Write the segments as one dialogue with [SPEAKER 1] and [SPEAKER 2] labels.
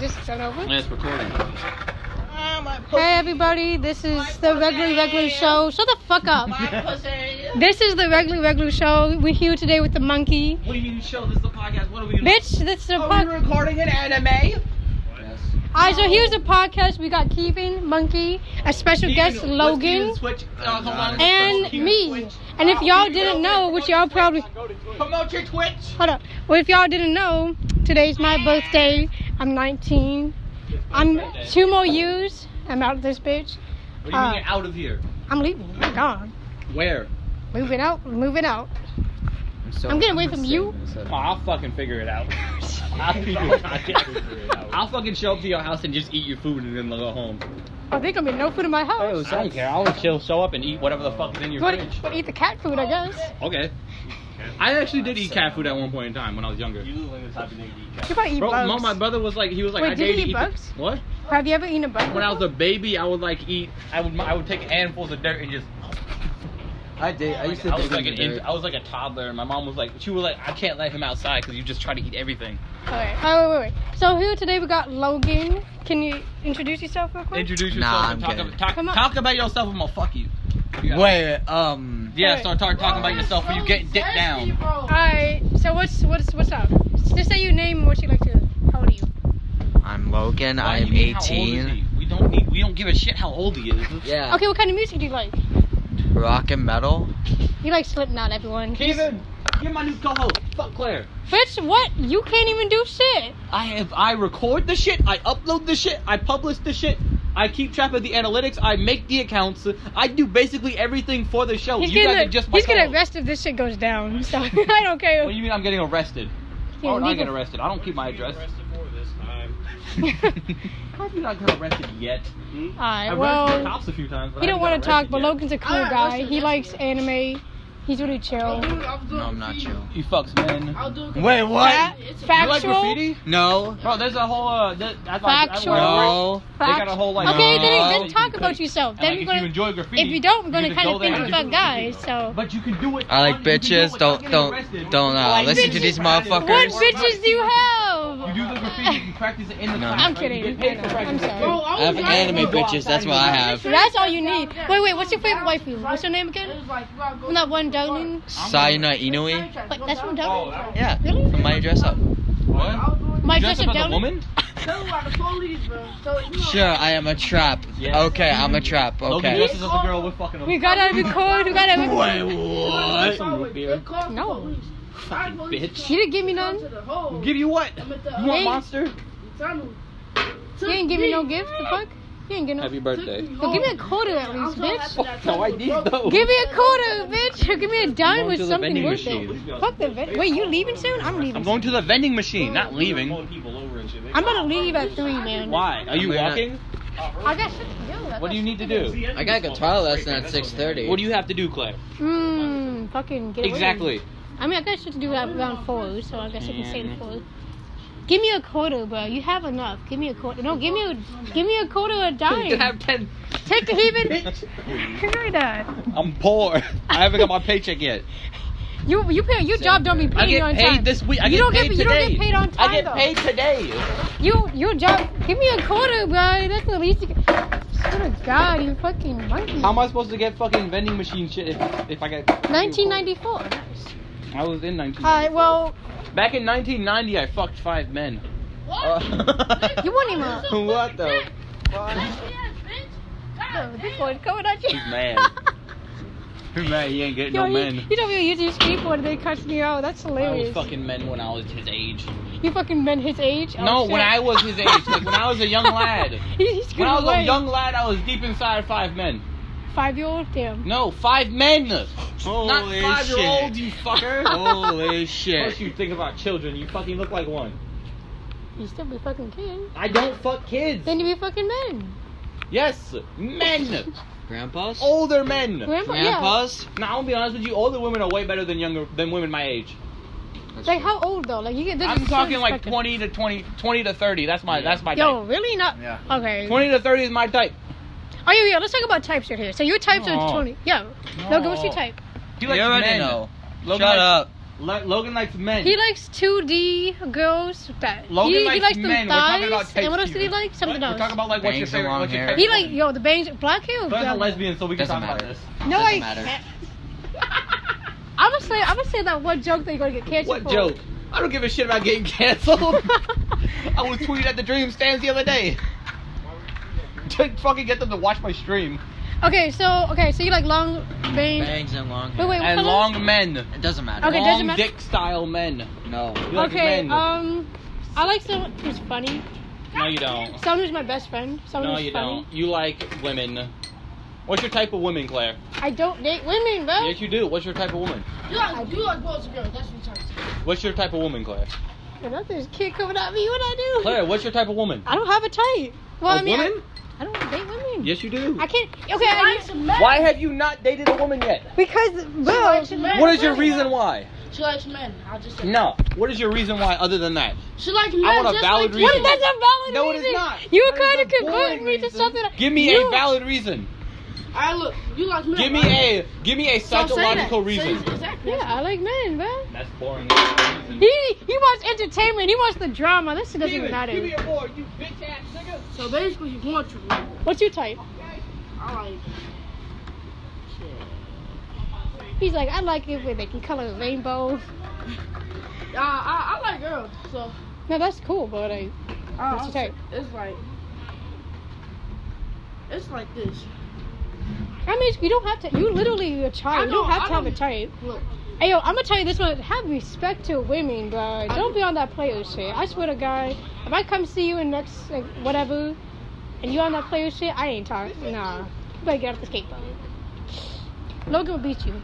[SPEAKER 1] Just turn over.
[SPEAKER 2] Yeah, it's recording.
[SPEAKER 3] Ah, my pussy.
[SPEAKER 1] Hey everybody, this is the regular regular show. Shut the fuck up.
[SPEAKER 3] My pussy.
[SPEAKER 1] This is the regular regular show. We're here today with the monkey.
[SPEAKER 4] What do you mean show? This is the podcast. What are Oh, we gonna
[SPEAKER 1] Bitch, this is Oh, a
[SPEAKER 3] Are we
[SPEAKER 1] podcast.
[SPEAKER 3] recording an anime?
[SPEAKER 2] Yes.
[SPEAKER 1] Alright, so here's the podcast. We got Kevin, Monkey, a special guest
[SPEAKER 4] Steven,
[SPEAKER 1] Logan,
[SPEAKER 4] what's Steven's Twitch? Uh, hold on.
[SPEAKER 1] and
[SPEAKER 4] Steven's
[SPEAKER 1] me.
[SPEAKER 4] Twitch.
[SPEAKER 1] And if
[SPEAKER 4] Oh,
[SPEAKER 1] y'all
[SPEAKER 4] Steven,
[SPEAKER 1] didn't
[SPEAKER 4] Logan,
[SPEAKER 1] know, which y'all probably
[SPEAKER 4] Promote your Twitch.
[SPEAKER 1] hold up. Well, if y'all didn't know, today's my birthday. I'm 19. I'm two more years. I'm out of this bitch.
[SPEAKER 4] What do you mean
[SPEAKER 1] uh,
[SPEAKER 4] you're out of here?
[SPEAKER 1] I'm leaving. I'm gone.
[SPEAKER 4] Where?
[SPEAKER 1] Moving out. Moving out.
[SPEAKER 2] I'm, so
[SPEAKER 1] I'm getting away from you.
[SPEAKER 4] Oh, I'll fucking figure it out. I'll, figure it out. I'll fucking show up to your house and just eat your food and then go home.
[SPEAKER 1] Oh, there gonna be no food in my house.
[SPEAKER 4] I don't care. I'll chill, show up and eat whatever the fuck is in your
[SPEAKER 1] Go
[SPEAKER 4] fridge.
[SPEAKER 1] to, eat the cat food, I guess.
[SPEAKER 4] Okay. I actually did eat cat food at one point in time when I was younger.
[SPEAKER 1] You probably eat
[SPEAKER 4] Bro,
[SPEAKER 1] bugs.
[SPEAKER 4] my, my brother was like, he was like,
[SPEAKER 1] Wait,
[SPEAKER 4] I
[SPEAKER 1] did
[SPEAKER 4] dare
[SPEAKER 1] you
[SPEAKER 4] you
[SPEAKER 1] eat
[SPEAKER 4] to the-
[SPEAKER 1] bugs?
[SPEAKER 4] What?
[SPEAKER 1] Have you ever eaten a bug?
[SPEAKER 4] When I was a baby, I would like eat. I would I would take handfuls of dirt and just.
[SPEAKER 2] I did. I used to.
[SPEAKER 4] I was
[SPEAKER 2] dig
[SPEAKER 4] like
[SPEAKER 2] in
[SPEAKER 4] an
[SPEAKER 2] the
[SPEAKER 4] in,
[SPEAKER 2] dirt.
[SPEAKER 4] I was like a toddler, and my mom was like, she was like, I can't let him outside because you just try to eat everything.
[SPEAKER 1] Okay. Oh, wait, wait, wait. So here today we got Logan. Can you introduce yourself real quick?
[SPEAKER 4] Introduce yourself
[SPEAKER 2] Nah,
[SPEAKER 4] and talk,
[SPEAKER 2] I'm good.
[SPEAKER 4] ab- talk,
[SPEAKER 1] Come on.
[SPEAKER 4] talk about yourself. I'm gonna fuck you. You got-
[SPEAKER 2] Wait. Um.
[SPEAKER 4] Yeah, start talk, talking about yourself when you get dick down.
[SPEAKER 1] All right. So what's what's what's up? Just say your name and what you like to. How old are you?
[SPEAKER 2] I'm Logan.
[SPEAKER 4] Why,
[SPEAKER 2] I
[SPEAKER 4] you
[SPEAKER 2] am
[SPEAKER 4] mean, how old is
[SPEAKER 2] 18.
[SPEAKER 4] he? We don't need. We don't give a shit how old he is.
[SPEAKER 2] Yeah.
[SPEAKER 1] Okay. What kind of music do you like?
[SPEAKER 2] Rock and metal.
[SPEAKER 1] You like Slipknot, everyone.
[SPEAKER 4] Kevin, you're my new co-host. Fuck Claire.
[SPEAKER 1] Bitch, what? You can't even do shit.
[SPEAKER 4] I have. I record the shit. I upload the shit. I publish the shit. I keep track of the analytics. I make the accounts. I do basically everything for the show.
[SPEAKER 1] he's
[SPEAKER 4] Oh, you guys
[SPEAKER 1] getting
[SPEAKER 4] are
[SPEAKER 1] a-
[SPEAKER 4] just my
[SPEAKER 1] he's getting
[SPEAKER 4] co-hosts.
[SPEAKER 1] arrested if this shit goes down. So I don't care.
[SPEAKER 4] What do you mean I'm getting arrested?
[SPEAKER 1] Yeah,
[SPEAKER 4] oh, no, I
[SPEAKER 1] legal-
[SPEAKER 4] get arrested. I don't keep my address. How have you not got arrested yet?
[SPEAKER 1] All right.
[SPEAKER 4] I
[SPEAKER 1] Well.
[SPEAKER 4] ran from the cops a few times. But
[SPEAKER 1] We
[SPEAKER 4] I
[SPEAKER 1] don't
[SPEAKER 4] haven't
[SPEAKER 1] want to
[SPEAKER 4] got
[SPEAKER 1] talk,
[SPEAKER 4] arrested
[SPEAKER 1] but
[SPEAKER 4] yet.
[SPEAKER 1] Logan's a cool
[SPEAKER 3] Alright,
[SPEAKER 1] guy.
[SPEAKER 3] listen,
[SPEAKER 1] He
[SPEAKER 3] listen.
[SPEAKER 1] likes anime. He's really chill.
[SPEAKER 3] Dude, I'm doing
[SPEAKER 2] No, I'm not you.
[SPEAKER 4] You fucks, man.
[SPEAKER 3] I'll do it.
[SPEAKER 2] Wait. What?
[SPEAKER 1] Fact-
[SPEAKER 3] It's a-
[SPEAKER 4] You like
[SPEAKER 1] factual.
[SPEAKER 4] graffiti?
[SPEAKER 2] No.
[SPEAKER 4] Bro, there's a whole. Uh, th- I thought,
[SPEAKER 1] Factual.
[SPEAKER 4] I, I,
[SPEAKER 2] No.
[SPEAKER 4] They got a whole like. uh,
[SPEAKER 1] okay, then,
[SPEAKER 2] No.
[SPEAKER 1] then
[SPEAKER 4] you
[SPEAKER 1] talk
[SPEAKER 4] can
[SPEAKER 1] about
[SPEAKER 4] click.
[SPEAKER 1] yourself.
[SPEAKER 4] And,
[SPEAKER 1] Then
[SPEAKER 4] like,
[SPEAKER 1] we're
[SPEAKER 4] if you
[SPEAKER 1] gonna.
[SPEAKER 4] enjoy graffiti,
[SPEAKER 1] If you don't, we're gonna
[SPEAKER 4] can
[SPEAKER 1] kind
[SPEAKER 4] go
[SPEAKER 1] of
[SPEAKER 4] there
[SPEAKER 1] think you're
[SPEAKER 4] and
[SPEAKER 1] fuck
[SPEAKER 4] do
[SPEAKER 1] guys.
[SPEAKER 4] it.
[SPEAKER 1] So.
[SPEAKER 4] But you can do it.
[SPEAKER 2] I
[SPEAKER 4] on-
[SPEAKER 2] like
[SPEAKER 4] you can do it
[SPEAKER 2] bitches. Don't
[SPEAKER 4] without
[SPEAKER 2] don't
[SPEAKER 4] getting
[SPEAKER 2] don't uh,
[SPEAKER 4] arrested.
[SPEAKER 2] listen to
[SPEAKER 1] bitches.
[SPEAKER 2] these
[SPEAKER 1] What
[SPEAKER 2] motherfuckers.
[SPEAKER 1] bitches do you
[SPEAKER 4] You do the graffiti. You
[SPEAKER 1] have?
[SPEAKER 4] practice it in the.
[SPEAKER 2] No.
[SPEAKER 4] class,
[SPEAKER 1] I'm
[SPEAKER 4] right? You
[SPEAKER 1] kidding.
[SPEAKER 4] get paid for
[SPEAKER 1] I'm
[SPEAKER 4] practicing.
[SPEAKER 1] sorry.
[SPEAKER 3] Bro, I was
[SPEAKER 2] I have
[SPEAKER 3] like-
[SPEAKER 2] anime bitches. That's what I have.
[SPEAKER 1] That's all you need. Wait, wait. What's your favorite waifu? What's her name again? From that one darling.
[SPEAKER 2] Sayuna Inui.
[SPEAKER 1] Wait, that's from darling.
[SPEAKER 2] Yeah.
[SPEAKER 1] Really?
[SPEAKER 2] From my dress up.
[SPEAKER 4] What?
[SPEAKER 1] My
[SPEAKER 4] Dress
[SPEAKER 1] dress
[SPEAKER 4] up
[SPEAKER 1] up
[SPEAKER 4] as a
[SPEAKER 1] darling.
[SPEAKER 4] woman?
[SPEAKER 2] Sure, I am a trap.
[SPEAKER 4] Yes.
[SPEAKER 2] Okay, I'm a trap.
[SPEAKER 4] Logan
[SPEAKER 2] Okay.
[SPEAKER 4] dresses as a girl. We're fucking.
[SPEAKER 1] We gotta record. We gotta.
[SPEAKER 2] Wait,
[SPEAKER 4] What? Some root beer.
[SPEAKER 1] No.
[SPEAKER 4] Fucking bitch.
[SPEAKER 1] You didn't give me none.
[SPEAKER 4] Give you what?
[SPEAKER 5] I'm
[SPEAKER 4] You
[SPEAKER 5] at
[SPEAKER 3] uh,
[SPEAKER 5] the
[SPEAKER 4] want
[SPEAKER 1] Hey.
[SPEAKER 4] monster?
[SPEAKER 1] You didn't give me no gift. The fuck? You didn't give no.
[SPEAKER 4] Happy birthday.
[SPEAKER 1] So give me a quarter at least, bitch.
[SPEAKER 4] No, I need those.
[SPEAKER 1] Give me a quarter, bitch. Or give me a dime
[SPEAKER 4] Going
[SPEAKER 1] with
[SPEAKER 4] to the
[SPEAKER 1] something
[SPEAKER 4] vending
[SPEAKER 1] worth
[SPEAKER 4] machine.
[SPEAKER 1] it. Fuck the vent. Wait, you leaving soon? I'm leaving.
[SPEAKER 4] I'm
[SPEAKER 1] soon.
[SPEAKER 4] going to the vending machine, not leaving.
[SPEAKER 1] I'm gonna leave at three, man.
[SPEAKER 4] Why? Are you
[SPEAKER 2] I'm gonna-
[SPEAKER 4] walking?
[SPEAKER 1] I got shit to do. I
[SPEAKER 4] What
[SPEAKER 1] got
[SPEAKER 4] do you need to
[SPEAKER 1] shit
[SPEAKER 4] do?
[SPEAKER 2] I got a guitar lesson at 6:30.
[SPEAKER 4] What do you have to do, Clay?
[SPEAKER 1] Mmm. Fucking get away.
[SPEAKER 4] Exactly.
[SPEAKER 1] I mean, I got shit to do at around four, so I guess I can say four. Give me a quarter, bro. You have enough. Give me a quarter. No, give me a give me a quarter or a dime.
[SPEAKER 4] You have ten.
[SPEAKER 1] Take the heathen. Give me that.
[SPEAKER 4] I'm poor. I haven't got my paycheck yet.
[SPEAKER 1] You you pay your job don't be paid
[SPEAKER 4] I get
[SPEAKER 1] on
[SPEAKER 4] paid
[SPEAKER 1] time.
[SPEAKER 4] this week. I
[SPEAKER 1] you
[SPEAKER 4] get
[SPEAKER 1] don't
[SPEAKER 4] paid
[SPEAKER 1] get you
[SPEAKER 4] today.
[SPEAKER 1] don't get paid on time.
[SPEAKER 4] I get
[SPEAKER 1] though.
[SPEAKER 4] paid today.
[SPEAKER 1] You your job. Give me a quarter, bro. That's the least. You can... Swear to God, you fucking monkey.
[SPEAKER 4] How am I supposed to get fucking vending machine shit if, if I get?
[SPEAKER 1] 1994.
[SPEAKER 4] I was in 19.
[SPEAKER 1] All right, well,
[SPEAKER 4] Back in 1990, I fucked five men.
[SPEAKER 5] What?
[SPEAKER 4] Uh,
[SPEAKER 1] you won't even.
[SPEAKER 4] what the? fuck?
[SPEAKER 1] Bitcoin Oh, coming at you.
[SPEAKER 4] He's mad. Man, Oh, you ain't getting
[SPEAKER 1] Yo,
[SPEAKER 4] no
[SPEAKER 1] you,
[SPEAKER 4] men.
[SPEAKER 1] you don't even use skateboard. They cuss me out. That's
[SPEAKER 4] I was
[SPEAKER 1] hilarious.
[SPEAKER 4] fucking men when I was his age.
[SPEAKER 1] You fucking men his age. Oh,
[SPEAKER 4] No,
[SPEAKER 1] shit.
[SPEAKER 4] when I was his age, like when I was a young lad.
[SPEAKER 1] he, he's
[SPEAKER 4] When I was
[SPEAKER 1] away.
[SPEAKER 4] a young lad, I was deep inside five men.
[SPEAKER 1] five year old, damn.
[SPEAKER 4] No, five men. Not
[SPEAKER 2] Holy
[SPEAKER 4] five year old,
[SPEAKER 2] shit.
[SPEAKER 4] you fucker.
[SPEAKER 2] Holy
[SPEAKER 4] Plus,
[SPEAKER 2] shit.
[SPEAKER 4] you think about children, you fucking look like one.
[SPEAKER 1] You still be fucking kid.
[SPEAKER 4] I don't fuck kids.
[SPEAKER 1] Then you be fucking men.
[SPEAKER 4] Yes, men,
[SPEAKER 2] Grandpas?
[SPEAKER 4] older men. Now
[SPEAKER 1] Remember? Oh, Yeah.
[SPEAKER 2] Grandpas?
[SPEAKER 4] I'm gonna be honest with you, older women are way better than younger than women my age.
[SPEAKER 1] Like how old though? Like you get. they're
[SPEAKER 4] I'm
[SPEAKER 1] just so
[SPEAKER 4] talking like
[SPEAKER 1] respected.
[SPEAKER 4] 20 to 20, 20 to 30. That's my that's my
[SPEAKER 1] Yo,
[SPEAKER 4] type.
[SPEAKER 1] really not?
[SPEAKER 2] Yeah.
[SPEAKER 1] Okay.
[SPEAKER 4] 20 to 30 is my type.
[SPEAKER 1] Oh yeah, yeah. Let's talk about types right here. So your types
[SPEAKER 4] No.
[SPEAKER 1] are twenty. Yeah.
[SPEAKER 4] No.
[SPEAKER 1] Logan, what's your type?
[SPEAKER 4] He
[SPEAKER 2] You
[SPEAKER 4] likes
[SPEAKER 2] already
[SPEAKER 4] men.
[SPEAKER 2] know.
[SPEAKER 4] Logan
[SPEAKER 2] Shut
[SPEAKER 4] likes-
[SPEAKER 2] up.
[SPEAKER 4] Le- Logan likes men.
[SPEAKER 1] He likes 2D girls. That
[SPEAKER 4] Logan
[SPEAKER 1] he, he
[SPEAKER 4] likes
[SPEAKER 1] likes
[SPEAKER 4] men.
[SPEAKER 1] them
[SPEAKER 4] We're talking about
[SPEAKER 1] thighs. And what
[SPEAKER 4] tapes
[SPEAKER 1] else did he
[SPEAKER 4] here.
[SPEAKER 1] like? Something
[SPEAKER 4] We're
[SPEAKER 1] else.
[SPEAKER 4] talking about like what's your
[SPEAKER 2] Bangs and
[SPEAKER 4] favorite?
[SPEAKER 2] long
[SPEAKER 4] What's your
[SPEAKER 2] hair.
[SPEAKER 4] favorite?
[SPEAKER 1] he like yo the bangs black hair.
[SPEAKER 4] But I'm a
[SPEAKER 1] black-
[SPEAKER 4] lesbian, so we can
[SPEAKER 2] Doesn't
[SPEAKER 4] talk about
[SPEAKER 2] matter.
[SPEAKER 4] this.
[SPEAKER 1] No,
[SPEAKER 2] Doesn't
[SPEAKER 1] I
[SPEAKER 2] matter.
[SPEAKER 1] can't. I'm gonna say I'm gonna say that one joke that you're gonna get canceled
[SPEAKER 4] What
[SPEAKER 1] for.
[SPEAKER 4] joke? I don't give a shit about getting canceled. I was tweeting at the Dream Stands the other day. To fucking get them to watch my stream.
[SPEAKER 1] okay, so okay, so you like long bangs.
[SPEAKER 2] Bangs and long
[SPEAKER 1] Wait,
[SPEAKER 2] hair.
[SPEAKER 1] wait,
[SPEAKER 4] And
[SPEAKER 1] color?
[SPEAKER 4] long men.
[SPEAKER 2] It doesn't matter.
[SPEAKER 1] Okay, doesn't
[SPEAKER 4] long
[SPEAKER 1] matter.
[SPEAKER 4] dick style men.
[SPEAKER 2] No.
[SPEAKER 4] You like
[SPEAKER 1] okay,
[SPEAKER 4] men.
[SPEAKER 1] um, I like someone who's funny.
[SPEAKER 4] no, you don't.
[SPEAKER 1] Someone who's my best friend. Someone
[SPEAKER 4] No,
[SPEAKER 1] who's
[SPEAKER 4] you
[SPEAKER 1] funny.
[SPEAKER 4] don't. You like women. What's your type of woman, Claire?
[SPEAKER 1] I don't date women, bro.
[SPEAKER 4] Yes, you do. What's your type of woman?
[SPEAKER 3] You like, you like boys and girls. That's what I'm saying.
[SPEAKER 4] What's your type of woman, Claire?
[SPEAKER 1] And that's this kid coming at me. What I do?
[SPEAKER 4] Claire, what's your type of woman?
[SPEAKER 1] I don't have a type. Well,
[SPEAKER 4] A
[SPEAKER 1] I mean, I-
[SPEAKER 4] woman?
[SPEAKER 1] I, don't date women.
[SPEAKER 4] Yes, you do.
[SPEAKER 1] I can't. Okay, I
[SPEAKER 3] likes
[SPEAKER 1] used-
[SPEAKER 3] some men.
[SPEAKER 4] Why have you not dated a woman yet?
[SPEAKER 1] because
[SPEAKER 3] She
[SPEAKER 1] bro,
[SPEAKER 3] likes men.
[SPEAKER 4] What is your reason why?
[SPEAKER 3] She likes men. I just said.
[SPEAKER 4] No. What is your reason why other than that?
[SPEAKER 3] She likes men.
[SPEAKER 4] want a
[SPEAKER 3] just
[SPEAKER 4] valid
[SPEAKER 3] like
[SPEAKER 4] reason.
[SPEAKER 1] what? That's a valid
[SPEAKER 4] No, it
[SPEAKER 1] reason.
[SPEAKER 4] is not.
[SPEAKER 1] You were
[SPEAKER 4] That is
[SPEAKER 1] kind
[SPEAKER 4] a
[SPEAKER 1] of
[SPEAKER 4] boring
[SPEAKER 1] converting me to
[SPEAKER 4] reason.
[SPEAKER 1] something. I-
[SPEAKER 4] Give me
[SPEAKER 1] You-
[SPEAKER 4] a valid reason.
[SPEAKER 3] I look. You like men.
[SPEAKER 4] Give me
[SPEAKER 3] right?
[SPEAKER 4] a give me a
[SPEAKER 3] Don't say that.
[SPEAKER 4] psychological
[SPEAKER 3] Say
[SPEAKER 4] reason.
[SPEAKER 3] Exactly.
[SPEAKER 1] Yeah, I like men, bro.
[SPEAKER 4] That's boring. Mm.
[SPEAKER 1] He he wants entertainment. He wants the drama. This doesn't matter.
[SPEAKER 4] a board, you bitch ass nigga.
[SPEAKER 3] So basically, you want to.
[SPEAKER 1] What's your type?
[SPEAKER 3] I like.
[SPEAKER 1] He's like, I like it when they can color rainbows.
[SPEAKER 3] Uh, I, I like girls. So.
[SPEAKER 1] No, that's cool, but like,
[SPEAKER 3] Uh,
[SPEAKER 1] What's your type?
[SPEAKER 3] It's like. It's like this.
[SPEAKER 1] I mean, you don't have to. You literally a
[SPEAKER 3] I
[SPEAKER 1] child. You don't
[SPEAKER 3] don't-
[SPEAKER 1] have
[SPEAKER 3] I
[SPEAKER 1] to have a
[SPEAKER 3] don't-
[SPEAKER 1] type.
[SPEAKER 3] Look.
[SPEAKER 1] Hey, yo, I'm gonna tell you this one. Have respect to women, bro. Don't be on that player shit. I swear to God, if I come see you in next like, whatever, and you on that player shit, I ain't talking. Nah, you better get off the skateboard. Logan will beat you.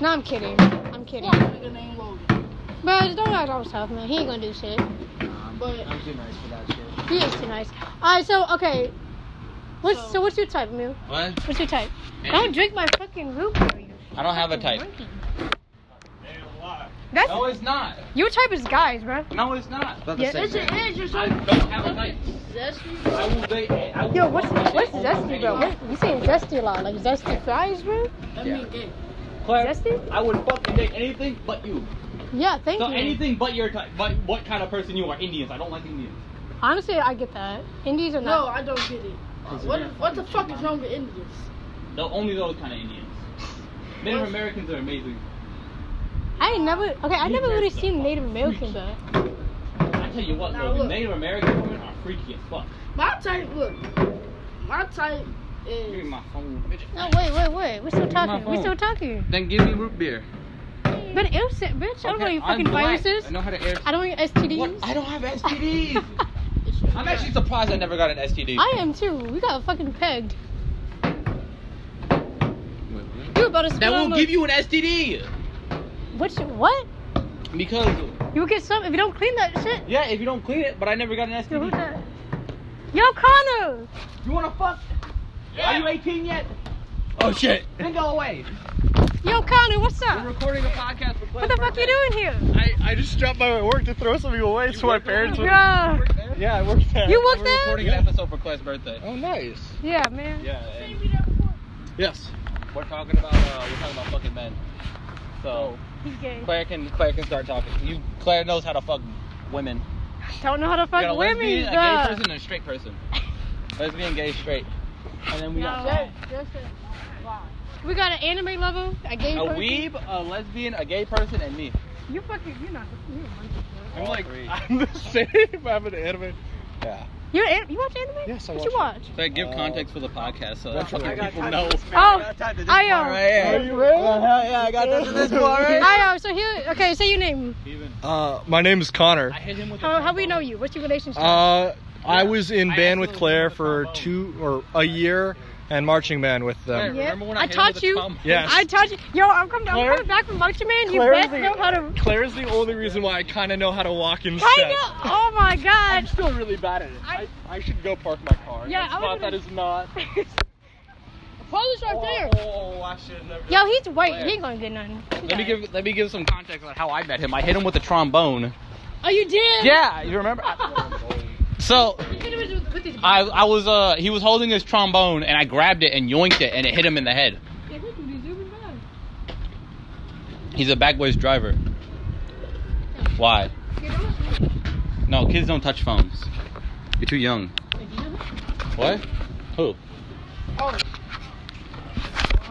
[SPEAKER 1] No, I'm kidding. I'm kidding.
[SPEAKER 3] Fuck a nigga named Logan.
[SPEAKER 1] Bro, just don't act on yourself, man. He ain't gonna do shit.
[SPEAKER 3] But
[SPEAKER 2] I'm too nice for that shit.
[SPEAKER 1] He is too nice. All right, so okay. What's so,
[SPEAKER 3] So-
[SPEAKER 1] what's your type, Emil?
[SPEAKER 2] What?
[SPEAKER 1] What's your type? Don't drink my fucking root beer. you
[SPEAKER 4] I don't have a type.
[SPEAKER 1] monkey. That's
[SPEAKER 4] No, it's not.
[SPEAKER 1] your type is guys, bro.
[SPEAKER 4] No, it's not.
[SPEAKER 2] About
[SPEAKER 1] Yeah,
[SPEAKER 2] the
[SPEAKER 3] it's
[SPEAKER 2] same.
[SPEAKER 3] it is your
[SPEAKER 4] I
[SPEAKER 3] son.
[SPEAKER 4] don't have a type.
[SPEAKER 3] Zesty.
[SPEAKER 4] I will date. I will
[SPEAKER 1] Yo, what's what's
[SPEAKER 4] date
[SPEAKER 1] zesty, bro?
[SPEAKER 4] anyone.
[SPEAKER 1] What, you saying zesty a lot? Like zesty fries, bro?
[SPEAKER 3] That
[SPEAKER 2] Yeah.
[SPEAKER 3] mean gay.
[SPEAKER 4] Claire,
[SPEAKER 1] Zesty?
[SPEAKER 4] I would fucking date anything but you.
[SPEAKER 1] Yeah, thank
[SPEAKER 4] So
[SPEAKER 1] you.
[SPEAKER 4] anything but your type. But what kind of person you are? Indians. I don't like Indians.
[SPEAKER 1] Honestly, I get that. Indies are
[SPEAKER 3] No,
[SPEAKER 1] not.
[SPEAKER 3] I don't get it. What what the fuck is wrong with Indians?
[SPEAKER 4] The only those kind of Indians. Native Americans are amazing.
[SPEAKER 1] I ain't never. Okay, I never really seen Native American, though.
[SPEAKER 4] I tell you what,
[SPEAKER 3] Now
[SPEAKER 4] Logan,
[SPEAKER 3] look.
[SPEAKER 4] Native American women are freaky as fuck.
[SPEAKER 3] My type, look. My type
[SPEAKER 4] Give me
[SPEAKER 3] is.
[SPEAKER 4] my phone, bitch.
[SPEAKER 1] No, wait, wait, wait. We're still talking. We're still talking.
[SPEAKER 4] Then give me root beer.
[SPEAKER 1] But ew, sit- bitch. I don't know your fucking viruses.
[SPEAKER 4] know how to air.
[SPEAKER 1] I don't want your STDs.
[SPEAKER 4] What? I don't have STDs.
[SPEAKER 3] is-
[SPEAKER 4] I'm actually surprised I never got an STD.
[SPEAKER 1] I am too. We got fucking pegged. You about to spit
[SPEAKER 4] That
[SPEAKER 1] on
[SPEAKER 4] will
[SPEAKER 1] the-
[SPEAKER 4] give you an STD
[SPEAKER 1] What? shit- What?
[SPEAKER 4] because
[SPEAKER 1] You get some if you don't clean that shit.
[SPEAKER 4] yeah, if you don't clean it, but I never got an
[SPEAKER 1] Yo, who's
[SPEAKER 4] STD.
[SPEAKER 1] that? Yo, Connor.
[SPEAKER 4] You wanna fuck? Are you 18 yet? Oh shit! Then go away.
[SPEAKER 1] Yo, Connor, what's
[SPEAKER 4] We're
[SPEAKER 1] up?
[SPEAKER 4] recording a podcast. For
[SPEAKER 1] What the fuck you doing here?
[SPEAKER 5] I, I just dropped by my work to throw something away so my parents would.
[SPEAKER 1] Bro.
[SPEAKER 5] Yeah, I worked there.
[SPEAKER 1] You work
[SPEAKER 4] We're recording
[SPEAKER 1] there?
[SPEAKER 4] an episode for Clay's birthday.
[SPEAKER 5] Oh, nice.
[SPEAKER 1] Yeah, man.
[SPEAKER 4] Yeah. and-
[SPEAKER 5] Yes.
[SPEAKER 4] We're talking about uh, we're talking about fucking men. So
[SPEAKER 1] He's gay.
[SPEAKER 4] Claire can Claire can start talking. You Claire knows how to fuck women. You
[SPEAKER 1] Don't know how to
[SPEAKER 4] got
[SPEAKER 1] fuck
[SPEAKER 4] a lesbian,
[SPEAKER 1] women,
[SPEAKER 4] a gay
[SPEAKER 1] bro.
[SPEAKER 4] person, and a straight person. lesbian, gay, straight. And then we got
[SPEAKER 1] No. We got an anime lover, a gay
[SPEAKER 4] a
[SPEAKER 1] person.
[SPEAKER 4] weeb, a lesbian, a gay person, and me.
[SPEAKER 1] You fucking, you're not. You're, a monkey.
[SPEAKER 5] I'm
[SPEAKER 4] All
[SPEAKER 5] like,
[SPEAKER 4] three.
[SPEAKER 5] I'm the same. I'm an anime.
[SPEAKER 4] yeah.
[SPEAKER 1] You're an, you watch anime?
[SPEAKER 5] Yes, I
[SPEAKER 1] what
[SPEAKER 5] watch
[SPEAKER 1] you
[SPEAKER 4] So I give
[SPEAKER 5] Oh.
[SPEAKER 4] context for the podcast so that
[SPEAKER 5] That's what
[SPEAKER 4] fucking
[SPEAKER 5] I got
[SPEAKER 4] people
[SPEAKER 5] time
[SPEAKER 4] know.
[SPEAKER 1] watch? Oh, I am.
[SPEAKER 5] Are you ready?
[SPEAKER 4] Uh, yeah, I got
[SPEAKER 5] this to this part right
[SPEAKER 1] I am. So here, okay, say your name.
[SPEAKER 5] Uh, my name is Connor.
[SPEAKER 4] I hit him with
[SPEAKER 1] How, how we know you? What's your relationship?
[SPEAKER 5] Uh, I was in
[SPEAKER 4] I
[SPEAKER 5] band with
[SPEAKER 4] absolutely
[SPEAKER 5] Claire
[SPEAKER 4] love the
[SPEAKER 5] for
[SPEAKER 4] trombone.
[SPEAKER 5] two or a year, and marching band with them.
[SPEAKER 1] yeah.
[SPEAKER 4] remember when I
[SPEAKER 1] I,
[SPEAKER 4] hit him
[SPEAKER 1] taught
[SPEAKER 4] with a
[SPEAKER 1] you.
[SPEAKER 4] tom-
[SPEAKER 5] Yes.
[SPEAKER 1] I taught you. Yo, I'm coming. I'm
[SPEAKER 5] Claire-
[SPEAKER 1] coming back from Marching Man. You
[SPEAKER 5] Claire's
[SPEAKER 1] best
[SPEAKER 5] the-
[SPEAKER 1] know how to.
[SPEAKER 5] Claire's the only reason why I kind of know how to walk in
[SPEAKER 1] Kind
[SPEAKER 5] steps.
[SPEAKER 1] of. Oh my
[SPEAKER 5] I'm
[SPEAKER 1] God.
[SPEAKER 5] still really bad at it.
[SPEAKER 1] I-
[SPEAKER 5] I, I, should go park my car.
[SPEAKER 1] Yeah,
[SPEAKER 5] That
[SPEAKER 1] I was
[SPEAKER 5] spot
[SPEAKER 1] gonna-
[SPEAKER 5] that is not.
[SPEAKER 1] Polish right there.
[SPEAKER 4] Oh, I should have never.
[SPEAKER 1] Yo, he's white. He ain't gonna get none.
[SPEAKER 4] Let me give let me give some context on how I met him. I hit him with a trombone.
[SPEAKER 1] Oh, you did?
[SPEAKER 4] Yeah, you remember? so I I was uh he was holding his trombone and I grabbed it and yoinked it and it hit him in the head. He's a backways driver. Why? No, kids don't touch phones. You're too young. What? Who?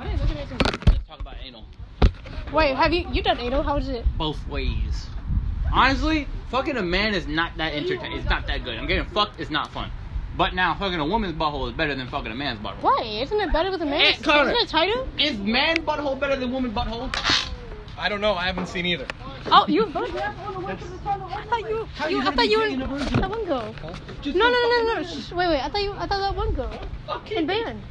[SPEAKER 4] Let's talk about anal.
[SPEAKER 1] Wait, have you you done anal? How is it?
[SPEAKER 4] Both ways. Honestly, fucking a man is not that entertaining. It's not that good. I'm getting fucked. It's not fun. But now fucking a woman's butthole is better than fucking a man's butthole.
[SPEAKER 1] Why? Isn't it better with a man?
[SPEAKER 4] Hey, Connor.
[SPEAKER 1] Isn't it tighter?
[SPEAKER 4] Is man butthole better than woman butthole?
[SPEAKER 5] I don't know. I haven't seen either.
[SPEAKER 1] Oh, you voted. I thought you. you I thought you were that one girl.
[SPEAKER 4] Just
[SPEAKER 1] No, no, no, no, no. Shh, wait, wait. I thought you. I thought that one girl in band.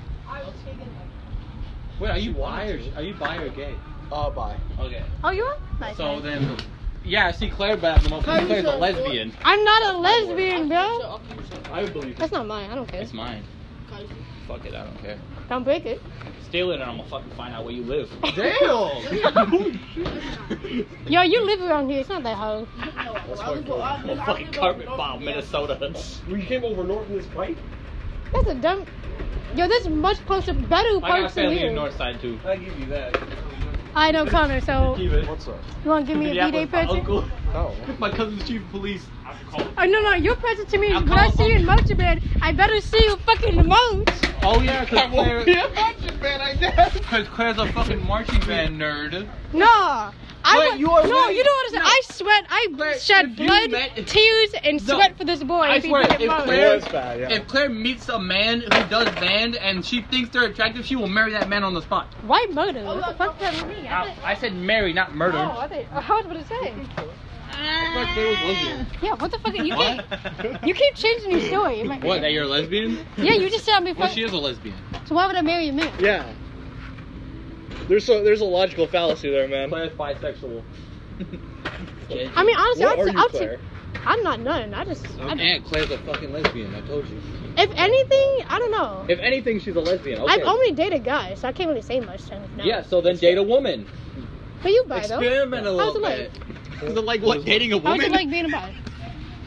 [SPEAKER 4] Wait, are you bi or are you bi or gay?
[SPEAKER 5] Uh, bye.
[SPEAKER 4] Okay.
[SPEAKER 1] Oh, you are. Nice.
[SPEAKER 4] So
[SPEAKER 1] nice.
[SPEAKER 4] then, yeah, I see Claire, but at the moment
[SPEAKER 3] Claire,
[SPEAKER 4] Claire's
[SPEAKER 3] you
[SPEAKER 4] a
[SPEAKER 3] said-
[SPEAKER 4] lesbian.
[SPEAKER 1] I'm not a lesbian, bro.
[SPEAKER 3] Shut up.
[SPEAKER 4] I would believe
[SPEAKER 1] That's not mine. I don't care.
[SPEAKER 4] It's mine.
[SPEAKER 3] Kaiser.
[SPEAKER 4] Fuck it, I don't care.
[SPEAKER 1] Don't break it.
[SPEAKER 4] Steal it, and I'm gonna fucking find out where you live.
[SPEAKER 1] Yo, you live around here. It's not that hard.
[SPEAKER 3] No,
[SPEAKER 5] That's
[SPEAKER 3] I
[SPEAKER 5] why
[SPEAKER 3] live
[SPEAKER 5] I go-
[SPEAKER 3] on- I
[SPEAKER 4] Well,
[SPEAKER 3] live- I
[SPEAKER 4] fucking
[SPEAKER 3] live on
[SPEAKER 4] carpet
[SPEAKER 3] North
[SPEAKER 4] bomb,
[SPEAKER 3] Indiana.
[SPEAKER 4] Minnesota.
[SPEAKER 5] We came over north in this pipe.
[SPEAKER 1] That's a dumb. Yo, there's much closer, better
[SPEAKER 4] I got
[SPEAKER 1] parts than
[SPEAKER 4] family in
[SPEAKER 1] here.
[SPEAKER 4] North Side too.
[SPEAKER 5] I give you that.
[SPEAKER 1] I know Connor, so you
[SPEAKER 5] What's up?
[SPEAKER 1] wanna give me a
[SPEAKER 4] Minneapolis,
[SPEAKER 1] B-Day
[SPEAKER 4] my
[SPEAKER 1] present?
[SPEAKER 4] uncle.
[SPEAKER 5] Oh.
[SPEAKER 4] My cousin's chief of police. I have to call him.
[SPEAKER 1] Oh no no, your present to me is
[SPEAKER 4] I'll
[SPEAKER 1] when I
[SPEAKER 4] call
[SPEAKER 1] see you in
[SPEAKER 4] home.
[SPEAKER 1] Motorhead, I better see you fucking in Moats.
[SPEAKER 4] Oh yeah, cause Claire,
[SPEAKER 5] marching band, I guess.
[SPEAKER 4] cause Claire's a fucking marching band nerd.
[SPEAKER 1] No. I
[SPEAKER 4] Wait,
[SPEAKER 1] wa-
[SPEAKER 4] you are
[SPEAKER 1] no,
[SPEAKER 4] right.
[SPEAKER 1] you don't understand.
[SPEAKER 4] No.
[SPEAKER 1] I sweat, I
[SPEAKER 4] Claire,
[SPEAKER 1] shed
[SPEAKER 4] if you
[SPEAKER 1] blood,
[SPEAKER 4] met-
[SPEAKER 1] tears, and
[SPEAKER 4] No.
[SPEAKER 1] sweat for this boy.
[SPEAKER 4] I
[SPEAKER 1] if he
[SPEAKER 4] swear,
[SPEAKER 1] did
[SPEAKER 4] if
[SPEAKER 1] Moe's.
[SPEAKER 4] Claire-
[SPEAKER 5] It was bad, yeah.
[SPEAKER 4] If Claire meets a man who does band and she thinks they're attractive, she will marry that man on the spot.
[SPEAKER 1] Why murder? What the fuck does that mean? I
[SPEAKER 4] I,
[SPEAKER 1] thought-
[SPEAKER 4] I said marry, not murder.
[SPEAKER 1] Oh, I thought- oh, I was gonna say. Yeah, what the fuck? You
[SPEAKER 4] What?
[SPEAKER 1] keep, you keep changing your story. Am I-
[SPEAKER 4] What? That you're a lesbian?
[SPEAKER 1] Yeah, you just said I'm a
[SPEAKER 4] Well,
[SPEAKER 1] fuck.
[SPEAKER 4] she is a lesbian.
[SPEAKER 1] So why would I marry a man?
[SPEAKER 5] Yeah. There's so there's a logical fallacy there, man.
[SPEAKER 4] Claire's bisexual.
[SPEAKER 1] I mean, honestly,
[SPEAKER 5] What
[SPEAKER 1] I'm,
[SPEAKER 5] are
[SPEAKER 1] t-
[SPEAKER 5] you,
[SPEAKER 1] I'm, t-
[SPEAKER 5] Claire?
[SPEAKER 1] I'm not none. I just, I just-
[SPEAKER 4] And Claire's a fucking lesbian. I told you.
[SPEAKER 1] if anything, I don't know.
[SPEAKER 4] If anything, she's a lesbian. Okay.
[SPEAKER 1] I've only dated guys, so I can't really say much technically now.
[SPEAKER 4] Yeah. So then date a woman.
[SPEAKER 1] But you bi though.
[SPEAKER 4] Experiment a
[SPEAKER 1] How's
[SPEAKER 4] little
[SPEAKER 1] it
[SPEAKER 4] bit.
[SPEAKER 1] like?
[SPEAKER 4] like what? Dating a
[SPEAKER 1] How's it like being a bi?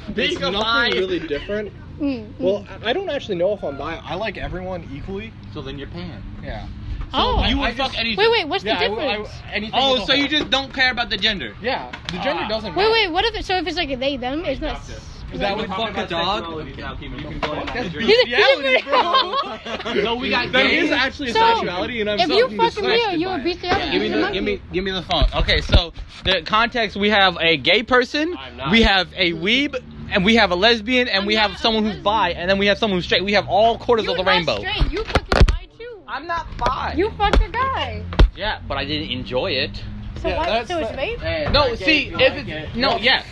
[SPEAKER 5] It's
[SPEAKER 4] Being a bi.
[SPEAKER 5] nothing really different.
[SPEAKER 1] Mm, mm.
[SPEAKER 5] Well, I- I don't actually know if I'm bi. I like everyone equally.
[SPEAKER 4] So then you're pan.
[SPEAKER 5] Yeah.
[SPEAKER 1] oh.
[SPEAKER 4] you would
[SPEAKER 5] I
[SPEAKER 4] fuck
[SPEAKER 5] just-
[SPEAKER 4] anything.
[SPEAKER 1] wait, wait. What's
[SPEAKER 5] yeah,
[SPEAKER 1] the
[SPEAKER 5] I would- I would-
[SPEAKER 1] difference?
[SPEAKER 5] anything with
[SPEAKER 4] Oh,
[SPEAKER 5] a
[SPEAKER 4] so
[SPEAKER 5] hole.
[SPEAKER 4] you just don't care about the gender?
[SPEAKER 5] Yeah, the gender
[SPEAKER 4] Ah.
[SPEAKER 5] doesn't matter.
[SPEAKER 1] wait, wait. What if it? So if it's like a they them, it's not. s-
[SPEAKER 5] Is that
[SPEAKER 4] would
[SPEAKER 5] what
[SPEAKER 4] fuck a dog. You can go
[SPEAKER 5] That's
[SPEAKER 1] He's a- he's a-
[SPEAKER 5] bestiality, bro.
[SPEAKER 4] No, we got
[SPEAKER 5] There
[SPEAKER 4] gay.
[SPEAKER 5] is actually a
[SPEAKER 1] So,
[SPEAKER 5] sexuality, and I'm
[SPEAKER 1] if you
[SPEAKER 5] something
[SPEAKER 1] fucking
[SPEAKER 5] disgusted
[SPEAKER 1] real, you're
[SPEAKER 5] by
[SPEAKER 1] a
[SPEAKER 5] it.
[SPEAKER 1] bestiality.
[SPEAKER 4] Give me the give me give me the phone. Okay, so the context we have a gay person, we have a weeb, and we have a lesbian, and
[SPEAKER 1] I'm
[SPEAKER 4] we have
[SPEAKER 1] not a
[SPEAKER 4] someone who's bi, and then we have someone who's straight. We have all quarters
[SPEAKER 1] You're
[SPEAKER 4] of the
[SPEAKER 1] not
[SPEAKER 4] rainbow.
[SPEAKER 1] straight. You fucking bi too.
[SPEAKER 4] I'm not bi.
[SPEAKER 1] You fucked a guy.
[SPEAKER 4] yeah, but I didn't enjoy it.
[SPEAKER 1] So
[SPEAKER 5] Yeah,
[SPEAKER 1] why?
[SPEAKER 5] that's
[SPEAKER 1] So it's
[SPEAKER 5] the-
[SPEAKER 1] rape.
[SPEAKER 4] No, see, if it's no, yeah,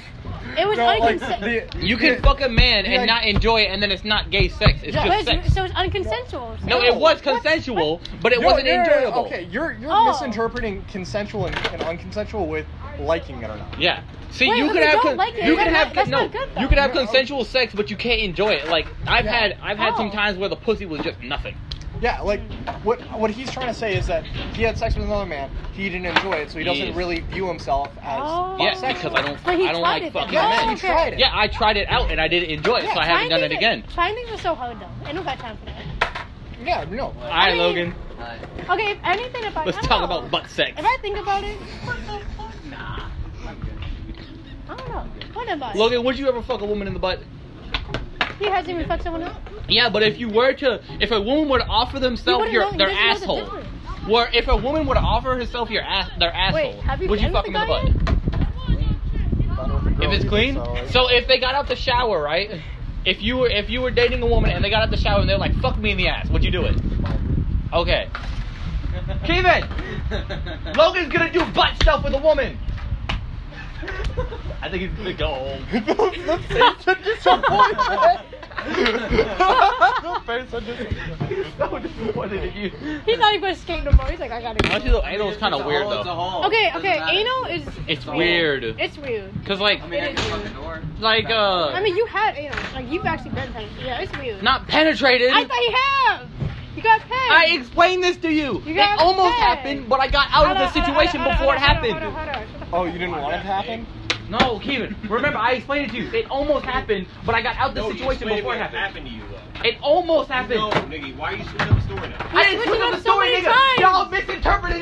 [SPEAKER 1] It was
[SPEAKER 5] No, like,
[SPEAKER 1] unconsensual.
[SPEAKER 5] the-
[SPEAKER 4] you can fuck a man
[SPEAKER 5] Yeah.
[SPEAKER 4] and not enjoy it, and then it's not gay sex. It's just sex.
[SPEAKER 1] So it's unconsensual.
[SPEAKER 4] No, it was consensual, but it
[SPEAKER 5] You're-
[SPEAKER 4] wasn't
[SPEAKER 5] no, no, no, no,
[SPEAKER 4] enjoyable.
[SPEAKER 5] Okay, you're you're
[SPEAKER 1] Oh.
[SPEAKER 5] misinterpreting consensual and, and unconsensual with liking it or not.
[SPEAKER 4] Yeah. See,
[SPEAKER 1] Wait,
[SPEAKER 4] you
[SPEAKER 1] if
[SPEAKER 4] could
[SPEAKER 1] you
[SPEAKER 4] have
[SPEAKER 1] don't
[SPEAKER 4] con-
[SPEAKER 1] like it,
[SPEAKER 4] you
[SPEAKER 1] then
[SPEAKER 4] could
[SPEAKER 1] that-
[SPEAKER 4] have con-
[SPEAKER 1] that's
[SPEAKER 4] no,
[SPEAKER 1] not good,
[SPEAKER 4] you could have
[SPEAKER 5] though.
[SPEAKER 4] consensual sex, but you can't enjoy it. Like I've
[SPEAKER 5] Yeah.
[SPEAKER 4] had, I've had some
[SPEAKER 1] Oh.
[SPEAKER 4] times where the pussy was just nothing.
[SPEAKER 5] Yeah, like what what he's trying to say is that he had sex with another man, he didn't enjoy it, so he doesn't
[SPEAKER 4] Yes.
[SPEAKER 5] really view himself as
[SPEAKER 1] Oh.
[SPEAKER 4] Yeah,
[SPEAKER 5] bisexual.
[SPEAKER 4] because I don't,
[SPEAKER 1] But he
[SPEAKER 4] I
[SPEAKER 1] tried
[SPEAKER 4] don't like
[SPEAKER 1] it
[SPEAKER 4] fucking
[SPEAKER 1] though.
[SPEAKER 5] Yeah,
[SPEAKER 1] Oh,
[SPEAKER 5] he
[SPEAKER 4] men.
[SPEAKER 1] okay.
[SPEAKER 5] tried it.
[SPEAKER 4] Yeah, I tried it out and I didn't enjoy it, so I haven't done it
[SPEAKER 1] Finding
[SPEAKER 4] again.
[SPEAKER 1] Finding was so hard though. I don't got time for that.
[SPEAKER 5] Yeah, no.
[SPEAKER 4] Alright,
[SPEAKER 1] mean-
[SPEAKER 4] Logan,
[SPEAKER 1] Okay, if anything, if I
[SPEAKER 4] let's
[SPEAKER 1] I don't
[SPEAKER 4] talk
[SPEAKER 1] know.
[SPEAKER 4] about butt sex.
[SPEAKER 1] If I think about it, what the fuck? Nah. I don't know. What about it?
[SPEAKER 4] Logan, would you ever fuck a woman in the butt?
[SPEAKER 1] He hasn't even fucked someone up.
[SPEAKER 4] Yeah, but if you were to, if a woman were to offer themselves
[SPEAKER 1] wouldn't
[SPEAKER 4] your
[SPEAKER 1] know-
[SPEAKER 4] their
[SPEAKER 1] you wouldn't know the
[SPEAKER 4] asshole, where if a woman were to offer herself your ass, their asshole,
[SPEAKER 1] have you
[SPEAKER 4] would you
[SPEAKER 1] been
[SPEAKER 4] fuck
[SPEAKER 1] with
[SPEAKER 4] them
[SPEAKER 1] the
[SPEAKER 4] in the
[SPEAKER 1] guy
[SPEAKER 4] butt? If it's clean,
[SPEAKER 5] So,
[SPEAKER 4] so if they got out the shower, right? If you were if you were dating a woman and they got out the shower and they're like, "Fuck me in the ass," would you do it? Okay. Kevin, Logan's gonna do butt stuff with a woman. I think he's gonna go home. so disappointed in you.
[SPEAKER 1] He's not even gonna skate no more. He's like, I gotta go.
[SPEAKER 4] Honestly, though, anal is kind of weird though.
[SPEAKER 1] Okay, okay. Anal is
[SPEAKER 4] It's weird.
[SPEAKER 1] it's weird.
[SPEAKER 4] Cause like,
[SPEAKER 1] It is weird.
[SPEAKER 4] like uh,
[SPEAKER 1] I mean, you had anal. Like you've actually been penetrated. Yeah, it's weird.
[SPEAKER 4] not penetrated.
[SPEAKER 1] I thought you have. You got pegged.
[SPEAKER 4] I explained this to you.
[SPEAKER 1] You
[SPEAKER 4] it
[SPEAKER 1] got
[SPEAKER 4] almost
[SPEAKER 1] upset.
[SPEAKER 4] happened, but I got out of the situation before
[SPEAKER 1] Hold on,
[SPEAKER 4] it happened.
[SPEAKER 1] hold on, hold on, hold
[SPEAKER 5] oh, you didn't want it to happen?
[SPEAKER 4] No, Kevin, remember I explained it to you. It almost happened, but I got out of the situation before it happened.
[SPEAKER 6] to you though.
[SPEAKER 4] It almost happened.
[SPEAKER 6] No, nigga, why are you switching up the story now?
[SPEAKER 4] I didn't
[SPEAKER 1] switched
[SPEAKER 4] switch
[SPEAKER 1] it
[SPEAKER 4] up
[SPEAKER 1] up
[SPEAKER 4] the
[SPEAKER 1] so
[SPEAKER 4] story,
[SPEAKER 1] many
[SPEAKER 4] nigga.
[SPEAKER 1] times.
[SPEAKER 4] Y'all misinterpreted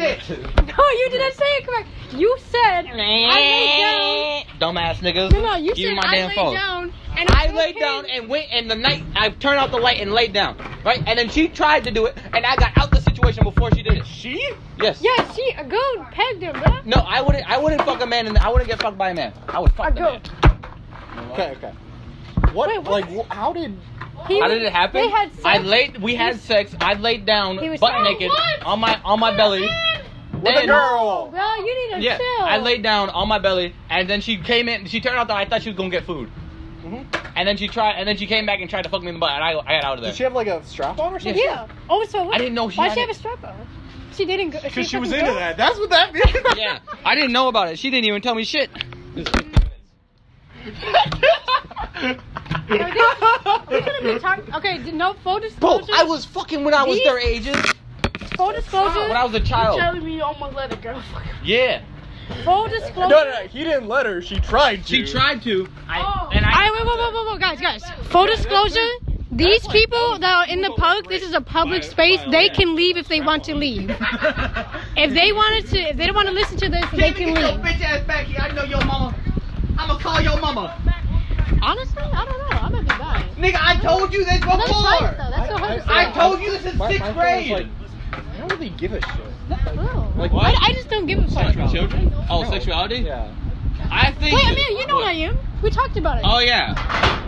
[SPEAKER 4] it.
[SPEAKER 1] No, Oh, you didn't say it correct. You said I laid
[SPEAKER 4] Dumbass niggas.
[SPEAKER 1] down. No, no, you
[SPEAKER 4] Give
[SPEAKER 1] said
[SPEAKER 4] me my
[SPEAKER 1] I
[SPEAKER 4] damn
[SPEAKER 1] laid
[SPEAKER 4] phone.
[SPEAKER 1] down. And
[SPEAKER 4] I
[SPEAKER 1] it's
[SPEAKER 4] laid
[SPEAKER 1] okay.
[SPEAKER 4] down and went, and the night I turned out the light and laid down, right? And then she tried to do it, and I got out the situation before she did it.
[SPEAKER 5] She?
[SPEAKER 4] Yes.
[SPEAKER 1] Yeah, she a goat pegged him, bro.
[SPEAKER 4] No, I wouldn't. I wouldn't fuck a man, and I wouldn't get fucked by a man. I would fuck
[SPEAKER 1] A
[SPEAKER 4] a man.
[SPEAKER 1] goat.
[SPEAKER 5] Okay, okay. What?
[SPEAKER 1] Wait, what?
[SPEAKER 5] Like, wh- how did?
[SPEAKER 1] He
[SPEAKER 4] How
[SPEAKER 1] was-
[SPEAKER 4] did it happen?
[SPEAKER 1] They had sex.
[SPEAKER 4] I laid. We had sex. I laid down,
[SPEAKER 1] He was
[SPEAKER 4] butt
[SPEAKER 1] saying-
[SPEAKER 4] naked,
[SPEAKER 1] What?
[SPEAKER 4] on my on my belly.
[SPEAKER 5] With a
[SPEAKER 4] And-
[SPEAKER 1] Oh,
[SPEAKER 5] girl.
[SPEAKER 1] bro, you need to
[SPEAKER 4] Yeah,
[SPEAKER 1] chill.
[SPEAKER 4] I laid down on my belly, and then she came in. She turned out that I thought she was gonna get food,
[SPEAKER 5] Mhm.
[SPEAKER 4] and then she tried, and then she came back and tried to fuck me in the butt, and I, I got out of there.
[SPEAKER 5] Did she have like a strap on or something?
[SPEAKER 1] Yeah. Also, what?
[SPEAKER 4] I didn't know she
[SPEAKER 1] Why
[SPEAKER 4] had
[SPEAKER 1] she
[SPEAKER 4] it.
[SPEAKER 1] have a strap on? She didn't go.
[SPEAKER 5] Because she was
[SPEAKER 1] fucking
[SPEAKER 5] into
[SPEAKER 1] go?
[SPEAKER 5] that. That's what that means.
[SPEAKER 4] yeah, I didn't know about it. She didn't even tell me shit.
[SPEAKER 1] Yo, this- We're gonna be talking. Okay, d- no full
[SPEAKER 4] Bro,
[SPEAKER 1] disclosure.
[SPEAKER 4] I was fucking when I was
[SPEAKER 1] These-
[SPEAKER 4] their ages.
[SPEAKER 1] full disclosure.
[SPEAKER 4] When I was a
[SPEAKER 3] You
[SPEAKER 4] child.
[SPEAKER 3] telling me you almost let a girl fuck you?
[SPEAKER 4] Yeah.
[SPEAKER 1] full
[SPEAKER 5] no,
[SPEAKER 1] disclosure.
[SPEAKER 5] no, no, he didn't let her. She tried to.
[SPEAKER 4] She tried to. I,
[SPEAKER 3] Oh.
[SPEAKER 4] and I,
[SPEAKER 1] I wait, wait, wait, wait, wait, guys, guys. Full disclosure. These people that are in the park, this is a public space. They can leave if they want to leave. If they wanted to, if they don't want to listen to this, they can leave.
[SPEAKER 4] bitch ass back here. I know your mama. I'ma call your mama.
[SPEAKER 1] Honestly, I don't know. I might be dying.
[SPEAKER 4] Nigga, I told you this
[SPEAKER 1] That's right, though. That's a hundred.
[SPEAKER 5] I- I
[SPEAKER 1] percent.
[SPEAKER 5] told
[SPEAKER 4] you this in
[SPEAKER 5] My- my thing is, like, I don't really give a shit.
[SPEAKER 1] No.
[SPEAKER 5] Like,
[SPEAKER 1] I, I just don't give a fuck. Wait,
[SPEAKER 2] Children? Oh,
[SPEAKER 5] No.
[SPEAKER 2] sexuality?
[SPEAKER 5] Yeah.
[SPEAKER 2] I think.
[SPEAKER 1] I mean, you know I am. We talked about it.
[SPEAKER 2] Oh yeah.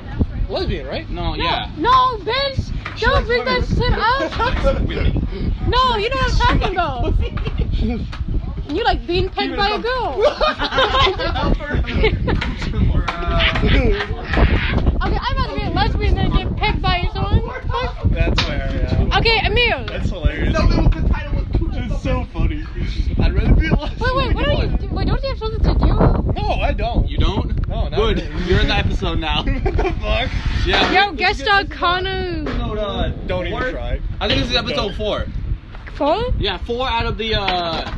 [SPEAKER 5] Lesbian, right?
[SPEAKER 2] No,
[SPEAKER 1] no,
[SPEAKER 2] Oh, yeah.
[SPEAKER 1] no, bitch, don't bring that shit up. No, you know what I'm talking about. You like being pegged by a girl. okay, I'd rather be a lesbian than get pegged by someone. Fuck.
[SPEAKER 5] That's where, yeah.
[SPEAKER 1] Okay, Emil.
[SPEAKER 5] That's hilarious. It's so funny. I'd rather be a lesbian.
[SPEAKER 1] Wait, wait, what are you? Wait, don't you have something to do?
[SPEAKER 5] No, I don't.
[SPEAKER 2] You don't?
[SPEAKER 5] No, not
[SPEAKER 2] Good.
[SPEAKER 5] really.
[SPEAKER 2] You're in the episode now.
[SPEAKER 5] what the fuck?
[SPEAKER 2] Yeah.
[SPEAKER 1] Yo, guest star Connor.
[SPEAKER 2] Hold on.
[SPEAKER 5] Don't even
[SPEAKER 2] Four-
[SPEAKER 5] try.
[SPEAKER 2] I think this is episode four.
[SPEAKER 1] Four?
[SPEAKER 2] Yeah, four out of the uh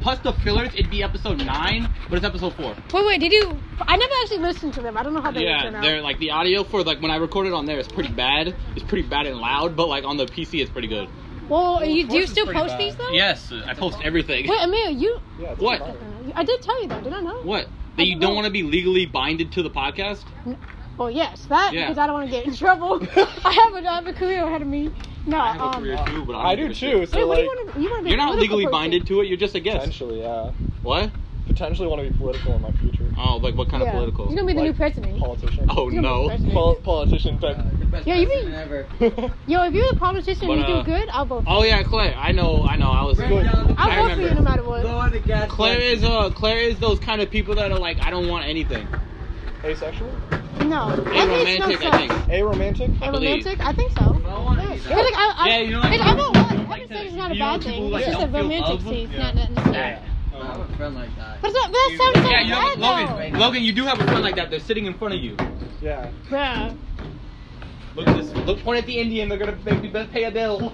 [SPEAKER 2] plus the fillers, it'd be episode nine, but it's episode four.
[SPEAKER 1] Wait, wait, did you? I never actually listened to them. I don't know how they
[SPEAKER 2] yeah,
[SPEAKER 1] turn out.
[SPEAKER 2] they're like the audio for like when I recorded on there is pretty bad. It's pretty bad and loud, but like on the PC it's pretty good.
[SPEAKER 1] Well, you,
[SPEAKER 5] of
[SPEAKER 1] do you
[SPEAKER 5] course
[SPEAKER 1] still
[SPEAKER 5] it's pretty
[SPEAKER 1] post
[SPEAKER 5] bad.
[SPEAKER 1] these though?
[SPEAKER 2] Yes, I post everything.
[SPEAKER 1] Wait, Emil, you.
[SPEAKER 5] Yeah, it's
[SPEAKER 2] What?
[SPEAKER 5] fine.
[SPEAKER 1] I did tell you that, did I not?
[SPEAKER 2] What? That you don't want to be legally binded to the podcast?
[SPEAKER 1] Well, yes, that
[SPEAKER 2] Yeah.
[SPEAKER 1] because I don't want to get in trouble. I have a, I have a career ahead of me. No,
[SPEAKER 2] I have a
[SPEAKER 1] um,
[SPEAKER 2] career too, but I, don't
[SPEAKER 5] I
[SPEAKER 2] give
[SPEAKER 5] do
[SPEAKER 2] a shit.
[SPEAKER 5] too, so
[SPEAKER 1] wait, what do
[SPEAKER 5] like,
[SPEAKER 1] you want to? You want to be?
[SPEAKER 2] You're
[SPEAKER 1] a
[SPEAKER 2] not
[SPEAKER 1] political
[SPEAKER 2] legally
[SPEAKER 1] person.
[SPEAKER 2] binded to it. You're just a guest.
[SPEAKER 5] potentially, yeah.
[SPEAKER 2] What?
[SPEAKER 5] Potentially want to be political in my future.
[SPEAKER 2] Oh, like what kind
[SPEAKER 1] Yeah.
[SPEAKER 2] of political?
[SPEAKER 1] He's gonna be the new
[SPEAKER 5] Like,
[SPEAKER 1] president.
[SPEAKER 5] Politician.
[SPEAKER 2] Oh
[SPEAKER 1] He's gonna be the
[SPEAKER 2] no.
[SPEAKER 1] president.
[SPEAKER 5] Pol- politician
[SPEAKER 2] Uh,
[SPEAKER 5] type.
[SPEAKER 1] Yeah, you mean- Yo, if you're a politician and
[SPEAKER 2] But,
[SPEAKER 1] you
[SPEAKER 2] uh,
[SPEAKER 1] do good, I'll vote. For you.
[SPEAKER 2] Oh yeah, Claire. I know. I know. I was.
[SPEAKER 1] I'll
[SPEAKER 2] I
[SPEAKER 1] vote for you no
[SPEAKER 2] remember.
[SPEAKER 1] matter what.
[SPEAKER 2] Claire is uh Claire is those kind of people that are like I don't want anything.
[SPEAKER 5] Asexual?
[SPEAKER 1] No, that makes no
[SPEAKER 2] Aromantic,
[SPEAKER 1] sense.
[SPEAKER 2] I think.
[SPEAKER 5] Aromantic?
[SPEAKER 1] And
[SPEAKER 2] believe.
[SPEAKER 1] romantic? I think so. Yeah, 'Cause, like, I, I,
[SPEAKER 2] Yeah, you know, like,
[SPEAKER 1] like, I don't want.
[SPEAKER 2] like
[SPEAKER 1] Everything
[SPEAKER 2] that.
[SPEAKER 1] is not a
[SPEAKER 2] You know,
[SPEAKER 1] bad
[SPEAKER 2] people,
[SPEAKER 1] thing.
[SPEAKER 2] like,
[SPEAKER 1] it's just a
[SPEAKER 2] don't feel
[SPEAKER 1] romantic
[SPEAKER 2] love.
[SPEAKER 1] thing. It's
[SPEAKER 5] Yeah.
[SPEAKER 1] not necessary.
[SPEAKER 2] Yeah,
[SPEAKER 5] I have
[SPEAKER 2] a friend like that.
[SPEAKER 1] But it's not. But that sounds so
[SPEAKER 2] Yeah, you
[SPEAKER 1] bad
[SPEAKER 2] have, Logan.
[SPEAKER 1] though.
[SPEAKER 2] Logan, you do have a friend like that. They're sitting in front of you.
[SPEAKER 5] Yeah.
[SPEAKER 1] Yeah.
[SPEAKER 2] Look at this. Look, point at the Indian. They're gonna make me be- pay a bill.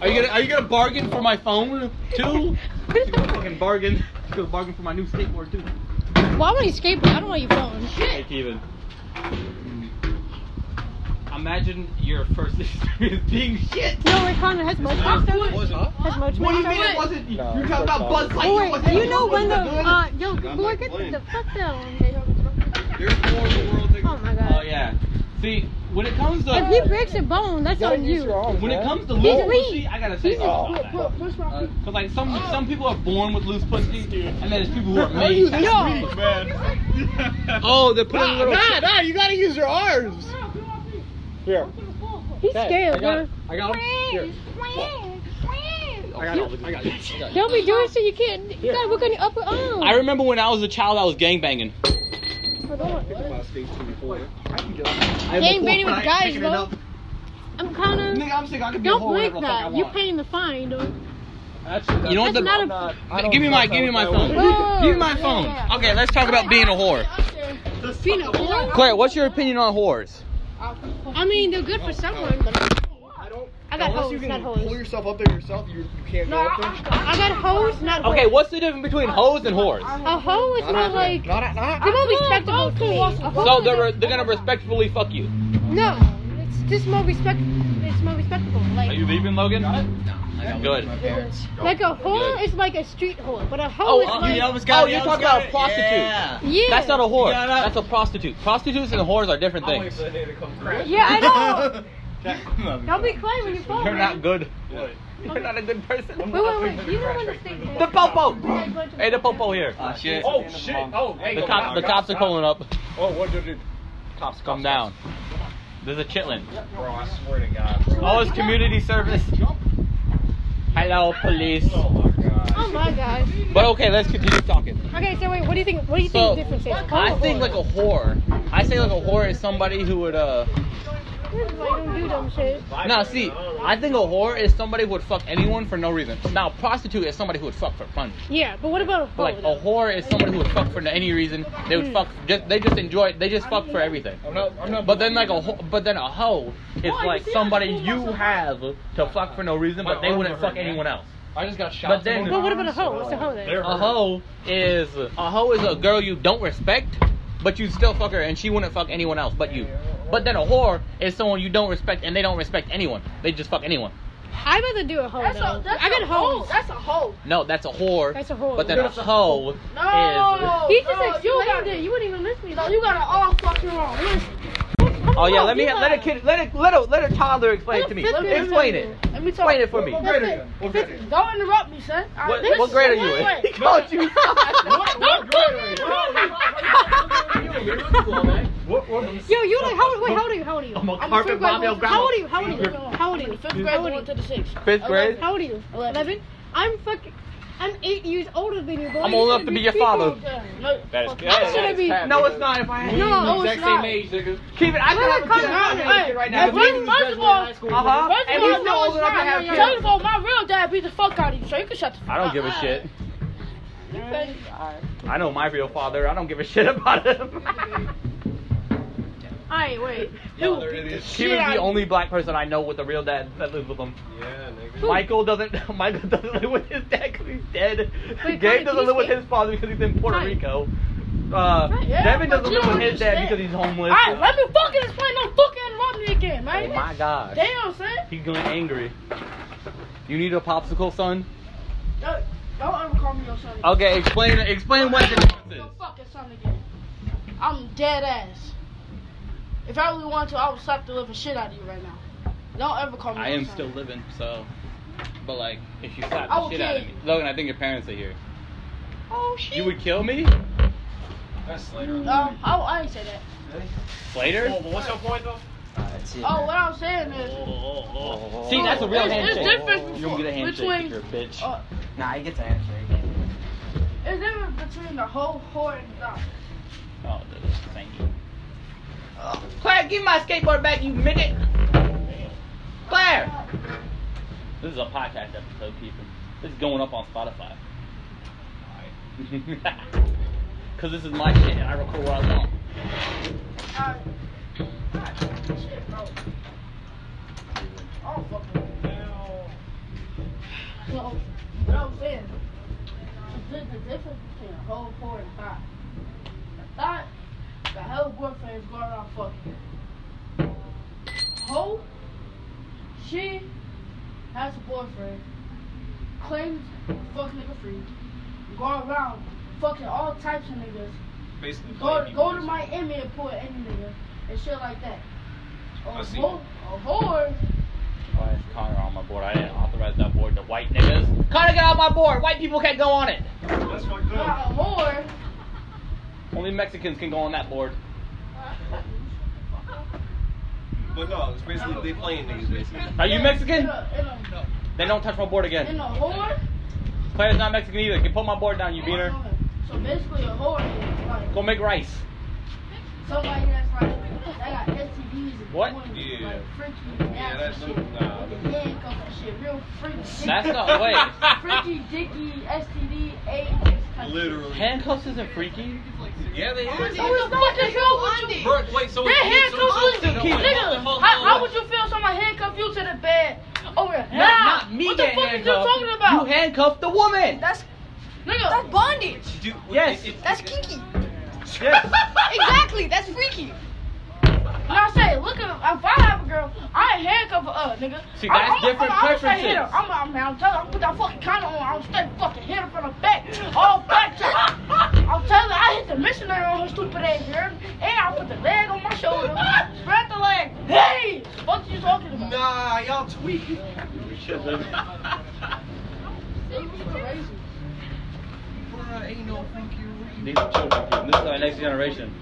[SPEAKER 2] Are you gonna Are you gonna bargain for my phone too? You gonna fucking bargain. You gonna bargain for my new skateboard too?
[SPEAKER 1] Why would you skateboard? I don't want your phone.
[SPEAKER 2] Hey, Kevin. Imagine your first experience being shit.
[SPEAKER 1] No, wait, Connor has much faster. Has much
[SPEAKER 2] What do you
[SPEAKER 1] faster.
[SPEAKER 2] mean it wasn't?
[SPEAKER 5] No,
[SPEAKER 2] You're
[SPEAKER 5] it's
[SPEAKER 2] talking about
[SPEAKER 5] not.
[SPEAKER 2] Buzz
[SPEAKER 1] Oh,
[SPEAKER 2] Lightyear.
[SPEAKER 1] wait,
[SPEAKER 2] wasn't
[SPEAKER 1] you know
[SPEAKER 2] good.
[SPEAKER 1] when the
[SPEAKER 2] Oh,
[SPEAKER 1] uh, yo,
[SPEAKER 6] I'm
[SPEAKER 1] boy,
[SPEAKER 6] not
[SPEAKER 1] get
[SPEAKER 6] playing.
[SPEAKER 1] the fuck down.
[SPEAKER 6] There's more in the world,
[SPEAKER 1] Oh
[SPEAKER 6] nigga.
[SPEAKER 1] my god.
[SPEAKER 2] yeah. See, when it comes to
[SPEAKER 1] If he breaks a bone, that's
[SPEAKER 5] Gotta
[SPEAKER 1] on
[SPEAKER 5] use your
[SPEAKER 1] you.
[SPEAKER 5] arms,
[SPEAKER 2] when it
[SPEAKER 5] man.
[SPEAKER 2] comes to
[SPEAKER 1] He's
[SPEAKER 2] loose
[SPEAKER 1] weak. Oh.
[SPEAKER 2] pussy, I gotta say
[SPEAKER 1] He's
[SPEAKER 2] something
[SPEAKER 5] weak.
[SPEAKER 2] about that.
[SPEAKER 4] Uh,
[SPEAKER 2] Uh, Cause like some some people are born with loose pussy, and then there's people
[SPEAKER 1] Oh,
[SPEAKER 2] who are
[SPEAKER 5] Why are you
[SPEAKER 2] made.
[SPEAKER 5] this
[SPEAKER 1] Yo.
[SPEAKER 5] weak, man?
[SPEAKER 2] Oh, they're putting
[SPEAKER 4] Ah,
[SPEAKER 5] nah,
[SPEAKER 2] little.
[SPEAKER 5] nah, nah, you gotta use your arms.
[SPEAKER 7] Oh,
[SPEAKER 5] Here.
[SPEAKER 1] He's
[SPEAKER 5] Hey, I
[SPEAKER 1] scared,
[SPEAKER 5] got,
[SPEAKER 1] bro.
[SPEAKER 5] it. I got 'em. Here. I got all the I got it. I got it.
[SPEAKER 1] Don't be doing shit you can't. You gotta work on your upper arm.
[SPEAKER 2] I remember when I was a child, I was gangbanging.
[SPEAKER 5] I can do it.
[SPEAKER 1] Gang banging with guys, bro. I'm
[SPEAKER 4] Nigga,
[SPEAKER 1] kinda.
[SPEAKER 4] I'm sick. I can be a
[SPEAKER 1] Don't
[SPEAKER 4] whole
[SPEAKER 1] break
[SPEAKER 4] whatever the fuck I
[SPEAKER 1] that. You're
[SPEAKER 4] want.
[SPEAKER 1] paying the fine, though.
[SPEAKER 5] Actually,
[SPEAKER 2] You know what
[SPEAKER 1] That's not
[SPEAKER 2] the?
[SPEAKER 1] a-
[SPEAKER 5] not,
[SPEAKER 2] give me my give me my phone.
[SPEAKER 1] Whoa.
[SPEAKER 2] Give me my phone.
[SPEAKER 1] Yeah.
[SPEAKER 2] Okay, let's talk about being a whore.
[SPEAKER 1] Being a whore.
[SPEAKER 2] Claire, what's your opinion on whores?
[SPEAKER 1] I mean, they're good for someone, but
[SPEAKER 5] I don't.
[SPEAKER 1] I got
[SPEAKER 5] unless you
[SPEAKER 1] hoes, not
[SPEAKER 5] can
[SPEAKER 1] hoes.
[SPEAKER 5] pull yourself up there yourself, you, you can't go up there.
[SPEAKER 1] I got hoes, not
[SPEAKER 2] Okay,
[SPEAKER 1] whores.
[SPEAKER 2] what's the difference between hoes and whores?
[SPEAKER 1] A hoe is more
[SPEAKER 5] out there.
[SPEAKER 1] like.
[SPEAKER 5] Not, not,
[SPEAKER 1] They're more respectable to me. A hoe
[SPEAKER 2] So
[SPEAKER 1] is
[SPEAKER 2] they're
[SPEAKER 1] like-
[SPEAKER 2] they're gonna respectfully fuck you.
[SPEAKER 1] No. it's just more respect. It's more respectable.
[SPEAKER 4] Are
[SPEAKER 1] Like
[SPEAKER 4] you leaving, Logan? Good.
[SPEAKER 1] like a whore
[SPEAKER 4] Good.
[SPEAKER 1] is like a street whore, but a hoe
[SPEAKER 4] Oh,
[SPEAKER 1] is
[SPEAKER 4] uh,
[SPEAKER 1] like
[SPEAKER 4] you almost got it, you almost got it.
[SPEAKER 2] Oh,
[SPEAKER 4] Yeah.
[SPEAKER 1] yeah.
[SPEAKER 4] That's not a whore.
[SPEAKER 2] Yeah, that-
[SPEAKER 4] That's a prostitute. Prostitutes and whores are different things.
[SPEAKER 1] Yeah, I know. Don't be quiet when you fall.
[SPEAKER 4] You're not good.
[SPEAKER 2] What?
[SPEAKER 4] You're not a good person.
[SPEAKER 1] Wait, wait, wait. You don't understand.
[SPEAKER 4] The popo.
[SPEAKER 1] Like, bunch of-
[SPEAKER 4] Hey, the popo here.
[SPEAKER 2] Oh, shit.
[SPEAKER 6] Oh shit! Oh, hey,
[SPEAKER 4] The,
[SPEAKER 6] go
[SPEAKER 4] cop,
[SPEAKER 6] back.
[SPEAKER 4] the cops are calling up.
[SPEAKER 6] Oh, what did it?
[SPEAKER 4] Cops, come down. There's a chitlin.
[SPEAKER 6] Bro, I swear to God. Bro.
[SPEAKER 4] Oh, it's community service. Hello, police.
[SPEAKER 6] Oh my God.
[SPEAKER 1] Oh my god.
[SPEAKER 4] But okay, let's continue talking.
[SPEAKER 1] Okay, so wait, what do you think? What do you
[SPEAKER 4] So,
[SPEAKER 1] think the difference is?
[SPEAKER 4] I think like a whore. I say like a whore is somebody who would uh.
[SPEAKER 1] This is why I don't do dumb shit.
[SPEAKER 4] Now see, I think a whore is somebody who would fuck anyone for no reason. Now prostitute is somebody who would fuck for fun.
[SPEAKER 1] Yeah, but what about a hoe?
[SPEAKER 4] But like a
[SPEAKER 1] though?
[SPEAKER 4] whore is somebody who would fuck for any reason. They would fuck. Just, they just enjoy. They just fuck for everything.
[SPEAKER 5] I'm not. I'm not.
[SPEAKER 4] But then like a ho- but then a hoe is like somebody you have to fuck for no reason, but they wouldn't fuck anyone else.
[SPEAKER 5] I just got shot.
[SPEAKER 4] But then
[SPEAKER 1] But what about a hoe? What's a hoe then?
[SPEAKER 4] a hoe is a hoe is a girl you don't respect, but you still fuck her, and she wouldn't fuck anyone else but you. But then a whore is someone you don't respect, and they don't respect anyone. They just fuck anyone.
[SPEAKER 1] I'd rather do a hoe
[SPEAKER 3] That's
[SPEAKER 1] though.
[SPEAKER 3] a that's
[SPEAKER 1] I got
[SPEAKER 3] a hoe.
[SPEAKER 1] hoes.
[SPEAKER 3] That's a hoe.
[SPEAKER 4] No, that's a whore.
[SPEAKER 1] That's a whore.
[SPEAKER 4] But then a
[SPEAKER 1] He
[SPEAKER 4] hoe
[SPEAKER 3] No.
[SPEAKER 1] just
[SPEAKER 3] no, Oh, you
[SPEAKER 1] explained
[SPEAKER 3] got
[SPEAKER 1] it. You wouldn't even listen.
[SPEAKER 3] No, you got it all fucking wrong. Listen,
[SPEAKER 4] is. Oh yeah,
[SPEAKER 1] on,
[SPEAKER 4] let me
[SPEAKER 1] you
[SPEAKER 4] let a
[SPEAKER 1] got-
[SPEAKER 4] kid let a let a let a toddler explain it to me.
[SPEAKER 1] Let me-
[SPEAKER 4] Explain it.
[SPEAKER 3] let me talk.
[SPEAKER 4] Explain it for me.
[SPEAKER 5] What grade are you in? What grade are you in?
[SPEAKER 3] Don't interrupt me, son. All
[SPEAKER 4] What,
[SPEAKER 3] right, this
[SPEAKER 4] what
[SPEAKER 3] is
[SPEAKER 4] grade are
[SPEAKER 3] the
[SPEAKER 4] you in?
[SPEAKER 3] way.
[SPEAKER 4] He called you.
[SPEAKER 3] Don't do it.
[SPEAKER 5] What? What?
[SPEAKER 1] Yo, you like how? Wait, how old are you? How old are you?
[SPEAKER 4] I'm a
[SPEAKER 1] fifth
[SPEAKER 4] carpet
[SPEAKER 1] grade
[SPEAKER 4] bomb, yo,
[SPEAKER 1] going-
[SPEAKER 4] grandma.
[SPEAKER 1] How old are you? How old are you? How old are you?
[SPEAKER 3] Fifth grade going to the sixth.
[SPEAKER 4] Fifth grade.
[SPEAKER 1] How old are you? Eleven. I'm fucking. I'm eight years older than you. Boy.
[SPEAKER 4] I'm old enough to be your father.
[SPEAKER 3] Yeah, no, fuck
[SPEAKER 1] I shouldn't be.
[SPEAKER 4] No, it's not. If I had
[SPEAKER 1] No,
[SPEAKER 3] no, oh,
[SPEAKER 1] it's
[SPEAKER 3] it's not.
[SPEAKER 4] Keep it. I
[SPEAKER 1] Where that
[SPEAKER 4] could
[SPEAKER 1] come
[SPEAKER 4] have
[SPEAKER 1] from?
[SPEAKER 4] a kid.
[SPEAKER 3] Hey,
[SPEAKER 5] right now.
[SPEAKER 3] Hey,
[SPEAKER 5] Maybe
[SPEAKER 3] first,
[SPEAKER 5] he's
[SPEAKER 3] first of all, first of
[SPEAKER 4] Uh huh. And
[SPEAKER 3] all,
[SPEAKER 4] he's
[SPEAKER 3] no,
[SPEAKER 4] still old
[SPEAKER 3] it's
[SPEAKER 4] enough to
[SPEAKER 3] not.
[SPEAKER 4] have
[SPEAKER 3] Yo, Tell you
[SPEAKER 4] kids.
[SPEAKER 3] what, my real dad beat the fuck out of you, so you can shut the fuck
[SPEAKER 4] I don't give a
[SPEAKER 3] up.
[SPEAKER 4] shit.
[SPEAKER 3] You crazy.
[SPEAKER 4] I know my real father. I don't give a shit about him.
[SPEAKER 1] Alright, wait.
[SPEAKER 6] Yo, there it is.
[SPEAKER 4] he was the only black person I know with a real dad that lives with him.
[SPEAKER 6] Yeah, nigga.
[SPEAKER 4] Michael doesn't. Michael doesn't live with his dad because he's dead.
[SPEAKER 1] Wait,
[SPEAKER 4] Gabe
[SPEAKER 1] Connie,
[SPEAKER 4] doesn't live with
[SPEAKER 1] please-
[SPEAKER 4] his father because he's in Puerto
[SPEAKER 1] Connie.
[SPEAKER 4] Rico. Uh,
[SPEAKER 3] Right, yeah,
[SPEAKER 4] Devin
[SPEAKER 3] but
[SPEAKER 4] doesn't
[SPEAKER 3] you
[SPEAKER 4] live with
[SPEAKER 3] don't
[SPEAKER 4] his dad because
[SPEAKER 3] understand.
[SPEAKER 4] he's homeless.
[SPEAKER 3] Alright, let me fucking explain. Don't fucking interrupt me again,
[SPEAKER 4] oh
[SPEAKER 3] man.
[SPEAKER 4] my gosh.
[SPEAKER 3] Damn, son.
[SPEAKER 4] He's going angry. You need a popsicle, son?
[SPEAKER 3] Don't, don't ever call me your son again.
[SPEAKER 4] Okay, explain. Explain Oh, what the
[SPEAKER 3] Don't
[SPEAKER 4] difference
[SPEAKER 3] Your
[SPEAKER 4] is.
[SPEAKER 3] fucking son again. I'm dead ass. If I really wanted to, I would slap the living shit out of you right now. Don't ever call me
[SPEAKER 4] I
[SPEAKER 3] your
[SPEAKER 4] am
[SPEAKER 3] son.
[SPEAKER 4] still living, so. But like, if you slap
[SPEAKER 3] I will
[SPEAKER 4] the shit out of
[SPEAKER 3] kill
[SPEAKER 4] me, Logan, I think your parents are here.
[SPEAKER 3] Oh, shit.
[SPEAKER 4] You would kill me
[SPEAKER 6] That's later.
[SPEAKER 3] No, I, Uh, I ain't say that.
[SPEAKER 4] later.
[SPEAKER 6] but what's your point though?
[SPEAKER 3] Oh, what I'm saying is,
[SPEAKER 4] See, that's a real
[SPEAKER 3] It's- it's
[SPEAKER 4] handshake.
[SPEAKER 3] different
[SPEAKER 4] you don't get a handshake
[SPEAKER 3] between-
[SPEAKER 4] if you're a bitch.
[SPEAKER 3] uh,
[SPEAKER 7] Nah, he gets a handshake.
[SPEAKER 3] it's different between the whole whore and the dog.
[SPEAKER 4] Oh, thank you. Claire, give my skateboard back, you midget. Claire. This is a podcast episode, people. This is going up on Spotify. Cause this is my shit, and I record what I want.
[SPEAKER 3] Alright. God, shit, bro. I don't fucking know. No, what I'm saying, the, the difference between a whole whore and a thought. A thought, the hell boyfriend is going around fucking. Hoe, she has a boyfriend, claims fuck nigga free, going around fucking all types of niggas,
[SPEAKER 6] Basically,
[SPEAKER 3] go,
[SPEAKER 6] playing
[SPEAKER 3] go to
[SPEAKER 6] defense.
[SPEAKER 3] Miami and pull any nigga and shit like that. A
[SPEAKER 6] I see.
[SPEAKER 3] whore, a whore,
[SPEAKER 4] Why is Connor on my board? I didn't authorize that board to white niggas. Connor, get off my board! White people can't go on it!
[SPEAKER 6] That's fucked up.
[SPEAKER 3] not a whore.
[SPEAKER 4] Only Mexicans can go on that board.
[SPEAKER 6] But no, it's basically they playing niggas basically.
[SPEAKER 4] Are you
[SPEAKER 3] In a- In
[SPEAKER 4] Mexican?
[SPEAKER 3] a, in a,
[SPEAKER 4] Then don't touch my board
[SPEAKER 3] in
[SPEAKER 4] again.
[SPEAKER 3] a whore.
[SPEAKER 4] Claire's not Mexican either. Can put my board down, you beater.
[SPEAKER 3] So basically, a whore is like
[SPEAKER 4] Go make rice.
[SPEAKER 3] somebody that's like they got STDs and
[SPEAKER 4] What?
[SPEAKER 3] doing,
[SPEAKER 6] Yeah.
[SPEAKER 3] like freaky,
[SPEAKER 6] Yeah, that's
[SPEAKER 3] nasty shit,
[SPEAKER 6] nah.
[SPEAKER 3] fucking handcuffs and shit, real freaky.
[SPEAKER 4] That's
[SPEAKER 3] dicky-
[SPEAKER 4] not wait.
[SPEAKER 3] Freaky, dicky, STD, AIDS. this kind of
[SPEAKER 6] Literally.
[SPEAKER 4] Handcuffs isn't freaky.
[SPEAKER 6] Yeah, they
[SPEAKER 3] shit. What the fuck is wrong with you?
[SPEAKER 6] Bro, wait, so
[SPEAKER 3] They
[SPEAKER 6] it's- so
[SPEAKER 3] handcuffed
[SPEAKER 6] it's-
[SPEAKER 3] you,
[SPEAKER 6] no, wait, hold
[SPEAKER 3] nigga.
[SPEAKER 6] on, hold
[SPEAKER 3] How,
[SPEAKER 6] on,
[SPEAKER 3] how
[SPEAKER 6] hold
[SPEAKER 3] would you feel if someone handcuffed you to the bed? Over here.
[SPEAKER 4] No,
[SPEAKER 3] nah.
[SPEAKER 4] not me
[SPEAKER 3] What the
[SPEAKER 4] getting
[SPEAKER 3] fuck is you
[SPEAKER 4] handcuffed.
[SPEAKER 3] talking about?
[SPEAKER 4] You handcuffed the woman.
[SPEAKER 8] That's
[SPEAKER 3] nigga.
[SPEAKER 8] that's bondage.
[SPEAKER 6] on? Dude,
[SPEAKER 4] Yes.
[SPEAKER 6] it- it-
[SPEAKER 8] That's
[SPEAKER 6] it-
[SPEAKER 8] kinky.
[SPEAKER 4] yes.
[SPEAKER 8] Exactly. That's freaky.
[SPEAKER 3] And I say, look at if I have a girl cover up, nigga.
[SPEAKER 4] See, that's
[SPEAKER 3] I'm,
[SPEAKER 4] different
[SPEAKER 3] I'm, I'm, I'm,
[SPEAKER 4] preferences.
[SPEAKER 3] I'm, I'm, I'm, I'm telling you, I'm put that fucking condom on. I'm straight fucking hit her from the back. All back to I'm telling you, I hit the missionary on her stupid ass, you heard me? And I put the leg on my shoulder. Spread the leg. Hey! What you talking about?
[SPEAKER 9] Nah, y'all tweaking. ain't no thank you.
[SPEAKER 4] These are children, kid. This is our next generation.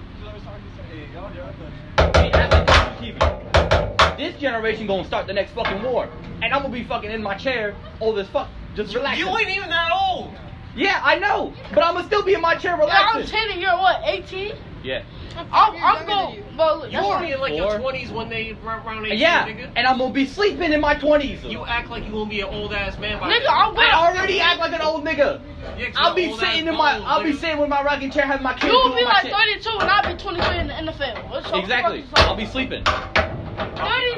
[SPEAKER 4] This generation gonna start the next fucking war, and I'm gonna be fucking in my chair over this fuck, just relaxing.
[SPEAKER 9] You ain't even that old.
[SPEAKER 4] Yeah, I know, but I'm gonna still be in my chair
[SPEAKER 3] I'm
[SPEAKER 4] relaxing.
[SPEAKER 3] 10 and you're what, 18?
[SPEAKER 4] Yeah,
[SPEAKER 3] I'm, I'm going. Well, that's
[SPEAKER 7] You were
[SPEAKER 3] fine.
[SPEAKER 7] in like your
[SPEAKER 4] Four.
[SPEAKER 7] 20s when they were around 18,
[SPEAKER 4] yeah,
[SPEAKER 7] nigga.
[SPEAKER 4] and I'm gonna be sleeping in my 20s.
[SPEAKER 7] You act like you gonna be an old ass man by
[SPEAKER 3] Nigga,
[SPEAKER 7] then.
[SPEAKER 3] I
[SPEAKER 4] I
[SPEAKER 3] will.
[SPEAKER 4] already act like an old nigga.
[SPEAKER 7] Yeah, 'cause
[SPEAKER 4] I'll
[SPEAKER 7] you're
[SPEAKER 4] be
[SPEAKER 7] old ass
[SPEAKER 4] sitting in my,
[SPEAKER 7] bald,
[SPEAKER 4] I'll be
[SPEAKER 7] nigga.
[SPEAKER 4] sitting with my rocking chair, having my kids.
[SPEAKER 3] You'll
[SPEAKER 4] doing
[SPEAKER 3] be
[SPEAKER 4] my
[SPEAKER 3] like
[SPEAKER 4] shit.
[SPEAKER 3] 32 and I'll be 23 in the NFL. What's up?
[SPEAKER 4] Exactly.
[SPEAKER 3] Fuck
[SPEAKER 4] I'll
[SPEAKER 3] you
[SPEAKER 4] be sleeping.
[SPEAKER 3] talking?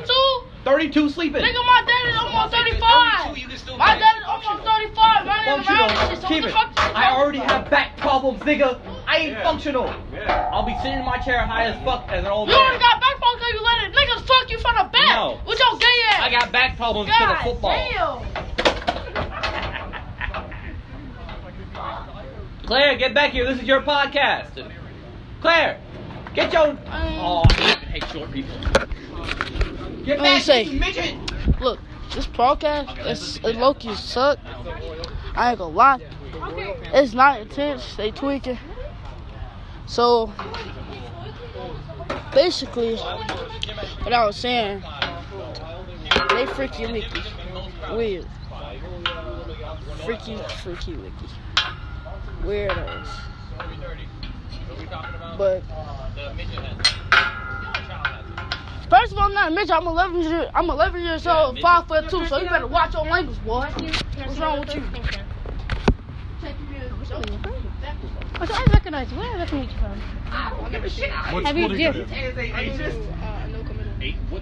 [SPEAKER 3] 32?
[SPEAKER 4] 32 sleeping.
[SPEAKER 3] Nigga, my dad is almost 35.
[SPEAKER 7] 32, you can still
[SPEAKER 3] My
[SPEAKER 7] play.
[SPEAKER 3] dad is almost 35. My name is
[SPEAKER 4] functional.
[SPEAKER 3] Ryan. So what
[SPEAKER 4] Keep
[SPEAKER 3] the
[SPEAKER 4] it.
[SPEAKER 3] fuck you
[SPEAKER 4] I
[SPEAKER 3] talking
[SPEAKER 4] already
[SPEAKER 3] about?
[SPEAKER 4] have back problems, nigga. I ain't
[SPEAKER 9] Yeah.
[SPEAKER 4] functional.
[SPEAKER 9] Yeah.
[SPEAKER 4] I'll be sitting in my chair high as fuck as an old
[SPEAKER 3] You already
[SPEAKER 4] man.
[SPEAKER 3] got back phone because you let it niggas fuck you from the back
[SPEAKER 4] No.
[SPEAKER 3] with your gay ass.
[SPEAKER 4] I got back problems because of
[SPEAKER 3] God
[SPEAKER 4] football.
[SPEAKER 3] damn.
[SPEAKER 4] Claire, get back here. This is your podcast. Claire, get your.
[SPEAKER 3] Um.
[SPEAKER 4] oh, I hate short people. Get
[SPEAKER 3] Let me
[SPEAKER 4] back
[SPEAKER 3] see.
[SPEAKER 4] here, you midget.
[SPEAKER 3] Look, this podcast, it's, it Loki suck. I ain't gonna lie. It's not intense. They tweaking. So, basically, what I was saying, they freaky leaky. Weird. Freaky, freaky leaky. Weirdos. But, First of all, I'm not a midget. I'm 11 years. I'm 11 years old, five foot two. So you better watch your language, boy. What's wrong with you?
[SPEAKER 1] Oh, so I recognize you. Where I recognize you from? Have you did?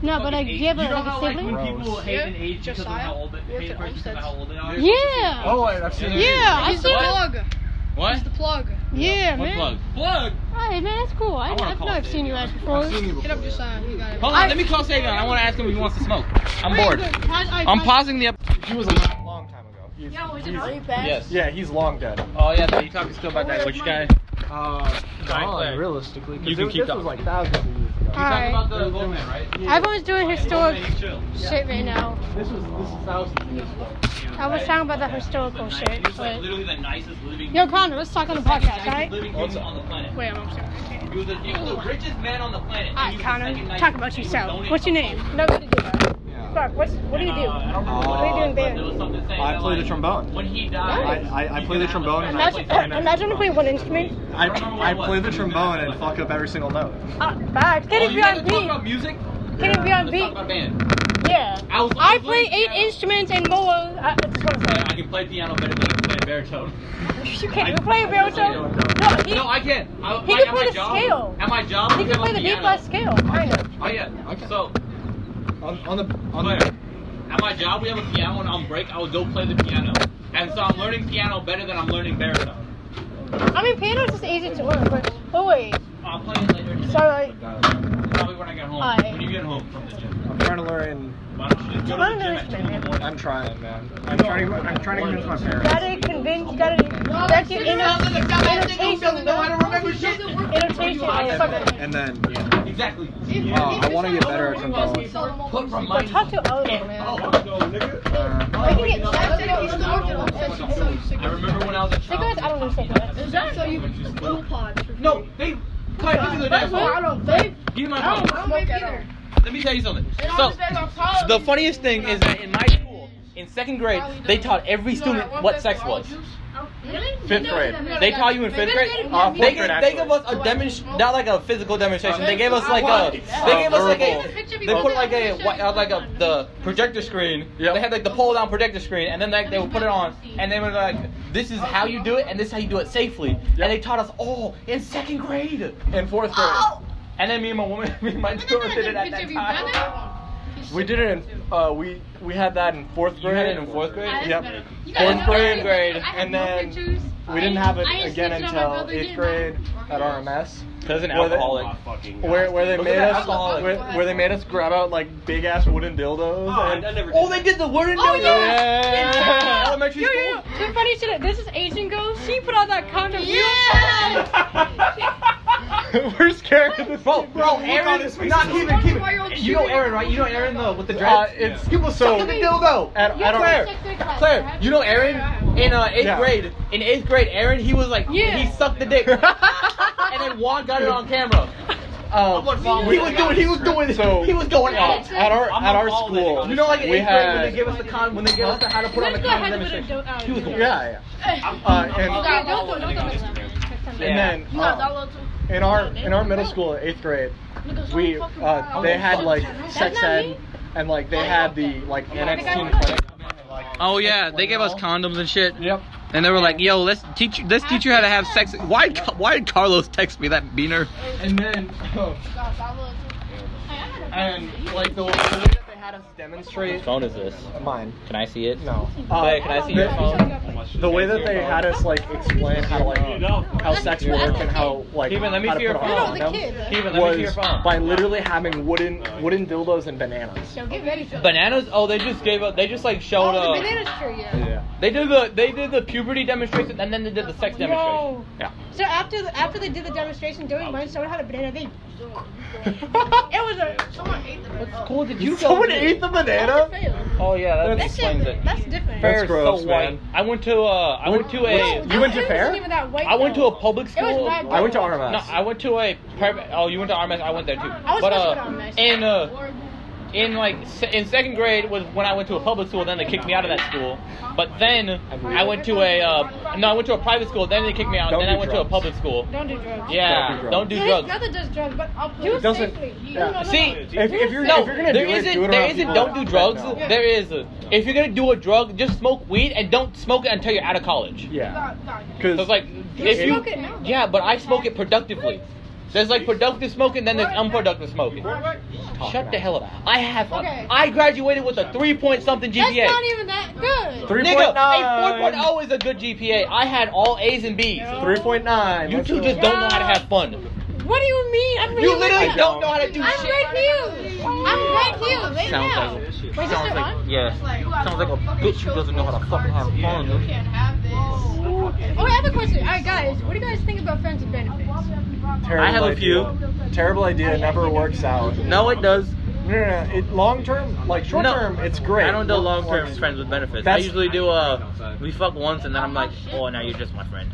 [SPEAKER 1] No, but like, do you have a,
[SPEAKER 4] You don't
[SPEAKER 1] like, a
[SPEAKER 4] know, like,
[SPEAKER 1] sibling?
[SPEAKER 4] when people hate an age because of how old they, hate a person because of how old they are.
[SPEAKER 1] Yeah.
[SPEAKER 5] Oh, I- I've seen it.
[SPEAKER 1] yeah, I
[SPEAKER 2] He's the
[SPEAKER 1] see.
[SPEAKER 2] plug.
[SPEAKER 4] What?
[SPEAKER 2] The plug.
[SPEAKER 1] Yeah,
[SPEAKER 4] What
[SPEAKER 1] man.
[SPEAKER 4] plug? Plug!
[SPEAKER 1] Hey, man, that's cool. I,
[SPEAKER 4] I wanna
[SPEAKER 1] I, have
[SPEAKER 4] call
[SPEAKER 1] know I've
[SPEAKER 4] Dave.
[SPEAKER 1] seen you guys before.
[SPEAKER 5] I've seen you
[SPEAKER 2] Get up,
[SPEAKER 5] before.
[SPEAKER 2] Josiah. You got it.
[SPEAKER 4] Hold on, let me call Savion. I want to ask him if he wants to smoke. I'm bored. I'm pausing the. Ep-
[SPEAKER 5] He was a long, long time ago. He's, he's,
[SPEAKER 4] yes.
[SPEAKER 5] yeah, he's long dead.
[SPEAKER 4] Oh yeah, but you talking still about that which guy?
[SPEAKER 5] Uh,
[SPEAKER 4] Right,
[SPEAKER 5] gone,
[SPEAKER 4] like-
[SPEAKER 5] realistically. 'cause
[SPEAKER 4] You can
[SPEAKER 5] it-
[SPEAKER 4] keep
[SPEAKER 5] this
[SPEAKER 4] up.
[SPEAKER 5] was like thousands of years ago.
[SPEAKER 1] Alright.
[SPEAKER 4] the old man, right?
[SPEAKER 1] Everyone's doing historic
[SPEAKER 9] Chill.
[SPEAKER 1] shit right now.
[SPEAKER 5] This was this is thousands of years ago.
[SPEAKER 1] I was talking about the historical shit. But...
[SPEAKER 4] literally the nicest living.
[SPEAKER 1] Yo, Connor, let's talk on the podcast, alright?
[SPEAKER 4] living human on the planet.
[SPEAKER 1] Wait, I'm sorry.
[SPEAKER 4] He was, the, he was the richest man on the planet. and
[SPEAKER 1] Alright,
[SPEAKER 4] he was the second
[SPEAKER 1] Connor,
[SPEAKER 4] nicest.
[SPEAKER 1] talk about
[SPEAKER 4] He was
[SPEAKER 1] yourself.
[SPEAKER 4] donated
[SPEAKER 1] What's your
[SPEAKER 4] by-
[SPEAKER 1] name? No, what do you do?
[SPEAKER 5] Yeah.
[SPEAKER 1] Fuck, what's, what do you do?
[SPEAKER 4] Uh,
[SPEAKER 1] What are you doing
[SPEAKER 4] There
[SPEAKER 1] there?
[SPEAKER 4] was something saying
[SPEAKER 5] I
[SPEAKER 4] that,
[SPEAKER 5] play the
[SPEAKER 4] like,
[SPEAKER 5] trombone.
[SPEAKER 4] When he died,
[SPEAKER 5] I- I- I play the trombone and I
[SPEAKER 1] Imagine, imagine playing one instrument.
[SPEAKER 5] I, I play the trombone and fuck up every single note.
[SPEAKER 1] Uh, bad. Can
[SPEAKER 4] Can
[SPEAKER 1] it be on
[SPEAKER 4] Oh, talk
[SPEAKER 1] beat?
[SPEAKER 4] about music?
[SPEAKER 1] Can it be on
[SPEAKER 4] Let's
[SPEAKER 1] beat?
[SPEAKER 4] talk about band.
[SPEAKER 1] Yeah.
[SPEAKER 4] I was.
[SPEAKER 1] I
[SPEAKER 4] was
[SPEAKER 1] play
[SPEAKER 4] learning
[SPEAKER 1] eight
[SPEAKER 4] piano.
[SPEAKER 1] instruments and more. uh, I I just want to
[SPEAKER 4] I can play piano better than I can play baritone.
[SPEAKER 1] say, you can't you play a baritone? No, he,
[SPEAKER 4] No, I can. I,
[SPEAKER 1] He
[SPEAKER 4] like,
[SPEAKER 1] can play
[SPEAKER 4] at my
[SPEAKER 1] the
[SPEAKER 4] job,
[SPEAKER 1] scale.
[SPEAKER 4] At my job,
[SPEAKER 1] he
[SPEAKER 4] we
[SPEAKER 1] can
[SPEAKER 4] have a
[SPEAKER 1] play the B
[SPEAKER 4] piano.
[SPEAKER 1] flat scale. Kind of.
[SPEAKER 4] Oh yeah.
[SPEAKER 5] Okay.
[SPEAKER 4] So,
[SPEAKER 5] On, on the on
[SPEAKER 4] but
[SPEAKER 5] the
[SPEAKER 4] at my job we have a piano, and on break I would go play the piano. And so I'm learning piano better than I'm learning baritone.
[SPEAKER 1] I mean, piano's just easy to learn, but but wait.
[SPEAKER 4] I'll play it later. today.
[SPEAKER 1] So like,
[SPEAKER 4] Probably when I get home.
[SPEAKER 1] Alright.
[SPEAKER 4] When you get home from the gym.
[SPEAKER 5] I'm trying to learn.
[SPEAKER 4] Why don't you just go to
[SPEAKER 1] Learn
[SPEAKER 4] the gym at
[SPEAKER 1] this,
[SPEAKER 4] 2 in the morning?
[SPEAKER 5] I'm trying, man. I'm trying. I'm trying to convince my parents.
[SPEAKER 1] gotta convince, gotta that your inner annotation, annotation is something.
[SPEAKER 5] And then
[SPEAKER 4] Exactly.
[SPEAKER 5] uh, I want to get better at trombone.
[SPEAKER 4] Put from
[SPEAKER 1] But
[SPEAKER 4] my
[SPEAKER 1] talk to Odo,
[SPEAKER 4] Oh,
[SPEAKER 1] man.
[SPEAKER 5] Uh,
[SPEAKER 1] I can get
[SPEAKER 4] I remember when I was a
[SPEAKER 1] cigarettes.
[SPEAKER 4] child.
[SPEAKER 1] I don't know cigarettes.
[SPEAKER 2] So you two pods. for
[SPEAKER 4] No,
[SPEAKER 2] free.
[SPEAKER 4] they cut into the damn
[SPEAKER 3] I don't vape.
[SPEAKER 4] Give me my
[SPEAKER 3] I don't
[SPEAKER 4] phone.
[SPEAKER 3] smoke at all.
[SPEAKER 4] Let me tell you something.
[SPEAKER 3] And I
[SPEAKER 4] So,
[SPEAKER 3] was at college.
[SPEAKER 4] the funniest thing is that in my school, in second grade, they taught every
[SPEAKER 3] You know that
[SPEAKER 4] student
[SPEAKER 3] one
[SPEAKER 4] what
[SPEAKER 3] fifth
[SPEAKER 4] sex
[SPEAKER 3] of all
[SPEAKER 4] was.
[SPEAKER 3] juice?
[SPEAKER 5] fifth grade.
[SPEAKER 4] They taught you in fifth grade.
[SPEAKER 5] Uh,
[SPEAKER 4] They
[SPEAKER 5] fourth
[SPEAKER 4] gave,
[SPEAKER 5] grade
[SPEAKER 4] they gave
[SPEAKER 5] actually.
[SPEAKER 4] us a demonstration, not like a physical demonstration. They gave us like a,
[SPEAKER 5] Uh,
[SPEAKER 4] they gave us like a, they put like a, what- uh, like a, the projector screen.
[SPEAKER 5] Yep.
[SPEAKER 4] They had like the pull down projector screen, and then like they would put it on, and they were like, this is how you do it, and this is how you do it safely. And they taught us all in second grade, Oh!
[SPEAKER 5] in fourth grade.
[SPEAKER 4] and then me and my woman, me and my girl did it at that time.
[SPEAKER 5] We did it in uh, we we had that in fourth
[SPEAKER 4] You
[SPEAKER 5] grade.
[SPEAKER 4] had it in fourth grade?
[SPEAKER 5] Yep.
[SPEAKER 10] Ah, You guys
[SPEAKER 5] Fourth
[SPEAKER 10] know
[SPEAKER 5] grade,
[SPEAKER 10] that? I have
[SPEAKER 5] and
[SPEAKER 10] no
[SPEAKER 5] then
[SPEAKER 10] pictures.
[SPEAKER 5] we didn't have it
[SPEAKER 10] I just
[SPEAKER 5] again
[SPEAKER 10] pictures of my
[SPEAKER 5] until
[SPEAKER 10] brother
[SPEAKER 5] eighth
[SPEAKER 10] getting
[SPEAKER 5] grade
[SPEAKER 10] mine.
[SPEAKER 5] at RMS.
[SPEAKER 4] Because an
[SPEAKER 5] Well, they-
[SPEAKER 4] alcoholic.
[SPEAKER 5] Where, where they
[SPEAKER 4] Look at
[SPEAKER 5] made
[SPEAKER 4] that
[SPEAKER 5] us
[SPEAKER 4] alcoholic.
[SPEAKER 5] where, where they made us grab out like big ass wooden dildos.
[SPEAKER 7] Oh, I- I
[SPEAKER 5] and-
[SPEAKER 7] never
[SPEAKER 4] Oh,
[SPEAKER 7] did
[SPEAKER 4] they
[SPEAKER 7] that.
[SPEAKER 4] did the word and
[SPEAKER 1] Oh,
[SPEAKER 4] dildo.
[SPEAKER 1] yeah.
[SPEAKER 4] Yeah. Elementary
[SPEAKER 1] yo, yo,
[SPEAKER 4] school.
[SPEAKER 1] yo. The funny shit, this is Asian girl. She put on that condom. You-
[SPEAKER 5] We're scared of this.
[SPEAKER 4] Bro, bro,
[SPEAKER 7] on
[SPEAKER 4] Aaron,
[SPEAKER 7] his face.
[SPEAKER 4] not keep it, keep
[SPEAKER 10] Why
[SPEAKER 4] it. You know Aaron, right? You know Aaron the with the
[SPEAKER 5] Uh,
[SPEAKER 4] dreads.
[SPEAKER 5] it's
[SPEAKER 7] Yeah.
[SPEAKER 5] people so
[SPEAKER 4] Look at the dildo.
[SPEAKER 5] I don't- I don't-
[SPEAKER 4] Claire, Claire, you know Aaron in uh, eighth
[SPEAKER 5] Yeah.
[SPEAKER 4] grade. In eighth grade, Aaron he was like
[SPEAKER 1] Yeah.
[SPEAKER 4] he sucked the dick, and then Juan got it on camera.
[SPEAKER 5] um,
[SPEAKER 4] He was doing, he was doing,
[SPEAKER 5] So-
[SPEAKER 4] he was going out.
[SPEAKER 5] at our
[SPEAKER 7] I'm
[SPEAKER 5] at
[SPEAKER 7] a
[SPEAKER 5] our
[SPEAKER 7] ball that
[SPEAKER 5] school.
[SPEAKER 7] got
[SPEAKER 4] You know, like in
[SPEAKER 5] we
[SPEAKER 4] eighth grade when
[SPEAKER 5] had
[SPEAKER 4] they give us the con, when they give us the how to put on the
[SPEAKER 1] Let's go ahead
[SPEAKER 4] condom
[SPEAKER 1] and put a
[SPEAKER 4] demonstration.
[SPEAKER 1] do- uh,
[SPEAKER 4] He was
[SPEAKER 1] dildo.
[SPEAKER 5] yeah, yeah.
[SPEAKER 7] I'm-
[SPEAKER 5] and-
[SPEAKER 7] I'm-
[SPEAKER 1] Yeah,
[SPEAKER 7] I'm
[SPEAKER 1] don't-
[SPEAKER 7] all
[SPEAKER 1] don't-
[SPEAKER 7] over
[SPEAKER 1] don't-
[SPEAKER 7] the
[SPEAKER 1] don't-
[SPEAKER 7] Instagram.
[SPEAKER 4] Yeah.
[SPEAKER 5] And then uh, in our in our middle school, eighth grade, we uh, they had like sex
[SPEAKER 1] That's not me.
[SPEAKER 5] ed and like they had the like annex
[SPEAKER 1] think I
[SPEAKER 5] teen
[SPEAKER 1] would.
[SPEAKER 5] clinic.
[SPEAKER 2] Oh yeah, they gave us condoms and shit.
[SPEAKER 5] Yep.
[SPEAKER 2] And they were like, "Yo, let's teach let's teach you how to have sex." Why why did Carlos text me that beaner?
[SPEAKER 5] And then and like the, the way that they had us demonstrate
[SPEAKER 4] phone is this?
[SPEAKER 5] mine.
[SPEAKER 4] Can I see it?
[SPEAKER 5] No.
[SPEAKER 4] Claire, can I see your phone?
[SPEAKER 5] Uh, The way that they had us like explain how like how sex work and how like
[SPEAKER 4] Steven, let me
[SPEAKER 5] how to
[SPEAKER 4] see your
[SPEAKER 5] put on
[SPEAKER 1] No, no,
[SPEAKER 5] condoms
[SPEAKER 1] the kid.
[SPEAKER 4] Steven, let me see your
[SPEAKER 5] was
[SPEAKER 4] phone.
[SPEAKER 5] by literally having wooden wooden dildos and bananas.
[SPEAKER 1] Yo, get ready for it.
[SPEAKER 4] Bananas? Oh, they just gave up. They just like showed
[SPEAKER 1] Oh, the
[SPEAKER 4] up.
[SPEAKER 1] banana's true, yeah.
[SPEAKER 5] Yeah.
[SPEAKER 4] They did the they did the puberty demonstration and then they did the sex demonstration.
[SPEAKER 1] Yo.
[SPEAKER 5] Yeah.
[SPEAKER 1] So after the, after they did the demonstration, during lunch, someone had a banana. They. it was a.
[SPEAKER 4] What's cool? Did you go?
[SPEAKER 5] Someone
[SPEAKER 4] do?
[SPEAKER 5] ate the
[SPEAKER 1] That's
[SPEAKER 5] banana.
[SPEAKER 1] different.
[SPEAKER 4] Oh yeah, that
[SPEAKER 1] That's
[SPEAKER 4] explains it.
[SPEAKER 1] different. That's different.
[SPEAKER 5] Fair-
[SPEAKER 4] Fair
[SPEAKER 5] That's
[SPEAKER 4] is so
[SPEAKER 5] gross,
[SPEAKER 4] white.
[SPEAKER 5] man.
[SPEAKER 4] I went to uh I went to
[SPEAKER 1] No,
[SPEAKER 4] a
[SPEAKER 5] You went to
[SPEAKER 1] it wasn't
[SPEAKER 5] fair?
[SPEAKER 1] even that white,
[SPEAKER 4] I went to
[SPEAKER 1] though.
[SPEAKER 4] a public
[SPEAKER 1] It was
[SPEAKER 4] school.
[SPEAKER 1] black.
[SPEAKER 5] I went to
[SPEAKER 4] No,
[SPEAKER 5] RMS.
[SPEAKER 4] I went to a private. Oh, you went to RMS. I went there too. I
[SPEAKER 1] was supposed
[SPEAKER 4] but uh,
[SPEAKER 1] to go to RMS.
[SPEAKER 4] in uh, in like se- in second grade was when I went to a public school. Then they kicked me out of that school. But then I went to a uh, no, I went to a private school. Then they kicked me out.
[SPEAKER 5] Don't
[SPEAKER 4] then I
[SPEAKER 5] do
[SPEAKER 4] went to a
[SPEAKER 5] drugs.
[SPEAKER 4] public school.
[SPEAKER 1] Don't do drugs.
[SPEAKER 4] Yeah,
[SPEAKER 5] Don't
[SPEAKER 4] don't
[SPEAKER 5] do
[SPEAKER 4] do
[SPEAKER 1] Yeah,
[SPEAKER 4] drugs.
[SPEAKER 1] Not that does drugs, but do
[SPEAKER 5] doesn't-
[SPEAKER 1] safely.
[SPEAKER 5] yeah.
[SPEAKER 1] No, no, no.
[SPEAKER 4] See,
[SPEAKER 5] If, if you're
[SPEAKER 4] No,
[SPEAKER 5] if you're gonna
[SPEAKER 4] there
[SPEAKER 5] do it,
[SPEAKER 4] isn't.
[SPEAKER 5] do it
[SPEAKER 4] there
[SPEAKER 5] around
[SPEAKER 4] isn't.
[SPEAKER 5] people
[SPEAKER 4] Don't
[SPEAKER 5] that-
[SPEAKER 4] do
[SPEAKER 5] that
[SPEAKER 4] drugs.
[SPEAKER 5] know.
[SPEAKER 4] There is. If you're gonna do a drug, just smoke weed and don't smoke it until you're out of college.
[SPEAKER 5] Yeah. Because
[SPEAKER 4] Cause like if you,
[SPEAKER 1] smoke it now, though.
[SPEAKER 4] yeah, but I smoke it productively. There's like productive smoking, then there's unproductive smoking. Shut the hell up. I have.
[SPEAKER 1] Okay.
[SPEAKER 4] I graduated with a three point something
[SPEAKER 1] That's
[SPEAKER 4] GPA.
[SPEAKER 1] not even that good.
[SPEAKER 5] Three-
[SPEAKER 4] Nigga, a
[SPEAKER 5] 3.9.
[SPEAKER 4] 4.0 is a good GPA. I had all A's and B's.
[SPEAKER 5] three point nine.
[SPEAKER 4] You two just don't know how to have fun.
[SPEAKER 1] What do you mean? I'm
[SPEAKER 4] You literally
[SPEAKER 5] I
[SPEAKER 1] I'm
[SPEAKER 4] don't
[SPEAKER 5] don't.
[SPEAKER 4] know how to do
[SPEAKER 1] I'm
[SPEAKER 4] shit.
[SPEAKER 1] right here. I'm right here right now. Wait, is this on?
[SPEAKER 2] yeah. Sounds like a bitch who doesn't know how to fucking have fun.
[SPEAKER 1] Oh, I have a question. All right, guys, what do you guys think about friends with benefits?
[SPEAKER 5] Terrible
[SPEAKER 2] I have a
[SPEAKER 5] idea. Terrible idea. Never works out.
[SPEAKER 2] No, it does.
[SPEAKER 5] No, no, no. It, long term, like short
[SPEAKER 2] No.
[SPEAKER 5] term, it's great.
[SPEAKER 2] I don't do long term friends with benefits.
[SPEAKER 5] That's-
[SPEAKER 2] I usually do uh, we fuck once and then I'm like, oh, now you're just my friend.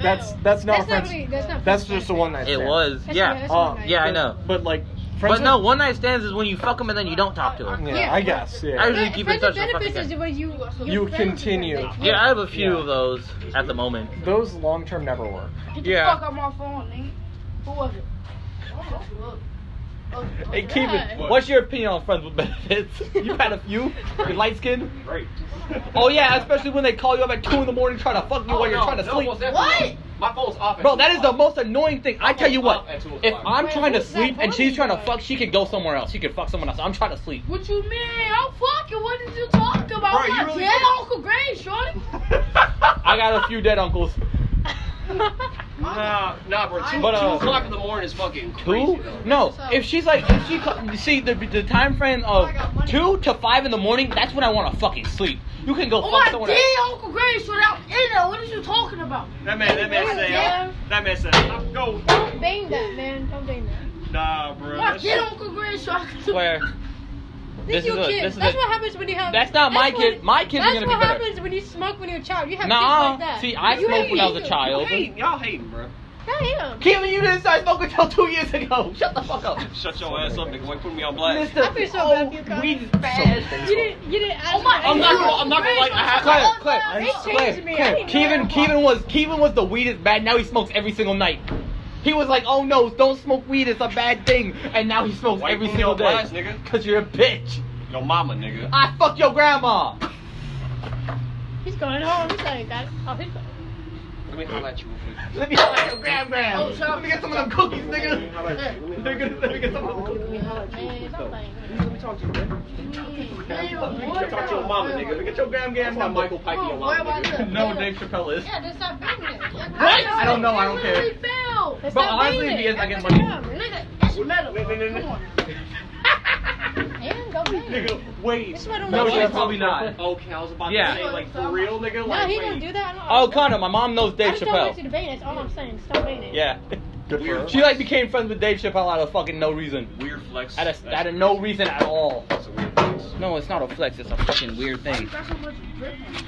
[SPEAKER 5] That's
[SPEAKER 1] That's
[SPEAKER 5] that's not a
[SPEAKER 1] not
[SPEAKER 5] friends.
[SPEAKER 1] really. That's not.
[SPEAKER 5] that's
[SPEAKER 1] friends
[SPEAKER 5] just a one night.
[SPEAKER 2] It
[SPEAKER 5] stand.
[SPEAKER 2] was,
[SPEAKER 1] That's
[SPEAKER 2] yeah.
[SPEAKER 1] not- that's
[SPEAKER 5] Oh,
[SPEAKER 1] not nice.
[SPEAKER 2] Yeah, I know.
[SPEAKER 5] But like friends.
[SPEAKER 2] But no,
[SPEAKER 5] with-
[SPEAKER 2] one night stands is when you fuck them and then you don't talk to them.
[SPEAKER 5] Yeah,
[SPEAKER 1] Yeah.
[SPEAKER 5] I guess. Yeah.
[SPEAKER 2] I
[SPEAKER 1] with
[SPEAKER 2] usually
[SPEAKER 1] benefits.
[SPEAKER 2] keep in
[SPEAKER 1] Friends
[SPEAKER 2] touch
[SPEAKER 1] with
[SPEAKER 2] with
[SPEAKER 1] benefits
[SPEAKER 2] fucking
[SPEAKER 1] is when you. you're
[SPEAKER 5] You
[SPEAKER 1] friends with
[SPEAKER 5] continue.
[SPEAKER 1] benefits.
[SPEAKER 2] Yeah, I have a few
[SPEAKER 5] Yeah.
[SPEAKER 2] of those at the moment.
[SPEAKER 5] Those long term never work.
[SPEAKER 3] Fuck on my phone, nigga. Who was it? Oh, look. Oh, oh,
[SPEAKER 4] Hey, Kevin,
[SPEAKER 7] What?
[SPEAKER 4] what's your opinion on friends with benefits? You've had a few. You're light skinned.
[SPEAKER 7] Great.
[SPEAKER 4] Oh yeah, especially when they call you up at two in the morning trying to fuck you
[SPEAKER 11] Oh,
[SPEAKER 4] while you're
[SPEAKER 11] no,
[SPEAKER 4] trying to
[SPEAKER 11] no,
[SPEAKER 4] sleep.
[SPEAKER 11] most definitely.
[SPEAKER 3] What?
[SPEAKER 11] My phone's off. at
[SPEAKER 4] Bro,
[SPEAKER 11] two
[SPEAKER 4] that is the
[SPEAKER 11] o'clock.
[SPEAKER 4] most annoying thing. I tell you what,
[SPEAKER 11] At two
[SPEAKER 4] if
[SPEAKER 11] o'clock.
[SPEAKER 4] I'm
[SPEAKER 1] Wait,
[SPEAKER 4] trying to
[SPEAKER 1] who's that
[SPEAKER 4] sleep and
[SPEAKER 1] calling
[SPEAKER 4] she's trying to
[SPEAKER 1] you?
[SPEAKER 4] fuck, she could go somewhere else. She could fuck someone else. I'm trying to sleep.
[SPEAKER 3] What you mean? I'm fucking. What did you talk about?
[SPEAKER 7] Bro,
[SPEAKER 3] I'm
[SPEAKER 7] you
[SPEAKER 3] not
[SPEAKER 7] really-
[SPEAKER 3] dead Uncle Gray, shorty.
[SPEAKER 4] I got a few dead uncles.
[SPEAKER 11] Nah, nah, bro. Two,
[SPEAKER 4] But, uh,
[SPEAKER 11] two o'clock in the morning is fucking crazy.
[SPEAKER 4] Two? No. If she's like, if she co- you see the the time frame of two to five in the morning, that's when I want to fucking sleep. You can go
[SPEAKER 3] Oh,
[SPEAKER 4] fuck
[SPEAKER 3] my
[SPEAKER 4] someone
[SPEAKER 3] dead
[SPEAKER 4] else.
[SPEAKER 3] Uncle Gray, shorty. I'm in there. What are you talking about?
[SPEAKER 7] That man, that man said,
[SPEAKER 3] Yeah.
[SPEAKER 7] that man said, I'm go.
[SPEAKER 1] Don't bang that, man. Don't bang that.
[SPEAKER 7] Nah, bro.
[SPEAKER 3] My dead Uncle Gray, shorty.
[SPEAKER 4] Where?
[SPEAKER 1] This,
[SPEAKER 4] This
[SPEAKER 1] is your
[SPEAKER 4] is a-
[SPEAKER 1] kid.
[SPEAKER 4] this is
[SPEAKER 1] that's
[SPEAKER 4] a-
[SPEAKER 1] what happens when you have.
[SPEAKER 4] That's not my
[SPEAKER 1] what-
[SPEAKER 4] kid. My kids
[SPEAKER 1] that's
[SPEAKER 4] are gonna be
[SPEAKER 1] what
[SPEAKER 4] better.
[SPEAKER 1] happens when you smoke when you're a child. You have
[SPEAKER 4] Nah.
[SPEAKER 1] kids like that.
[SPEAKER 4] See, I
[SPEAKER 1] You
[SPEAKER 4] smoked when I
[SPEAKER 1] hate
[SPEAKER 4] was a
[SPEAKER 1] it.
[SPEAKER 7] Y'all
[SPEAKER 4] child.
[SPEAKER 7] hating, y'all hating, bro.
[SPEAKER 1] Not him.
[SPEAKER 4] Kevin, you didn't start smoking until two years ago. Shut the fuck up.
[SPEAKER 7] Shut your ass up, nigga. Why you putting me on blast?
[SPEAKER 4] Mister,
[SPEAKER 1] I feel so
[SPEAKER 4] oh,
[SPEAKER 1] bad for you, Kyle.
[SPEAKER 4] weed is bad.
[SPEAKER 1] You didn't. You didn't.
[SPEAKER 3] Oh my-
[SPEAKER 4] I'm not gonna. I'm not gonna like. I have Claire, Claire,
[SPEAKER 1] They changed
[SPEAKER 4] Claire,
[SPEAKER 1] me.
[SPEAKER 4] Claire.
[SPEAKER 1] I didn't know
[SPEAKER 4] Kevin,
[SPEAKER 1] that.
[SPEAKER 4] Kevin was Kevin was the weed is bad. Now he smokes every single night. He was like, oh no, don't smoke weed. It's a bad thing. And now he smokes
[SPEAKER 7] Why you
[SPEAKER 4] every
[SPEAKER 7] putting me
[SPEAKER 4] single
[SPEAKER 7] on blast,
[SPEAKER 4] day.
[SPEAKER 7] nigga?
[SPEAKER 4] Cause you're a bitch.
[SPEAKER 7] Yo, mama, nigga.
[SPEAKER 4] I fuck your grandma.
[SPEAKER 1] He's going home. He's like, that. Oh, he's going.
[SPEAKER 11] Let me holler at you. real quick.
[SPEAKER 4] Let me fuck your grand grand.
[SPEAKER 3] Oh, shut
[SPEAKER 4] Let me get some of them cookies, nigga. Nigga, Let me get some of them cookies.
[SPEAKER 1] Man, don't bang.
[SPEAKER 12] talk to you, man.
[SPEAKER 3] Talk
[SPEAKER 7] Talk to your mama, nigga. Look at your gram gram
[SPEAKER 12] That's
[SPEAKER 7] number.
[SPEAKER 12] why Michael
[SPEAKER 7] Michael Pike
[SPEAKER 3] Oh,
[SPEAKER 7] your
[SPEAKER 3] why
[SPEAKER 7] mama,
[SPEAKER 3] about
[SPEAKER 7] nigga.
[SPEAKER 3] that?
[SPEAKER 4] No, Dave Chappelle is.
[SPEAKER 13] Yeah, that's not banging it.
[SPEAKER 4] Right? I don't know. I don't care.
[SPEAKER 3] Really failed.
[SPEAKER 1] That's
[SPEAKER 4] But
[SPEAKER 1] not
[SPEAKER 4] honestly,
[SPEAKER 1] being
[SPEAKER 4] if he
[SPEAKER 1] it.
[SPEAKER 4] is, I get money.
[SPEAKER 13] Nigga,
[SPEAKER 3] That's metal.
[SPEAKER 7] Wait, wait, wait, wait.
[SPEAKER 3] Come on.
[SPEAKER 13] and go bang.
[SPEAKER 7] Nigga, wait.
[SPEAKER 1] That's why I don't
[SPEAKER 4] No,
[SPEAKER 1] like
[SPEAKER 4] she's
[SPEAKER 1] him.
[SPEAKER 4] probably not.
[SPEAKER 7] Okay, I was about
[SPEAKER 4] Yeah.
[SPEAKER 7] to say, like, for real, nigga?
[SPEAKER 1] No,
[SPEAKER 7] Like,
[SPEAKER 1] he don't
[SPEAKER 7] wait.
[SPEAKER 1] do that. I don't-
[SPEAKER 4] Oh, Connor, my mom knows
[SPEAKER 1] I
[SPEAKER 4] Dave
[SPEAKER 1] just don't want you
[SPEAKER 4] Chappelle.
[SPEAKER 1] to bang. That's all I'm saying. Stop banging.
[SPEAKER 4] Yeah.
[SPEAKER 5] Good for her.
[SPEAKER 4] She like became friends with Dave Chappelle out of fucking no reason.
[SPEAKER 7] Weird flex.
[SPEAKER 4] Out
[SPEAKER 7] That's-
[SPEAKER 4] of out of no reason at all.
[SPEAKER 7] That's a weird flex.
[SPEAKER 4] No, it's not a flex. It's a fucking weird thing.
[SPEAKER 3] That's so much drip on it.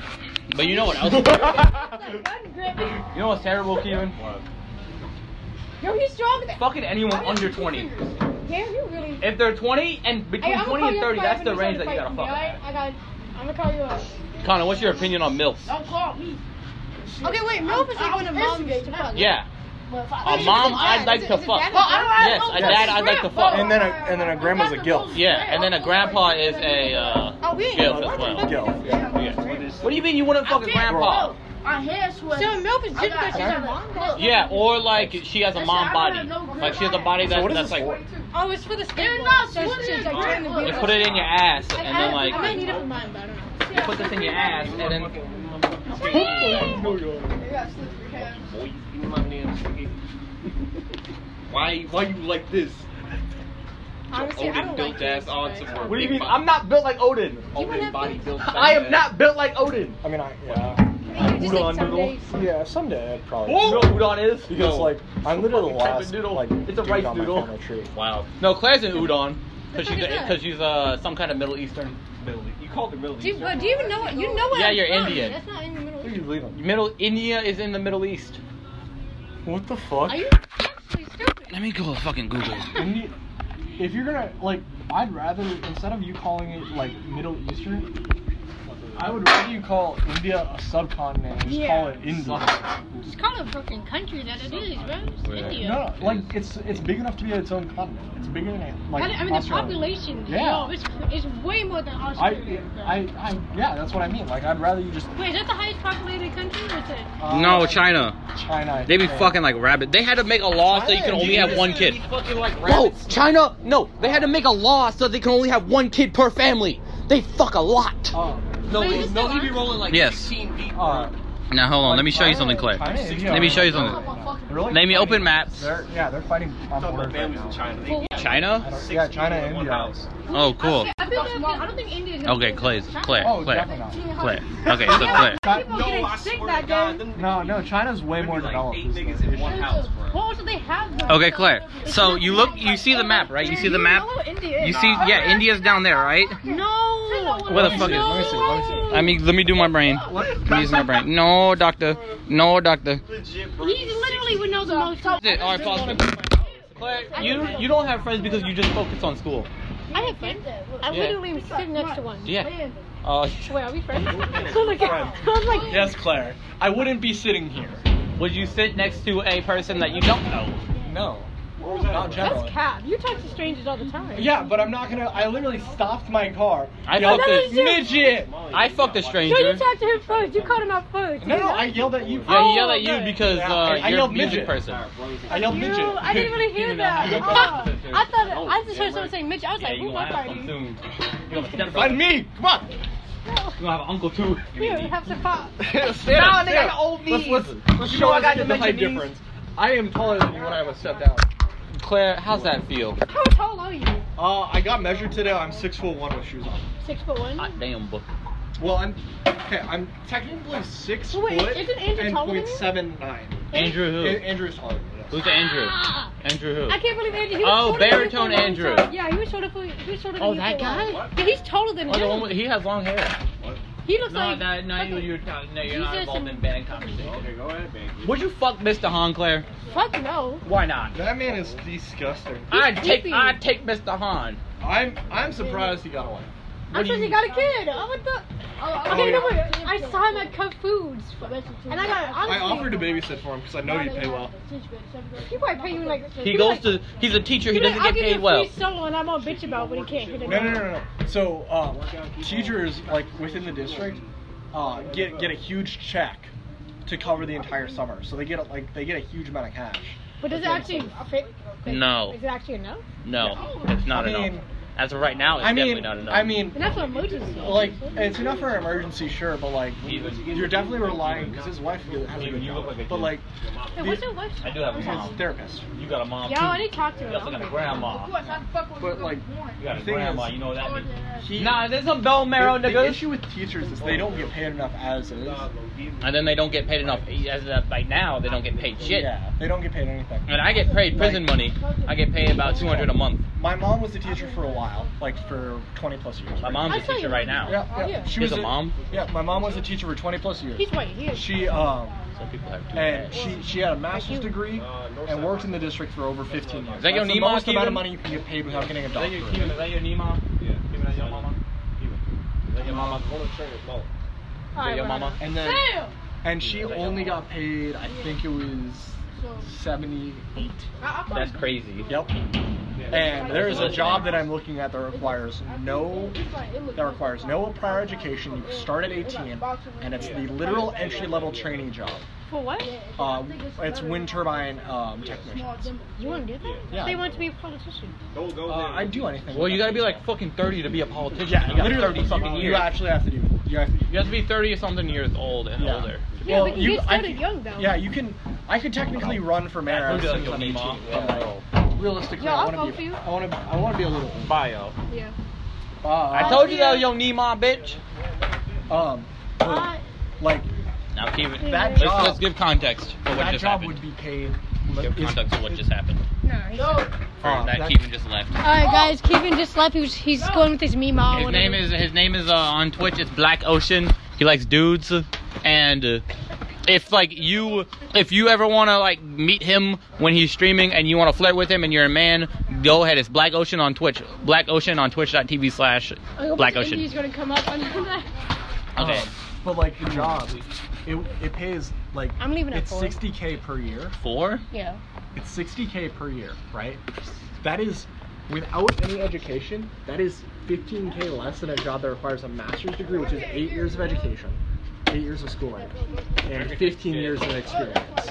[SPEAKER 4] But you know what else?
[SPEAKER 1] Like, gun grip.
[SPEAKER 4] you know what's terrible, Kevin?
[SPEAKER 1] Yo, he's stronger than.
[SPEAKER 4] Fucking anyone
[SPEAKER 1] I got
[SPEAKER 4] under
[SPEAKER 1] two
[SPEAKER 4] 20.
[SPEAKER 1] fingers. Damn, you really.
[SPEAKER 4] If they're 20 and
[SPEAKER 1] Hey,
[SPEAKER 4] between
[SPEAKER 1] I'ma
[SPEAKER 4] 20
[SPEAKER 1] call
[SPEAKER 4] and
[SPEAKER 1] you up
[SPEAKER 4] 30,
[SPEAKER 1] five
[SPEAKER 4] that's the
[SPEAKER 1] minutes
[SPEAKER 4] range
[SPEAKER 1] on
[SPEAKER 4] that you
[SPEAKER 1] fight
[SPEAKER 4] gotta
[SPEAKER 1] for
[SPEAKER 4] fuck.
[SPEAKER 1] me, alright? I got. I'm gonna call you up.
[SPEAKER 4] Connor, what's your opinion on MILFs?
[SPEAKER 1] Oh,
[SPEAKER 3] Don't call me.
[SPEAKER 1] Okay, wait. Milf is like
[SPEAKER 3] I'm
[SPEAKER 1] when a mom gets
[SPEAKER 3] pissed.
[SPEAKER 1] to fuck.
[SPEAKER 4] Yeah.
[SPEAKER 3] But if I-
[SPEAKER 4] A mom I'd like to
[SPEAKER 1] Oh,
[SPEAKER 4] fuck.
[SPEAKER 3] Well, I
[SPEAKER 4] Yes,
[SPEAKER 3] don't have
[SPEAKER 4] a
[SPEAKER 3] no
[SPEAKER 4] dad I'd like to fuck.
[SPEAKER 5] And then a and then a grandma's a guilt.
[SPEAKER 4] Yeah, and then a grandpa is a uh,
[SPEAKER 1] Oh, we ain't
[SPEAKER 4] MILF
[SPEAKER 1] what
[SPEAKER 4] as
[SPEAKER 1] the
[SPEAKER 4] well.
[SPEAKER 1] fuck?
[SPEAKER 5] Guilt. Yeah.
[SPEAKER 4] What do you mean you wouldn't fuck a grandpa?
[SPEAKER 3] I hair sweat.
[SPEAKER 1] So a MILF is just because she's a mom.
[SPEAKER 4] Yeah, or like she has a mom body. Like she has a body
[SPEAKER 5] So
[SPEAKER 4] that,
[SPEAKER 5] what is
[SPEAKER 4] that's
[SPEAKER 5] this for?
[SPEAKER 4] like,
[SPEAKER 1] Oh, it's for the
[SPEAKER 3] You're
[SPEAKER 1] state.
[SPEAKER 3] not
[SPEAKER 1] so
[SPEAKER 3] sweating
[SPEAKER 1] she's
[SPEAKER 3] it,
[SPEAKER 1] like
[SPEAKER 3] bro.
[SPEAKER 1] trying to be.
[SPEAKER 4] you put it in your ass and then
[SPEAKER 1] I, I might need it for
[SPEAKER 4] like,
[SPEAKER 1] mine, but I don't know.
[SPEAKER 4] you put this in your ass and then.
[SPEAKER 7] Boy, you my man, nigga. Why, why you like this?
[SPEAKER 1] Honestly, I
[SPEAKER 7] Odin
[SPEAKER 1] don't
[SPEAKER 7] built
[SPEAKER 1] like
[SPEAKER 7] ass
[SPEAKER 1] it.
[SPEAKER 7] on some
[SPEAKER 1] Right.
[SPEAKER 4] What do you mean? I'm not built like Odin.
[SPEAKER 7] Open body built
[SPEAKER 4] I am not built like Odin.
[SPEAKER 5] I mean, I yeah.
[SPEAKER 1] Maybe just like some days.
[SPEAKER 5] Yeah, someday I'd probably.
[SPEAKER 4] You know what Udon is?
[SPEAKER 5] Because
[SPEAKER 4] No.
[SPEAKER 5] like I'm literally the
[SPEAKER 4] Type of
[SPEAKER 5] last
[SPEAKER 4] noodle.
[SPEAKER 5] like
[SPEAKER 4] It's a
[SPEAKER 5] dude
[SPEAKER 4] rice
[SPEAKER 5] on my
[SPEAKER 4] noodle.
[SPEAKER 5] family tree.
[SPEAKER 7] Wow.
[SPEAKER 4] No, Claire's in Udon.
[SPEAKER 1] The
[SPEAKER 4] Cause she's,
[SPEAKER 1] fuck is that?
[SPEAKER 4] cause she's uh some kind of Middle Eastern,
[SPEAKER 12] Middle East. You called her Middle
[SPEAKER 1] Do you,
[SPEAKER 12] Eastern.
[SPEAKER 1] but do you even know what? You know what?
[SPEAKER 4] Yeah,
[SPEAKER 1] I'm
[SPEAKER 4] you're
[SPEAKER 1] from.
[SPEAKER 4] Indian.
[SPEAKER 1] That's not in the Middle
[SPEAKER 5] Where
[SPEAKER 1] East.
[SPEAKER 5] you leave him?
[SPEAKER 4] Middle India is in the Middle East.
[SPEAKER 5] What the fuck?
[SPEAKER 1] Are you actually stupid?
[SPEAKER 4] Let me go fucking Google.
[SPEAKER 5] And you- if you're gonna like, I'd rather instead of you calling it like Middle Eastern, I would rather you call India a subcontinent and just call
[SPEAKER 1] Yeah.
[SPEAKER 5] it India.
[SPEAKER 1] Just call it a fucking country that it is, bro. It's India.
[SPEAKER 5] No, like it's it's big enough to be its own continent. It's bigger than like
[SPEAKER 1] I, I mean,
[SPEAKER 5] Australia.
[SPEAKER 1] the population.
[SPEAKER 5] Yeah.
[SPEAKER 1] Yo, it's, it's way more than
[SPEAKER 5] I,
[SPEAKER 1] Australia. bro.
[SPEAKER 5] I, I, yeah, that's what I mean. Like, I'd rather you just.
[SPEAKER 1] Wait, is that the highest populated country? Or is it?
[SPEAKER 5] uh,
[SPEAKER 4] China.
[SPEAKER 5] China.
[SPEAKER 4] They be
[SPEAKER 5] yeah.
[SPEAKER 4] fucking like rabbit. They had to make a law so you can only have one kid.
[SPEAKER 7] fucking like
[SPEAKER 4] Whoa, China! No, they had to make a law so they can only have one kid per family. They fuck a lot.
[SPEAKER 5] Oh.
[SPEAKER 7] No,
[SPEAKER 1] Wait, is
[SPEAKER 7] no,
[SPEAKER 1] it
[SPEAKER 7] he be
[SPEAKER 1] on?
[SPEAKER 7] rolling like
[SPEAKER 4] Yes.
[SPEAKER 7] 16 deep.
[SPEAKER 5] Uh,
[SPEAKER 4] Now hold on, let me show you
[SPEAKER 5] China-
[SPEAKER 4] something, Claire.
[SPEAKER 5] China is,
[SPEAKER 4] Let me show you
[SPEAKER 5] uh,
[SPEAKER 4] something.
[SPEAKER 5] Really?
[SPEAKER 4] Let me
[SPEAKER 5] fighting.
[SPEAKER 4] open maps.
[SPEAKER 5] They're, yeah, they're fighting on
[SPEAKER 7] Talking about
[SPEAKER 5] borders right
[SPEAKER 7] families in
[SPEAKER 5] now.
[SPEAKER 7] China. They
[SPEAKER 1] Well,
[SPEAKER 5] I
[SPEAKER 4] China?
[SPEAKER 5] don't- Yeah, China and
[SPEAKER 12] One
[SPEAKER 5] India.
[SPEAKER 12] house.
[SPEAKER 4] Oh, cool.
[SPEAKER 1] I, feel bad, because I don't think India is. gonna
[SPEAKER 4] Okay,
[SPEAKER 1] be-
[SPEAKER 4] Clay, Claire,
[SPEAKER 5] Oh,
[SPEAKER 4] Claire,
[SPEAKER 5] definitely
[SPEAKER 4] Claire. Okay, so Claire.
[SPEAKER 5] Chi-
[SPEAKER 1] People getting sick that day.
[SPEAKER 7] them
[SPEAKER 5] No, no, China's way
[SPEAKER 7] niggas
[SPEAKER 5] more
[SPEAKER 7] be
[SPEAKER 5] developed.
[SPEAKER 7] Like eight niggas in one house, bro.
[SPEAKER 1] Well, also they have. Them.
[SPEAKER 4] Okay, Claire. So you look, you see the map, right? You see the map. You see, yeah, India's down there, right?
[SPEAKER 1] No.
[SPEAKER 4] Where the fuck is?
[SPEAKER 1] no.
[SPEAKER 4] Let me see, I mean, let me do my brain. Let me use my brain. No, doctor. No, doctor.
[SPEAKER 7] Legit, bro.
[SPEAKER 1] He literally would know the most.
[SPEAKER 4] That's it. All right, pause. Claire, you you don't have friends because you just focus on school.
[SPEAKER 1] I have friends. I
[SPEAKER 4] Yeah.
[SPEAKER 1] literally was sitting next to one.
[SPEAKER 4] Yeah. Uh,
[SPEAKER 1] Wait, are we friends? So like, I was like,
[SPEAKER 5] Yes, Claire. I wouldn't be sitting here.
[SPEAKER 4] would you sit next to a person that you don't know?
[SPEAKER 5] No. Not
[SPEAKER 1] that's
[SPEAKER 5] generally.
[SPEAKER 1] cap. You talk to strangers all the time.
[SPEAKER 5] Yeah, but I'm not gonna. I literally stopped my car.
[SPEAKER 4] I
[SPEAKER 5] yelled,
[SPEAKER 1] fucked it.
[SPEAKER 5] midget.
[SPEAKER 4] I fucked
[SPEAKER 1] No,
[SPEAKER 4] a
[SPEAKER 1] you
[SPEAKER 4] stranger.
[SPEAKER 1] talked to him first. You called him out first.
[SPEAKER 5] No, no, I yelled at you.
[SPEAKER 4] Yeah,
[SPEAKER 1] Oh,
[SPEAKER 4] he yelled at you
[SPEAKER 1] okay.
[SPEAKER 4] because
[SPEAKER 5] Yeah,
[SPEAKER 4] uh,
[SPEAKER 5] I- I
[SPEAKER 4] you're a
[SPEAKER 5] yelled
[SPEAKER 4] music
[SPEAKER 5] midget.
[SPEAKER 4] person.
[SPEAKER 5] I yelled
[SPEAKER 1] You,
[SPEAKER 5] midget.
[SPEAKER 1] I didn't really hear
[SPEAKER 4] Even
[SPEAKER 1] that.
[SPEAKER 4] though-
[SPEAKER 1] Oh, I thought I just heard someone saying Mitch. I was like, who was that?
[SPEAKER 4] soon. You're gonna step
[SPEAKER 5] Find me. Come on.
[SPEAKER 4] You're gonna have an uncle too.
[SPEAKER 1] We have some pop.
[SPEAKER 4] Nah, they got old me.
[SPEAKER 5] Let's, let's, let's show I got the height difference. I am taller than you when I was shut down.
[SPEAKER 4] Claire, how's that feel?
[SPEAKER 1] How tall are
[SPEAKER 4] Oh,
[SPEAKER 1] you?
[SPEAKER 5] Uh, I got measured today. I'm six foot one with shoes on.
[SPEAKER 1] Six foot one.
[SPEAKER 4] Hot Ah, damn, book.
[SPEAKER 5] Well, I'm okay. I'm technically six
[SPEAKER 1] Wait,
[SPEAKER 5] foot
[SPEAKER 1] isn't Andrew
[SPEAKER 5] and
[SPEAKER 1] taller than
[SPEAKER 5] point
[SPEAKER 1] you?
[SPEAKER 5] seven nine.
[SPEAKER 4] Andrew who?
[SPEAKER 5] A- Andrew's taller. Than me, yes.
[SPEAKER 4] Who's Andrew? Andrew who?
[SPEAKER 1] I can't believe Andrew. He
[SPEAKER 4] Oh,
[SPEAKER 1] was shorter than you for
[SPEAKER 4] baritone
[SPEAKER 1] a long
[SPEAKER 4] Andrew.
[SPEAKER 1] time. Yeah, he was shorter for. He was shorter than
[SPEAKER 4] Oh,
[SPEAKER 1] you
[SPEAKER 4] that
[SPEAKER 1] for a while.
[SPEAKER 4] guy?
[SPEAKER 1] Yeah, he's taller than
[SPEAKER 4] Oh, the one with,
[SPEAKER 1] you.
[SPEAKER 4] he has long hair.
[SPEAKER 1] He looks like.
[SPEAKER 4] you,
[SPEAKER 1] fucking-
[SPEAKER 4] you're, talking- no, you're
[SPEAKER 1] He's
[SPEAKER 4] not
[SPEAKER 1] just an-
[SPEAKER 4] involved in bad conversation.
[SPEAKER 12] Okay, go ahead, baby.
[SPEAKER 4] Would you fuck Mr. Hahn, Claire?
[SPEAKER 1] Fuck
[SPEAKER 3] Oh,
[SPEAKER 1] no.
[SPEAKER 4] Why not?
[SPEAKER 5] That man is disgusting.
[SPEAKER 1] He's
[SPEAKER 4] I'd take,
[SPEAKER 1] creepy.
[SPEAKER 4] I'd take Mr. Hahn.
[SPEAKER 5] I'm I'm surprised he got away.
[SPEAKER 1] I'm
[SPEAKER 4] What do
[SPEAKER 1] sure
[SPEAKER 4] you-
[SPEAKER 1] he got a kid. Oh, what the?
[SPEAKER 3] oh.
[SPEAKER 5] Oh,
[SPEAKER 1] okay, no wait. I saw him at Cub Foods, and I got. Honestly,
[SPEAKER 5] I offered to babysit for him because I know he'd Oh, pay well.
[SPEAKER 1] He probably pay you like.
[SPEAKER 4] He goes to, he's a teacher, he
[SPEAKER 1] He'd be
[SPEAKER 4] doesn't
[SPEAKER 1] like, I'll give
[SPEAKER 4] get
[SPEAKER 1] you
[SPEAKER 4] paid
[SPEAKER 1] a
[SPEAKER 4] well.
[SPEAKER 1] Free solo, and I'm gonna bitch about when he can't hit it.
[SPEAKER 5] No, no, no, no. no. So um, teachers like within the district uh, get get a huge check to cover the entire summer. So they get a, like they get a huge amount of cash.
[SPEAKER 1] But does it actually fit?
[SPEAKER 4] No.
[SPEAKER 1] Is it actually enough?
[SPEAKER 4] No, it's not
[SPEAKER 5] I mean,
[SPEAKER 4] enough. As of right now, it's
[SPEAKER 5] I
[SPEAKER 4] definitely
[SPEAKER 5] mean,
[SPEAKER 4] not enough.
[SPEAKER 5] I mean,
[SPEAKER 1] Enough for emergency.
[SPEAKER 5] like it's enough for an emergency, sure, but like you're definitely relying because his wife has a good
[SPEAKER 2] You look like a
[SPEAKER 5] job.
[SPEAKER 2] kid.
[SPEAKER 5] But like
[SPEAKER 1] Hey, what's your wife?
[SPEAKER 4] I do have a
[SPEAKER 5] his
[SPEAKER 4] mom.
[SPEAKER 5] therapist.
[SPEAKER 2] You got a mom.
[SPEAKER 1] Yo, I didn't talk to
[SPEAKER 2] too.
[SPEAKER 1] her.
[SPEAKER 2] You also got a grandma.
[SPEAKER 8] Of course, I fuck with
[SPEAKER 5] But,
[SPEAKER 8] you.
[SPEAKER 5] like,
[SPEAKER 2] You got a
[SPEAKER 5] The thing
[SPEAKER 2] grandma.
[SPEAKER 5] is-
[SPEAKER 2] you know what that means.
[SPEAKER 5] He,
[SPEAKER 4] nah, there's some bell marrow
[SPEAKER 5] the, the
[SPEAKER 4] niggas.
[SPEAKER 5] issue with teachers is they don't get paid enough as is.
[SPEAKER 4] And then they don't get paid enough. As of right now, they don't get paid shit.
[SPEAKER 5] Yeah, they don't get paid anything.
[SPEAKER 4] And I get paid prison money. I get paid about 200 a month.
[SPEAKER 5] My mom was a teacher for a while, like for 20 plus years.
[SPEAKER 4] My
[SPEAKER 5] right?
[SPEAKER 4] mom's
[SPEAKER 1] I'll
[SPEAKER 4] a
[SPEAKER 1] tell
[SPEAKER 4] teacher
[SPEAKER 1] you
[SPEAKER 4] right
[SPEAKER 1] what.
[SPEAKER 4] now.
[SPEAKER 5] Yeah, yeah.
[SPEAKER 1] Oh, yeah.
[SPEAKER 5] She
[SPEAKER 4] Is
[SPEAKER 5] was
[SPEAKER 4] a mom?
[SPEAKER 5] Yeah, my mom was a teacher for 20 plus years.
[SPEAKER 1] He's white. He is.
[SPEAKER 5] She um
[SPEAKER 4] Some people have two
[SPEAKER 5] and
[SPEAKER 4] dads.
[SPEAKER 5] she she had a master's degree and worked in the district for over 15 years.
[SPEAKER 4] Is that your
[SPEAKER 5] That's
[SPEAKER 4] Nemo,
[SPEAKER 5] the most amount
[SPEAKER 4] Kevin?
[SPEAKER 5] of money you can get paid without getting a
[SPEAKER 2] Is that your
[SPEAKER 5] doctorate.
[SPEAKER 2] Kevin? Is that your Nima? Yeah. Kevin, that's your mama. Kevin. Is that your mama?
[SPEAKER 1] All
[SPEAKER 4] your
[SPEAKER 1] right,
[SPEAKER 4] mama?
[SPEAKER 5] And then
[SPEAKER 8] Damn!
[SPEAKER 5] and she only got paid I think it was 78.
[SPEAKER 8] I, I
[SPEAKER 4] That's crazy.
[SPEAKER 5] Yep. And there is a job that I'm looking at that requires no that requires no prior education. You start at 18 and it's the literal entry level training job.
[SPEAKER 1] For what?
[SPEAKER 5] Uh, it's wind turbine um, technician.
[SPEAKER 1] You want to do that?
[SPEAKER 5] Yeah.
[SPEAKER 1] They want to be a politician.
[SPEAKER 6] Go, go.
[SPEAKER 5] Uh, I'd do anything.
[SPEAKER 4] Well,
[SPEAKER 5] with
[SPEAKER 4] you
[SPEAKER 5] that
[SPEAKER 4] gotta be
[SPEAKER 5] stuff.
[SPEAKER 4] like fucking 30 to be a politician.
[SPEAKER 5] Yeah,
[SPEAKER 4] you got
[SPEAKER 5] literally
[SPEAKER 4] 30 fucking
[SPEAKER 5] you
[SPEAKER 4] years.
[SPEAKER 5] actually have to do. You have to.
[SPEAKER 4] You have to be 30 or something years old and
[SPEAKER 5] Yeah.
[SPEAKER 4] older.
[SPEAKER 1] Yeah, but you get started
[SPEAKER 5] can-
[SPEAKER 1] young, though.
[SPEAKER 5] Yeah, you can. I could technically run for mayor
[SPEAKER 4] Yeah,
[SPEAKER 5] as
[SPEAKER 4] you'll
[SPEAKER 5] soon as
[SPEAKER 4] Oh. be
[SPEAKER 5] I'm
[SPEAKER 4] like
[SPEAKER 5] 18.
[SPEAKER 4] your
[SPEAKER 5] but,
[SPEAKER 4] mom.
[SPEAKER 5] like, realistically,
[SPEAKER 1] Yeah,
[SPEAKER 5] I
[SPEAKER 1] I'll
[SPEAKER 5] want
[SPEAKER 1] vote
[SPEAKER 5] to
[SPEAKER 1] for
[SPEAKER 5] be.
[SPEAKER 1] you.
[SPEAKER 5] I want to. I want to be a little. old.
[SPEAKER 2] Bio.
[SPEAKER 1] Yeah.
[SPEAKER 5] Uh,
[SPEAKER 4] I told you that was your Nima, bitch.
[SPEAKER 5] Um, but,
[SPEAKER 1] I-
[SPEAKER 5] like
[SPEAKER 4] Now keep it.
[SPEAKER 5] That
[SPEAKER 4] let's,
[SPEAKER 5] job-
[SPEAKER 4] let's give context for what
[SPEAKER 5] that
[SPEAKER 4] just
[SPEAKER 5] job
[SPEAKER 4] happened.
[SPEAKER 5] would be paid.
[SPEAKER 4] give
[SPEAKER 5] is-
[SPEAKER 4] context for what just happened.
[SPEAKER 1] No, he's
[SPEAKER 3] Yo,
[SPEAKER 4] For
[SPEAKER 5] Uh,
[SPEAKER 4] that,
[SPEAKER 5] that-
[SPEAKER 4] Keevan just left.
[SPEAKER 1] All right, guys. Kevin just left. He was, he's going with his meme. I
[SPEAKER 4] His
[SPEAKER 1] wanna
[SPEAKER 4] name
[SPEAKER 1] do-
[SPEAKER 4] is his name is uh, on Twitch. It's Black Ocean. He likes dudes, and uh, if like you if you ever want to like meet him when he's streaming and you want to flirt with him and you're a man, go ahead. It's Black Ocean on Twitch. Black Ocean on Twitch.tv slash
[SPEAKER 1] I hope
[SPEAKER 4] Black
[SPEAKER 1] his
[SPEAKER 4] Ocean.
[SPEAKER 1] India's gonna come up on that.
[SPEAKER 4] Okay,
[SPEAKER 5] um,
[SPEAKER 2] Oh.
[SPEAKER 5] but like the job, it it pays like
[SPEAKER 1] I'm leaving at
[SPEAKER 5] it's
[SPEAKER 1] four.
[SPEAKER 5] 60k per year.
[SPEAKER 4] four.
[SPEAKER 1] Yeah.
[SPEAKER 5] It's 60k per year, right? That is without any education. That is 15k less than a job that requires a master's degree, which is eight years of education, eight years of schooling, and 15 years of experience.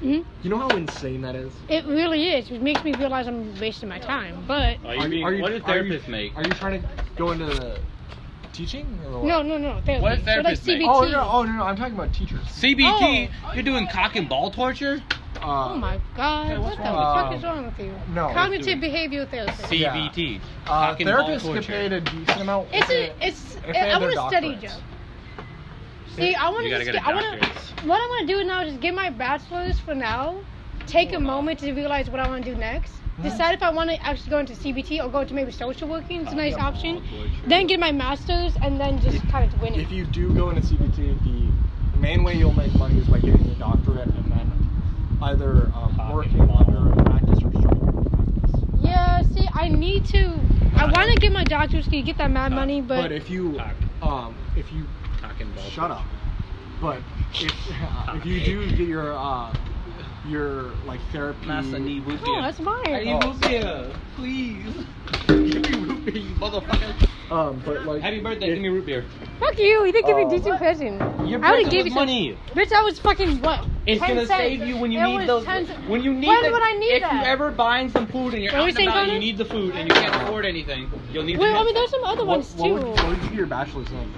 [SPEAKER 1] hmm
[SPEAKER 5] You know how insane that is.
[SPEAKER 1] It really is. It makes me realize I'm wasting my time. But
[SPEAKER 2] Are you being, what does
[SPEAKER 5] are you-
[SPEAKER 2] therapists make?
[SPEAKER 5] Are you trying to go into the teaching? Or what?
[SPEAKER 1] no, no, no. Therapy.
[SPEAKER 4] What
[SPEAKER 1] So like
[SPEAKER 4] therapist make?
[SPEAKER 1] CBT.
[SPEAKER 5] Oh no! Oh no! no, I'm talking about teachers.
[SPEAKER 4] CBT. You're doing cock and ball torture.
[SPEAKER 5] Uh,
[SPEAKER 1] Oh my God. what the
[SPEAKER 5] wrong with
[SPEAKER 1] fuck
[SPEAKER 5] you?
[SPEAKER 1] is wrong with you?
[SPEAKER 5] No, let's
[SPEAKER 1] Cognitive behavioral therapy.
[SPEAKER 5] Yeah.
[SPEAKER 4] CBT.
[SPEAKER 5] Uh,
[SPEAKER 4] Cock and ball
[SPEAKER 5] therapists get
[SPEAKER 4] torture.
[SPEAKER 5] paid a decent amount.
[SPEAKER 1] It's
[SPEAKER 5] if
[SPEAKER 1] a,
[SPEAKER 5] they-
[SPEAKER 1] it's.
[SPEAKER 5] if they
[SPEAKER 1] I
[SPEAKER 5] have their
[SPEAKER 1] want to study, Joe.
[SPEAKER 5] doctorates.
[SPEAKER 1] See, I want to
[SPEAKER 4] You gotta
[SPEAKER 1] just.
[SPEAKER 4] get a
[SPEAKER 1] Get, I want to.
[SPEAKER 4] doctorate.
[SPEAKER 1] What I want to do now is just get my bachelor's for now. Take a moment to realize what I want to do next. Decide if I want to actually go into CBT or go into maybe social working. It's a nice option. Then get my master's and then just kind of win it.
[SPEAKER 5] If you do go into CBT, the main way you'll make money is by getting your doctorate and then either um, working under a practice or starting your own practice.
[SPEAKER 1] Yeah, see, I need to. I want to get my doctor's degree, get that mad money, but,
[SPEAKER 5] But if you, um, if you,
[SPEAKER 4] Cock and ball
[SPEAKER 5] shut up. But if if you do get your uh, your like therapy,
[SPEAKER 1] oh, that's mine.
[SPEAKER 5] Oh.
[SPEAKER 2] please. Give me root beer, you motherfucker.
[SPEAKER 5] um, but like
[SPEAKER 2] Happy birthday,
[SPEAKER 5] if-
[SPEAKER 2] give me root beer.
[SPEAKER 1] Fuck you. You didn't give me a
[SPEAKER 5] Oh.
[SPEAKER 1] decent present.
[SPEAKER 2] Your
[SPEAKER 1] I would
[SPEAKER 2] present
[SPEAKER 1] have gave
[SPEAKER 2] was
[SPEAKER 1] you some-
[SPEAKER 2] money.
[SPEAKER 1] Bitch, I was fucking what?
[SPEAKER 2] It's
[SPEAKER 1] 10
[SPEAKER 2] gonna
[SPEAKER 1] cents.
[SPEAKER 2] save you when you
[SPEAKER 1] It
[SPEAKER 2] need
[SPEAKER 1] was
[SPEAKER 2] those.
[SPEAKER 1] 10 cents.
[SPEAKER 2] When you need
[SPEAKER 1] When
[SPEAKER 2] that-
[SPEAKER 1] would I need
[SPEAKER 4] if
[SPEAKER 1] that?
[SPEAKER 4] you ever buying some food and you're
[SPEAKER 1] What were
[SPEAKER 4] out
[SPEAKER 1] you
[SPEAKER 4] and
[SPEAKER 1] saying,
[SPEAKER 4] about and you
[SPEAKER 1] Connor?
[SPEAKER 4] need the food and you can't afford anything, you'll need.
[SPEAKER 1] Wait,
[SPEAKER 4] to
[SPEAKER 1] I mean, there's some other
[SPEAKER 5] what,
[SPEAKER 1] ones
[SPEAKER 5] what would,
[SPEAKER 1] too.
[SPEAKER 5] what would you do your bachelor's in?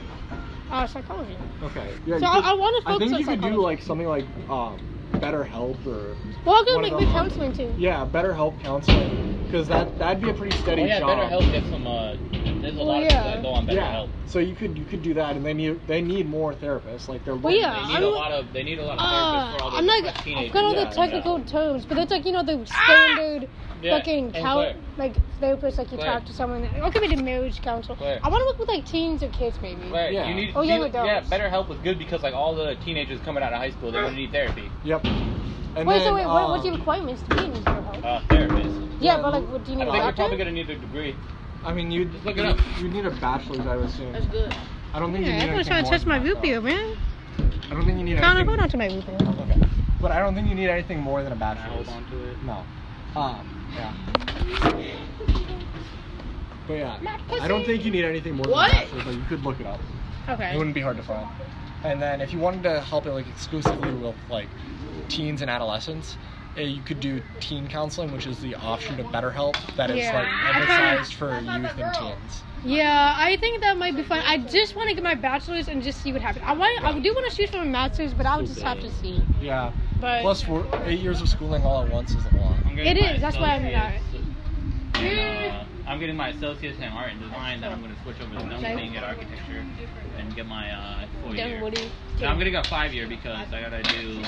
[SPEAKER 1] Uh, psychology.
[SPEAKER 5] Okay. Yeah,
[SPEAKER 1] So
[SPEAKER 5] you
[SPEAKER 1] I-
[SPEAKER 5] could-
[SPEAKER 1] I wanna focus
[SPEAKER 5] I think
[SPEAKER 1] on
[SPEAKER 5] you could do
[SPEAKER 1] psychology.
[SPEAKER 5] like something like um, better help or
[SPEAKER 1] Well, I'm gonna
[SPEAKER 5] One
[SPEAKER 1] make
[SPEAKER 5] of
[SPEAKER 1] me
[SPEAKER 5] them.
[SPEAKER 1] counseling too.
[SPEAKER 5] yeah, better help counseling because that that'd be a pretty steady
[SPEAKER 2] Oh,
[SPEAKER 4] yeah,
[SPEAKER 5] job.
[SPEAKER 4] BetterHelp gets some. Uh, there's a
[SPEAKER 1] Well,
[SPEAKER 4] lot of
[SPEAKER 1] yeah.
[SPEAKER 4] people that go on
[SPEAKER 5] yeah.
[SPEAKER 4] BetterHelp.
[SPEAKER 5] So you could you could do that, and they need they need more therapists. Like they're
[SPEAKER 1] Well,
[SPEAKER 5] looking-
[SPEAKER 1] Oh, yeah.
[SPEAKER 4] They need
[SPEAKER 1] I'm-
[SPEAKER 4] a lot of. They need a lot of therapists
[SPEAKER 1] Uh,
[SPEAKER 4] for all those
[SPEAKER 1] I'm not.
[SPEAKER 4] depressed
[SPEAKER 1] I've
[SPEAKER 4] teenagers.
[SPEAKER 1] got all
[SPEAKER 5] Yeah,
[SPEAKER 1] the
[SPEAKER 5] yeah.
[SPEAKER 1] technical terms, but that's like you know the standard
[SPEAKER 4] Yeah,
[SPEAKER 1] fucking
[SPEAKER 4] and
[SPEAKER 1] cow
[SPEAKER 4] Claire.
[SPEAKER 1] like therapist. Like you
[SPEAKER 4] Claire.
[SPEAKER 1] talk to someone. That, or it could be the marriage counsel.
[SPEAKER 4] Claire.
[SPEAKER 1] I want to work with like teens or kids maybe.
[SPEAKER 4] Right,
[SPEAKER 5] Yeah.
[SPEAKER 4] you need.
[SPEAKER 1] Oh, young
[SPEAKER 4] you- yeah,
[SPEAKER 1] adults.
[SPEAKER 4] BetterHelp was good because like all the teenagers coming out of high school, they're gonna need therapy.
[SPEAKER 5] Yep. And
[SPEAKER 1] wait,
[SPEAKER 5] then,
[SPEAKER 1] so wait, what, what's
[SPEAKER 5] um,
[SPEAKER 1] your requirements to be in this help?
[SPEAKER 4] Uh, therapist.
[SPEAKER 1] yeah,
[SPEAKER 5] yeah,
[SPEAKER 1] but like, what, do you
[SPEAKER 4] I
[SPEAKER 1] need a
[SPEAKER 4] think you're probably
[SPEAKER 1] doctor?
[SPEAKER 4] gonna need a degree.
[SPEAKER 5] I mean, you'd
[SPEAKER 4] Just look it up.
[SPEAKER 5] you'd need a bachelor's, I would assume.
[SPEAKER 3] that's good.
[SPEAKER 5] I don't think you
[SPEAKER 1] Yeah,
[SPEAKER 5] need
[SPEAKER 1] everyone's trying
[SPEAKER 5] anything
[SPEAKER 1] to
[SPEAKER 5] more
[SPEAKER 1] touch
[SPEAKER 5] than
[SPEAKER 1] my
[SPEAKER 5] that,
[SPEAKER 1] root
[SPEAKER 5] though.
[SPEAKER 1] beer, man.
[SPEAKER 5] I don't think you need
[SPEAKER 1] Connor,
[SPEAKER 5] anything.
[SPEAKER 1] hold on to my root beer.
[SPEAKER 5] Okay. But I don't think you need anything more than a bachelor's.
[SPEAKER 4] Hold on to it.
[SPEAKER 5] No. Um. Yeah. But yeah, I don't think you need anything more
[SPEAKER 3] What?
[SPEAKER 5] than a bachelor's. But you could look it up. It
[SPEAKER 1] Okay.
[SPEAKER 5] wouldn't be hard to find. And then if you wanted to help it like exclusively with like teens and adolescents, uh, you could do teen counseling, which is the offshoot of BetterHelp that is
[SPEAKER 1] Yeah.
[SPEAKER 5] like
[SPEAKER 1] I kinda-
[SPEAKER 5] emphasized for youth and teens.
[SPEAKER 1] Yeah, I think that might be fun. I just want to get my bachelor's and just see what happens. I want, I do want to shoot for a master's, but I'll just have to see.
[SPEAKER 5] Yeah.
[SPEAKER 1] But
[SPEAKER 5] Plus, four, eight years of schooling all at once is a lot.
[SPEAKER 3] I'm getting
[SPEAKER 1] It
[SPEAKER 3] my
[SPEAKER 1] is, that's why I'm not.
[SPEAKER 3] associates in, uh, I'm getting my associates in art and design, then I'm gonna switch over to another
[SPEAKER 1] Okay.
[SPEAKER 3] thing at architecture and get my uh, four
[SPEAKER 1] then
[SPEAKER 3] year.
[SPEAKER 1] what do you?
[SPEAKER 3] No, I'm gonna go five year because I gotta do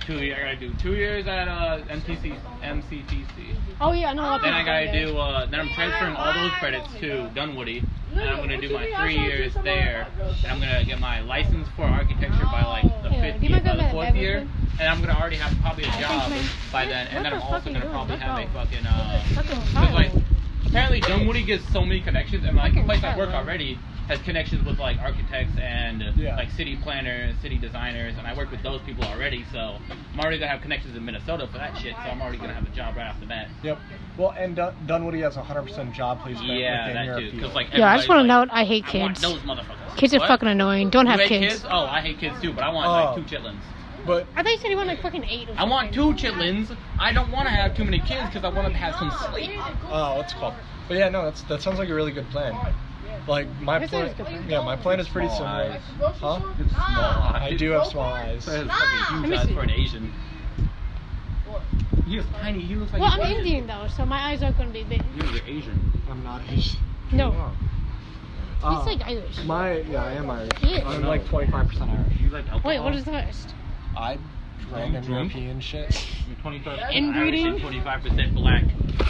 [SPEAKER 3] two. Year, I gotta do two years at uh, MTC, MCTC.
[SPEAKER 1] Oh yeah, I know. a lot of
[SPEAKER 3] Then I
[SPEAKER 1] people
[SPEAKER 3] gotta
[SPEAKER 1] there.
[SPEAKER 3] do. Uh, then I'm transferring all those credits to Dunwoody, and I'm gonna do my three years there. And I'm gonna get my license for architecture by like the
[SPEAKER 1] Yeah,
[SPEAKER 3] fifth
[SPEAKER 1] do you
[SPEAKER 3] year,
[SPEAKER 1] mind
[SPEAKER 3] by
[SPEAKER 1] going
[SPEAKER 3] the
[SPEAKER 1] back
[SPEAKER 3] fourth
[SPEAKER 1] every
[SPEAKER 3] year.
[SPEAKER 1] time?
[SPEAKER 3] And I'm gonna already have probably a
[SPEAKER 1] I think
[SPEAKER 3] job
[SPEAKER 1] my-
[SPEAKER 3] by then. And
[SPEAKER 1] What
[SPEAKER 3] then I'm
[SPEAKER 1] the
[SPEAKER 3] also
[SPEAKER 1] fuck
[SPEAKER 3] gonna
[SPEAKER 1] you
[SPEAKER 3] probably
[SPEAKER 1] doing?
[SPEAKER 3] have a
[SPEAKER 1] That's
[SPEAKER 3] fucking. Uh,
[SPEAKER 1] Fucking
[SPEAKER 3] 'cause, like
[SPEAKER 1] wild.
[SPEAKER 3] apparently Dunwoody gets so many connections, and like the
[SPEAKER 1] Fucking
[SPEAKER 3] place I work
[SPEAKER 1] wild.
[SPEAKER 3] already has connections with like architects and
[SPEAKER 5] Yeah.
[SPEAKER 3] like city planners, city designers, and I work with those people already. So I'm already gonna have connections in Minnesota for that shit. So I'm already gonna have a job right off the bat.
[SPEAKER 5] Yep. Well, and Dun- Dunwoody has 100% job placement
[SPEAKER 3] Yeah,
[SPEAKER 5] within your
[SPEAKER 3] that too.
[SPEAKER 5] field.
[SPEAKER 3] Because like
[SPEAKER 1] Yeah, I just
[SPEAKER 3] everybody's
[SPEAKER 1] want to note
[SPEAKER 3] like,
[SPEAKER 1] I hate
[SPEAKER 3] I want
[SPEAKER 1] kids.
[SPEAKER 3] those motherfuckers.
[SPEAKER 1] Kids are
[SPEAKER 3] What?
[SPEAKER 1] fucking annoying. Don't
[SPEAKER 3] You
[SPEAKER 1] have
[SPEAKER 3] hate
[SPEAKER 1] kids.
[SPEAKER 3] Oh, I hate kids too, but I want
[SPEAKER 5] Oh.
[SPEAKER 3] like two chitlins.
[SPEAKER 5] but
[SPEAKER 1] I thought you said you want like fucking eight. Or
[SPEAKER 3] I want
[SPEAKER 1] something.
[SPEAKER 3] two chitlins. I don't want to have too many kids because I want to have some sleep.
[SPEAKER 5] Oh, what's it called? But yeah, no, that's that sounds like a really good plan. Like my
[SPEAKER 1] That
[SPEAKER 5] plan,
[SPEAKER 1] sounds like a good
[SPEAKER 5] yeah, my plan is pretty
[SPEAKER 4] Small
[SPEAKER 5] similar.
[SPEAKER 4] eyes.
[SPEAKER 5] Huh?
[SPEAKER 14] Small
[SPEAKER 5] I do have small eyes.
[SPEAKER 4] That is fucking
[SPEAKER 1] Let me
[SPEAKER 4] huge eyes
[SPEAKER 1] see.
[SPEAKER 4] for an Asian. You just tiny. You look like
[SPEAKER 1] Well,
[SPEAKER 4] you-
[SPEAKER 1] I'm Indian though, so my eyes aren't gonna be big.
[SPEAKER 4] You know, you're Asian.
[SPEAKER 5] I'm not Asian.
[SPEAKER 1] No,
[SPEAKER 5] Uh,
[SPEAKER 1] he's like Irish.
[SPEAKER 5] my yeah, I am Irish.
[SPEAKER 1] He is.
[SPEAKER 5] I'm like 25 percent Irish.
[SPEAKER 4] You like alcohol.
[SPEAKER 1] Wait, what is the first?
[SPEAKER 5] I random
[SPEAKER 4] drunk?
[SPEAKER 5] European shit.
[SPEAKER 4] You're 25
[SPEAKER 1] Inbreeding?
[SPEAKER 4] Irish and 25% black.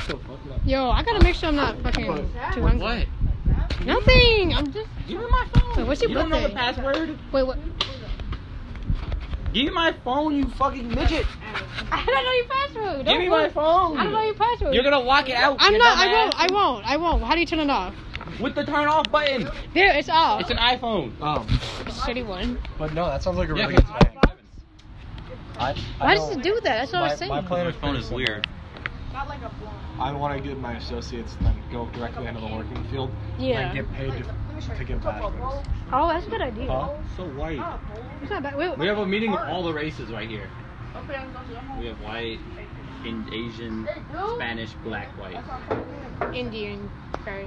[SPEAKER 5] So fucked up.
[SPEAKER 1] Yo, I gotta make sure I'm not fucking too hungry.
[SPEAKER 4] What?
[SPEAKER 1] Nothing. I'm just.
[SPEAKER 4] Give me my phone.
[SPEAKER 1] Wait, what's your
[SPEAKER 4] you don't know the
[SPEAKER 1] birthday?
[SPEAKER 4] password?
[SPEAKER 1] Wait, what?
[SPEAKER 4] Give me my phone, you fucking midget.
[SPEAKER 1] I don't know your password.
[SPEAKER 4] Give
[SPEAKER 1] Don't
[SPEAKER 4] me my
[SPEAKER 1] worry.
[SPEAKER 4] phone.
[SPEAKER 1] I don't know your password.
[SPEAKER 4] You're gonna lock it out.
[SPEAKER 1] I'm
[SPEAKER 4] you
[SPEAKER 1] not. I
[SPEAKER 4] dumbass.
[SPEAKER 1] won't. I won't. I won't. How do you turn it off?
[SPEAKER 4] With the turn off button.
[SPEAKER 1] There, it's off.
[SPEAKER 4] It's an iPhone.
[SPEAKER 5] Um,
[SPEAKER 1] shitty one.
[SPEAKER 5] but no, that sounds like a
[SPEAKER 4] Yeah,
[SPEAKER 5] really good
[SPEAKER 4] 'cause
[SPEAKER 5] plan. I, I
[SPEAKER 1] Why does
[SPEAKER 5] don't-
[SPEAKER 1] it do that? That's what I
[SPEAKER 5] my,
[SPEAKER 1] was saying.
[SPEAKER 5] my plan
[SPEAKER 4] My
[SPEAKER 5] is
[SPEAKER 4] phone
[SPEAKER 5] pretty
[SPEAKER 4] is
[SPEAKER 5] simple.
[SPEAKER 4] weird.
[SPEAKER 5] I want to get my associates, then go directly into the working field,
[SPEAKER 1] Yeah.
[SPEAKER 5] and get paid to, to get bachelors.
[SPEAKER 1] oh, that's a good idea.
[SPEAKER 5] Huh?
[SPEAKER 4] So white.
[SPEAKER 1] It's not bad. Wait,
[SPEAKER 4] We have a meeting of all the races right here.
[SPEAKER 15] Okay, I'm going to the home.
[SPEAKER 4] We have white, in Asian, Spanish, black, white.
[SPEAKER 1] Indian. Okay.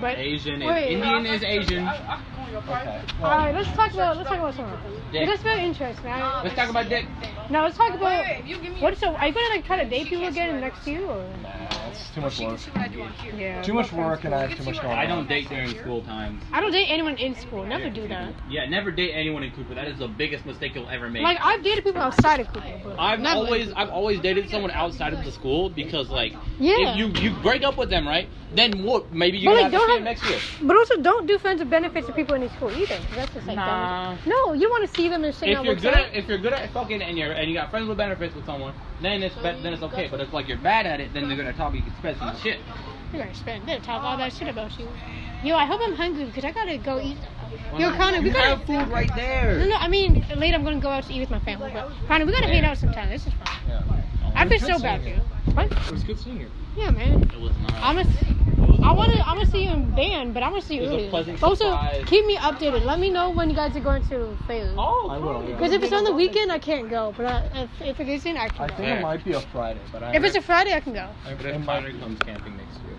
[SPEAKER 1] But
[SPEAKER 4] Asian is
[SPEAKER 1] Wait.
[SPEAKER 4] Indian is Asian.
[SPEAKER 15] I, I can go on your
[SPEAKER 5] Okay.
[SPEAKER 15] private.
[SPEAKER 5] Well,
[SPEAKER 1] all right, let's talk about let's talk about something.
[SPEAKER 4] Dick.
[SPEAKER 1] That's very interesting. I,
[SPEAKER 4] Let's talk about dick.
[SPEAKER 1] now let's talk about
[SPEAKER 16] Wait, if you give me
[SPEAKER 1] what. So are you gonna like try to date people again next year? Or?
[SPEAKER 5] nah, it's too much work.
[SPEAKER 16] see what I do on here.
[SPEAKER 1] Yeah.
[SPEAKER 5] Too much work, and I have too much going on.
[SPEAKER 4] I don't date during school times.
[SPEAKER 1] I don't date anyone in school. Never do that.
[SPEAKER 4] Yeah, never date anyone in Cooper. That is the biggest mistake you'll ever make.
[SPEAKER 1] Like I've dated people outside of Cooper. But
[SPEAKER 4] I've
[SPEAKER 1] never.
[SPEAKER 4] always I've always dated someone outside of the school because like
[SPEAKER 1] Yeah.
[SPEAKER 4] if you you break up with them right then what maybe you
[SPEAKER 1] But,
[SPEAKER 4] can
[SPEAKER 1] like,
[SPEAKER 4] have the
[SPEAKER 1] don't
[SPEAKER 4] same
[SPEAKER 1] have-
[SPEAKER 4] next year.
[SPEAKER 1] But also, don't do friends with benefits to people in your school either. 'cause That's just like dumb. No, you want to see them and shit.
[SPEAKER 4] If
[SPEAKER 1] not
[SPEAKER 4] you're
[SPEAKER 1] works
[SPEAKER 4] good
[SPEAKER 1] out.
[SPEAKER 4] at if you're good at fucking and you're and you got friends with benefits with someone then it's be- then it's okay. But if like you're bad at it then they're gonna probably expect some shit.
[SPEAKER 1] You're gonna spend. They'll talk all that shit about you. Yo, I hope I'm hungry because I gotta go eat. Yo, Connor, we
[SPEAKER 4] You
[SPEAKER 1] gotta.
[SPEAKER 4] have food right
[SPEAKER 1] No,
[SPEAKER 4] there.
[SPEAKER 1] no, I mean, later I'm gonna go out to eat with my family. But Connor, we gotta hang out sometime. This is fun.
[SPEAKER 5] Yeah.
[SPEAKER 1] I feel so bad for you. What?
[SPEAKER 5] It was good seeing you.
[SPEAKER 1] Yeah, man.
[SPEAKER 4] It was not.
[SPEAKER 1] I'm gonna. I wanna. I'm gonna see you in band, but I'm gonna see you
[SPEAKER 4] It was a
[SPEAKER 1] earlier.
[SPEAKER 4] pleasant
[SPEAKER 1] Also,
[SPEAKER 4] surprise.
[SPEAKER 1] keep me updated. Let me know when you guys are going to fail.
[SPEAKER 4] Oh,
[SPEAKER 5] I will.
[SPEAKER 1] Because if it's on the weekend, I can't go. But I, if, if it is in, I
[SPEAKER 5] I
[SPEAKER 1] can
[SPEAKER 5] think
[SPEAKER 1] go.
[SPEAKER 5] it might be a Friday, but I.
[SPEAKER 1] If it's a Friday, I can go.
[SPEAKER 5] I-
[SPEAKER 4] But
[SPEAKER 5] it
[SPEAKER 4] if
[SPEAKER 5] might
[SPEAKER 4] Connor
[SPEAKER 5] be.
[SPEAKER 4] comes camping next year,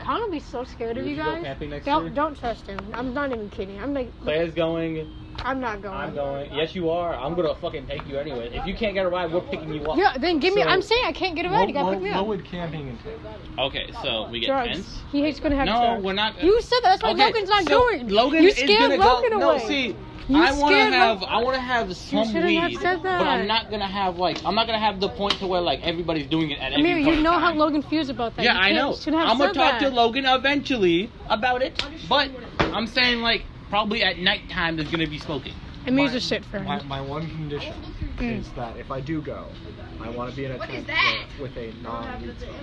[SPEAKER 1] Connor be so scared of
[SPEAKER 4] Would
[SPEAKER 1] you
[SPEAKER 4] you go
[SPEAKER 1] guys.
[SPEAKER 4] camping next
[SPEAKER 1] Don't
[SPEAKER 4] year?
[SPEAKER 1] don't trust him. I'm not even kidding. I'm like,
[SPEAKER 4] Claire's going.
[SPEAKER 1] I'm not going.
[SPEAKER 4] I'm going. Yes, you are. I'm gonna fucking take you anyway. If you can't get a ride, we're picking you up.
[SPEAKER 1] Yeah, then give me.
[SPEAKER 5] So-
[SPEAKER 1] I'm saying I can't get a ride. You
[SPEAKER 5] What,
[SPEAKER 1] gotta
[SPEAKER 5] what,
[SPEAKER 1] pick me
[SPEAKER 5] what
[SPEAKER 1] up.
[SPEAKER 5] would camping entail?
[SPEAKER 4] Okay, so we get
[SPEAKER 1] Drugs.
[SPEAKER 4] tents.
[SPEAKER 1] He hates gonna have
[SPEAKER 4] No,
[SPEAKER 1] drugs.
[SPEAKER 4] we're not- uh,
[SPEAKER 1] You said that. that's why
[SPEAKER 4] Okay,
[SPEAKER 1] Logan's not
[SPEAKER 4] so
[SPEAKER 1] going.
[SPEAKER 4] Logan
[SPEAKER 1] you
[SPEAKER 4] is
[SPEAKER 1] scared
[SPEAKER 4] gonna
[SPEAKER 1] Logan
[SPEAKER 4] go.
[SPEAKER 1] away.
[SPEAKER 4] No, see,
[SPEAKER 1] You
[SPEAKER 4] I want to
[SPEAKER 1] scared
[SPEAKER 4] have
[SPEAKER 1] Lo-
[SPEAKER 4] I want to have some
[SPEAKER 1] shouldn't
[SPEAKER 4] weed,
[SPEAKER 1] have said that.
[SPEAKER 4] but I'm not gonna have like I'm not gonna have the point to where like everybody's doing it at every
[SPEAKER 1] Amir,
[SPEAKER 4] point
[SPEAKER 1] you
[SPEAKER 4] in
[SPEAKER 1] know how
[SPEAKER 4] time.
[SPEAKER 1] Logan feels about that.
[SPEAKER 4] Yeah,
[SPEAKER 1] You
[SPEAKER 4] I
[SPEAKER 1] can't-
[SPEAKER 4] know.
[SPEAKER 1] shouldn't have
[SPEAKER 4] I'm gonna
[SPEAKER 1] said
[SPEAKER 4] talk to
[SPEAKER 1] that.
[SPEAKER 4] Logan eventually about it, but I'm saying like probably at nighttime there's gonna be smoking.
[SPEAKER 1] Amir's
[SPEAKER 5] My-
[SPEAKER 1] a shit friend.
[SPEAKER 5] My, my one condition is that if I do go, I want to be in a tent with, with a non-weed smoker.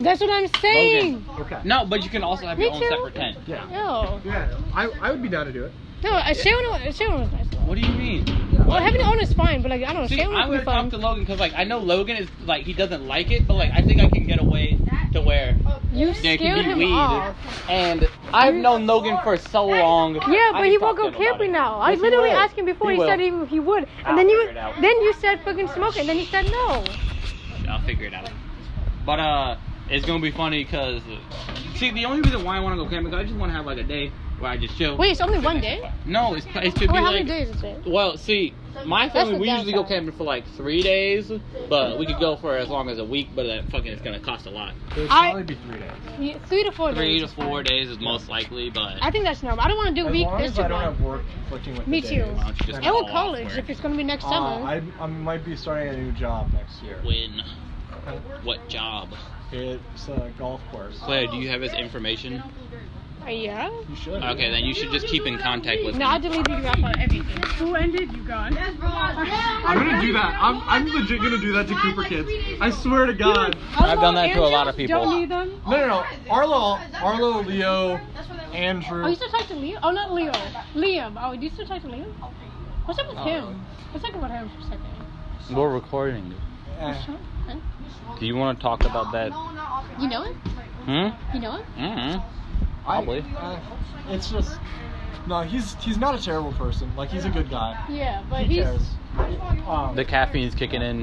[SPEAKER 1] That's what I'm saying.
[SPEAKER 5] Okay.
[SPEAKER 4] No, but you can also have
[SPEAKER 1] Me
[SPEAKER 4] your own
[SPEAKER 1] too.
[SPEAKER 4] separate tent.
[SPEAKER 5] Yeah.
[SPEAKER 1] No,
[SPEAKER 5] Yeah. I, I would be down to do it.
[SPEAKER 1] no. uh, Sharon, wa- Sharon was nice.
[SPEAKER 4] What do you mean?
[SPEAKER 1] Well, having to own is fine, but like I don't know.
[SPEAKER 4] See,
[SPEAKER 1] Sharon
[SPEAKER 4] I'm
[SPEAKER 1] would be
[SPEAKER 4] gonna
[SPEAKER 1] fun.
[SPEAKER 4] talk to Logan because like I know Logan is like he doesn't like it, but like I think I can get away to where
[SPEAKER 1] Oh, You
[SPEAKER 4] there can
[SPEAKER 1] scared
[SPEAKER 4] be
[SPEAKER 1] him
[SPEAKER 4] weed.
[SPEAKER 1] off.
[SPEAKER 4] And I've known Logan for so long.
[SPEAKER 1] Yeah, but
[SPEAKER 4] I
[SPEAKER 1] he
[SPEAKER 4] can
[SPEAKER 1] won't
[SPEAKER 4] talk
[SPEAKER 1] go
[SPEAKER 4] to him about
[SPEAKER 1] camping
[SPEAKER 4] it.
[SPEAKER 1] now. I
[SPEAKER 4] Yes, he
[SPEAKER 1] literally
[SPEAKER 4] will.
[SPEAKER 1] asked him before. He,
[SPEAKER 4] will.
[SPEAKER 1] said he, he would, and
[SPEAKER 4] I'll
[SPEAKER 1] then you
[SPEAKER 4] figure it out.
[SPEAKER 1] then you said fucking smoke, and then he said no.
[SPEAKER 4] I'll figure it out. But uh, it's gonna be funny because see, the only reason why I want to go camping, 'cause I just want to have like a day where I just chill.
[SPEAKER 3] Wait, it's only one day?
[SPEAKER 4] No, it's it's to
[SPEAKER 3] Wait,
[SPEAKER 4] be
[SPEAKER 3] how
[SPEAKER 4] like.
[SPEAKER 3] many days is it?
[SPEAKER 4] Well, see, my
[SPEAKER 3] That's
[SPEAKER 4] family
[SPEAKER 3] the
[SPEAKER 4] we usually go
[SPEAKER 3] downside.
[SPEAKER 4] camping for like three days, but we could go for as long as a week. But that fucking it's gonna cost a lot.
[SPEAKER 5] It would
[SPEAKER 3] I-
[SPEAKER 5] probably be three days.
[SPEAKER 3] You- Three to four
[SPEAKER 4] Three
[SPEAKER 3] days.
[SPEAKER 4] to
[SPEAKER 3] is
[SPEAKER 4] four
[SPEAKER 3] fine.
[SPEAKER 4] days is most likely, but
[SPEAKER 3] I think that's normal. I don't want to do
[SPEAKER 5] As
[SPEAKER 3] week.
[SPEAKER 5] long
[SPEAKER 3] It's
[SPEAKER 5] as
[SPEAKER 3] too
[SPEAKER 5] I don't
[SPEAKER 3] long.
[SPEAKER 5] have work conflicting with
[SPEAKER 3] Me
[SPEAKER 5] the
[SPEAKER 3] too.
[SPEAKER 5] days,
[SPEAKER 3] Why
[SPEAKER 4] don't you just
[SPEAKER 5] then
[SPEAKER 4] go
[SPEAKER 3] And
[SPEAKER 5] I'll-
[SPEAKER 3] we're
[SPEAKER 4] all
[SPEAKER 3] college
[SPEAKER 4] elsewhere.
[SPEAKER 3] if it's gonna be next
[SPEAKER 5] Uh,
[SPEAKER 3] summer.
[SPEAKER 5] I, I might be starting a new job next year.
[SPEAKER 4] when? What job?
[SPEAKER 5] It's a golf course.
[SPEAKER 4] Claire, do you have his information?
[SPEAKER 3] Uh, yeah.
[SPEAKER 5] You should.
[SPEAKER 4] Okay, then you should just keep in contact with
[SPEAKER 3] No, I deleted you out for everything. School ended, you gone.
[SPEAKER 5] I'm gonna do that. I'm, I'm legit gonna do that to Cooper kids. I swear to God.
[SPEAKER 4] I've done that to a lot of people.
[SPEAKER 3] Don't need them.
[SPEAKER 5] No, no, no. Arlo, Arlo, Leo,
[SPEAKER 3] Oh, you
[SPEAKER 5] Andrew.
[SPEAKER 3] still talk to Leo? Oh, not Leo. Liam. Oh, do you still talk to Liam? What's
[SPEAKER 4] Oh.
[SPEAKER 3] up with him? Let's talk about him for a second.
[SPEAKER 4] We're recording.
[SPEAKER 5] Eh.
[SPEAKER 4] Do you want to talk about that?
[SPEAKER 3] You know it?
[SPEAKER 4] Hmm?
[SPEAKER 3] You know it?
[SPEAKER 4] Mm-hmm.
[SPEAKER 5] I-
[SPEAKER 4] Probably.
[SPEAKER 5] uh, it's just. No, he's he's not a terrible person. Like he's a good guy.
[SPEAKER 3] Yeah, but
[SPEAKER 5] he
[SPEAKER 3] he's.
[SPEAKER 5] cares. Um,
[SPEAKER 4] The caffeine's kicking in.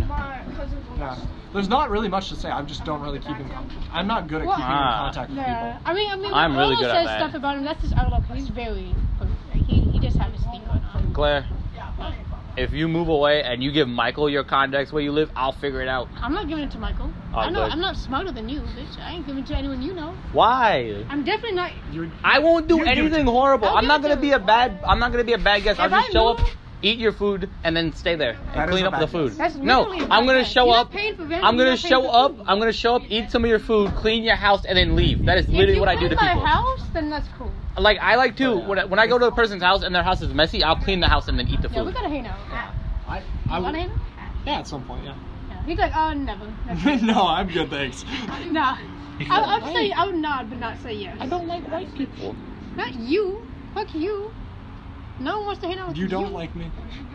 [SPEAKER 5] yeah. There's not really much to say. I just don't really keep in. Con- I'm not good at
[SPEAKER 3] Well,
[SPEAKER 5] keeping
[SPEAKER 4] Ah.
[SPEAKER 5] in contact with
[SPEAKER 3] Nah.
[SPEAKER 5] people.
[SPEAKER 3] I mean, I mean,
[SPEAKER 4] I'm
[SPEAKER 3] when
[SPEAKER 4] really
[SPEAKER 3] Arlo
[SPEAKER 4] good at
[SPEAKER 3] says
[SPEAKER 4] that.
[SPEAKER 3] stuff about him. That's his outlook. He's very. Like, he, he just has his thing going on.
[SPEAKER 4] Claire, if you move away and you give Michael your contacts where you live, I'll figure it out.
[SPEAKER 3] I'm not giving it to Michael.
[SPEAKER 4] Oh,
[SPEAKER 3] I'm
[SPEAKER 4] good.
[SPEAKER 3] not. I'm not smarter than you, bitch. I ain't giving it to anyone you know.
[SPEAKER 4] Why?
[SPEAKER 3] I'm definitely not.
[SPEAKER 4] I won't do
[SPEAKER 5] You give it
[SPEAKER 4] anything
[SPEAKER 5] to-
[SPEAKER 4] horrible.
[SPEAKER 3] I'll
[SPEAKER 4] I'm
[SPEAKER 3] give
[SPEAKER 4] not
[SPEAKER 3] it
[SPEAKER 4] gonna
[SPEAKER 3] to
[SPEAKER 4] be a
[SPEAKER 3] him.
[SPEAKER 4] bad. I'm not gonna be a bad guest. I'll
[SPEAKER 3] If
[SPEAKER 4] just
[SPEAKER 3] I
[SPEAKER 4] show up,
[SPEAKER 3] move-
[SPEAKER 4] eat your food, and then stay there
[SPEAKER 5] That
[SPEAKER 4] and
[SPEAKER 5] is
[SPEAKER 4] clean
[SPEAKER 5] a
[SPEAKER 4] up
[SPEAKER 5] bad
[SPEAKER 4] the food.
[SPEAKER 5] guest.
[SPEAKER 3] That's
[SPEAKER 4] No,
[SPEAKER 3] literally a bad
[SPEAKER 4] I'm gonna
[SPEAKER 3] guest.
[SPEAKER 4] show
[SPEAKER 3] You're not
[SPEAKER 4] up.
[SPEAKER 3] paying for rent,
[SPEAKER 4] I'm gonna
[SPEAKER 3] you're not paying
[SPEAKER 4] show
[SPEAKER 3] for
[SPEAKER 4] up.
[SPEAKER 3] food.
[SPEAKER 4] I'm gonna show up, eat some of your food, clean your house, and then leave. That is literally
[SPEAKER 3] if
[SPEAKER 4] what I do
[SPEAKER 3] you
[SPEAKER 4] to
[SPEAKER 3] clean my
[SPEAKER 4] people.
[SPEAKER 3] house, then that's cool.
[SPEAKER 4] Like I like to when I, when I go to a person's house and their house is messy, I'll clean the house and then eat the
[SPEAKER 3] Yeah, we
[SPEAKER 4] food.
[SPEAKER 3] gotta hang out.
[SPEAKER 5] I,
[SPEAKER 3] You
[SPEAKER 5] I
[SPEAKER 3] wanna hang
[SPEAKER 5] would,
[SPEAKER 3] out?
[SPEAKER 5] yeah, at some point, yeah.
[SPEAKER 3] Yeah. He's like, oh, never. never.
[SPEAKER 5] no, I'm good, thanks.
[SPEAKER 3] nah. I, I'd say I would nod, but not say yes.
[SPEAKER 4] don't like white people.
[SPEAKER 3] Not you. Fuck you. No one wants to hang out with you.
[SPEAKER 5] You don't like me?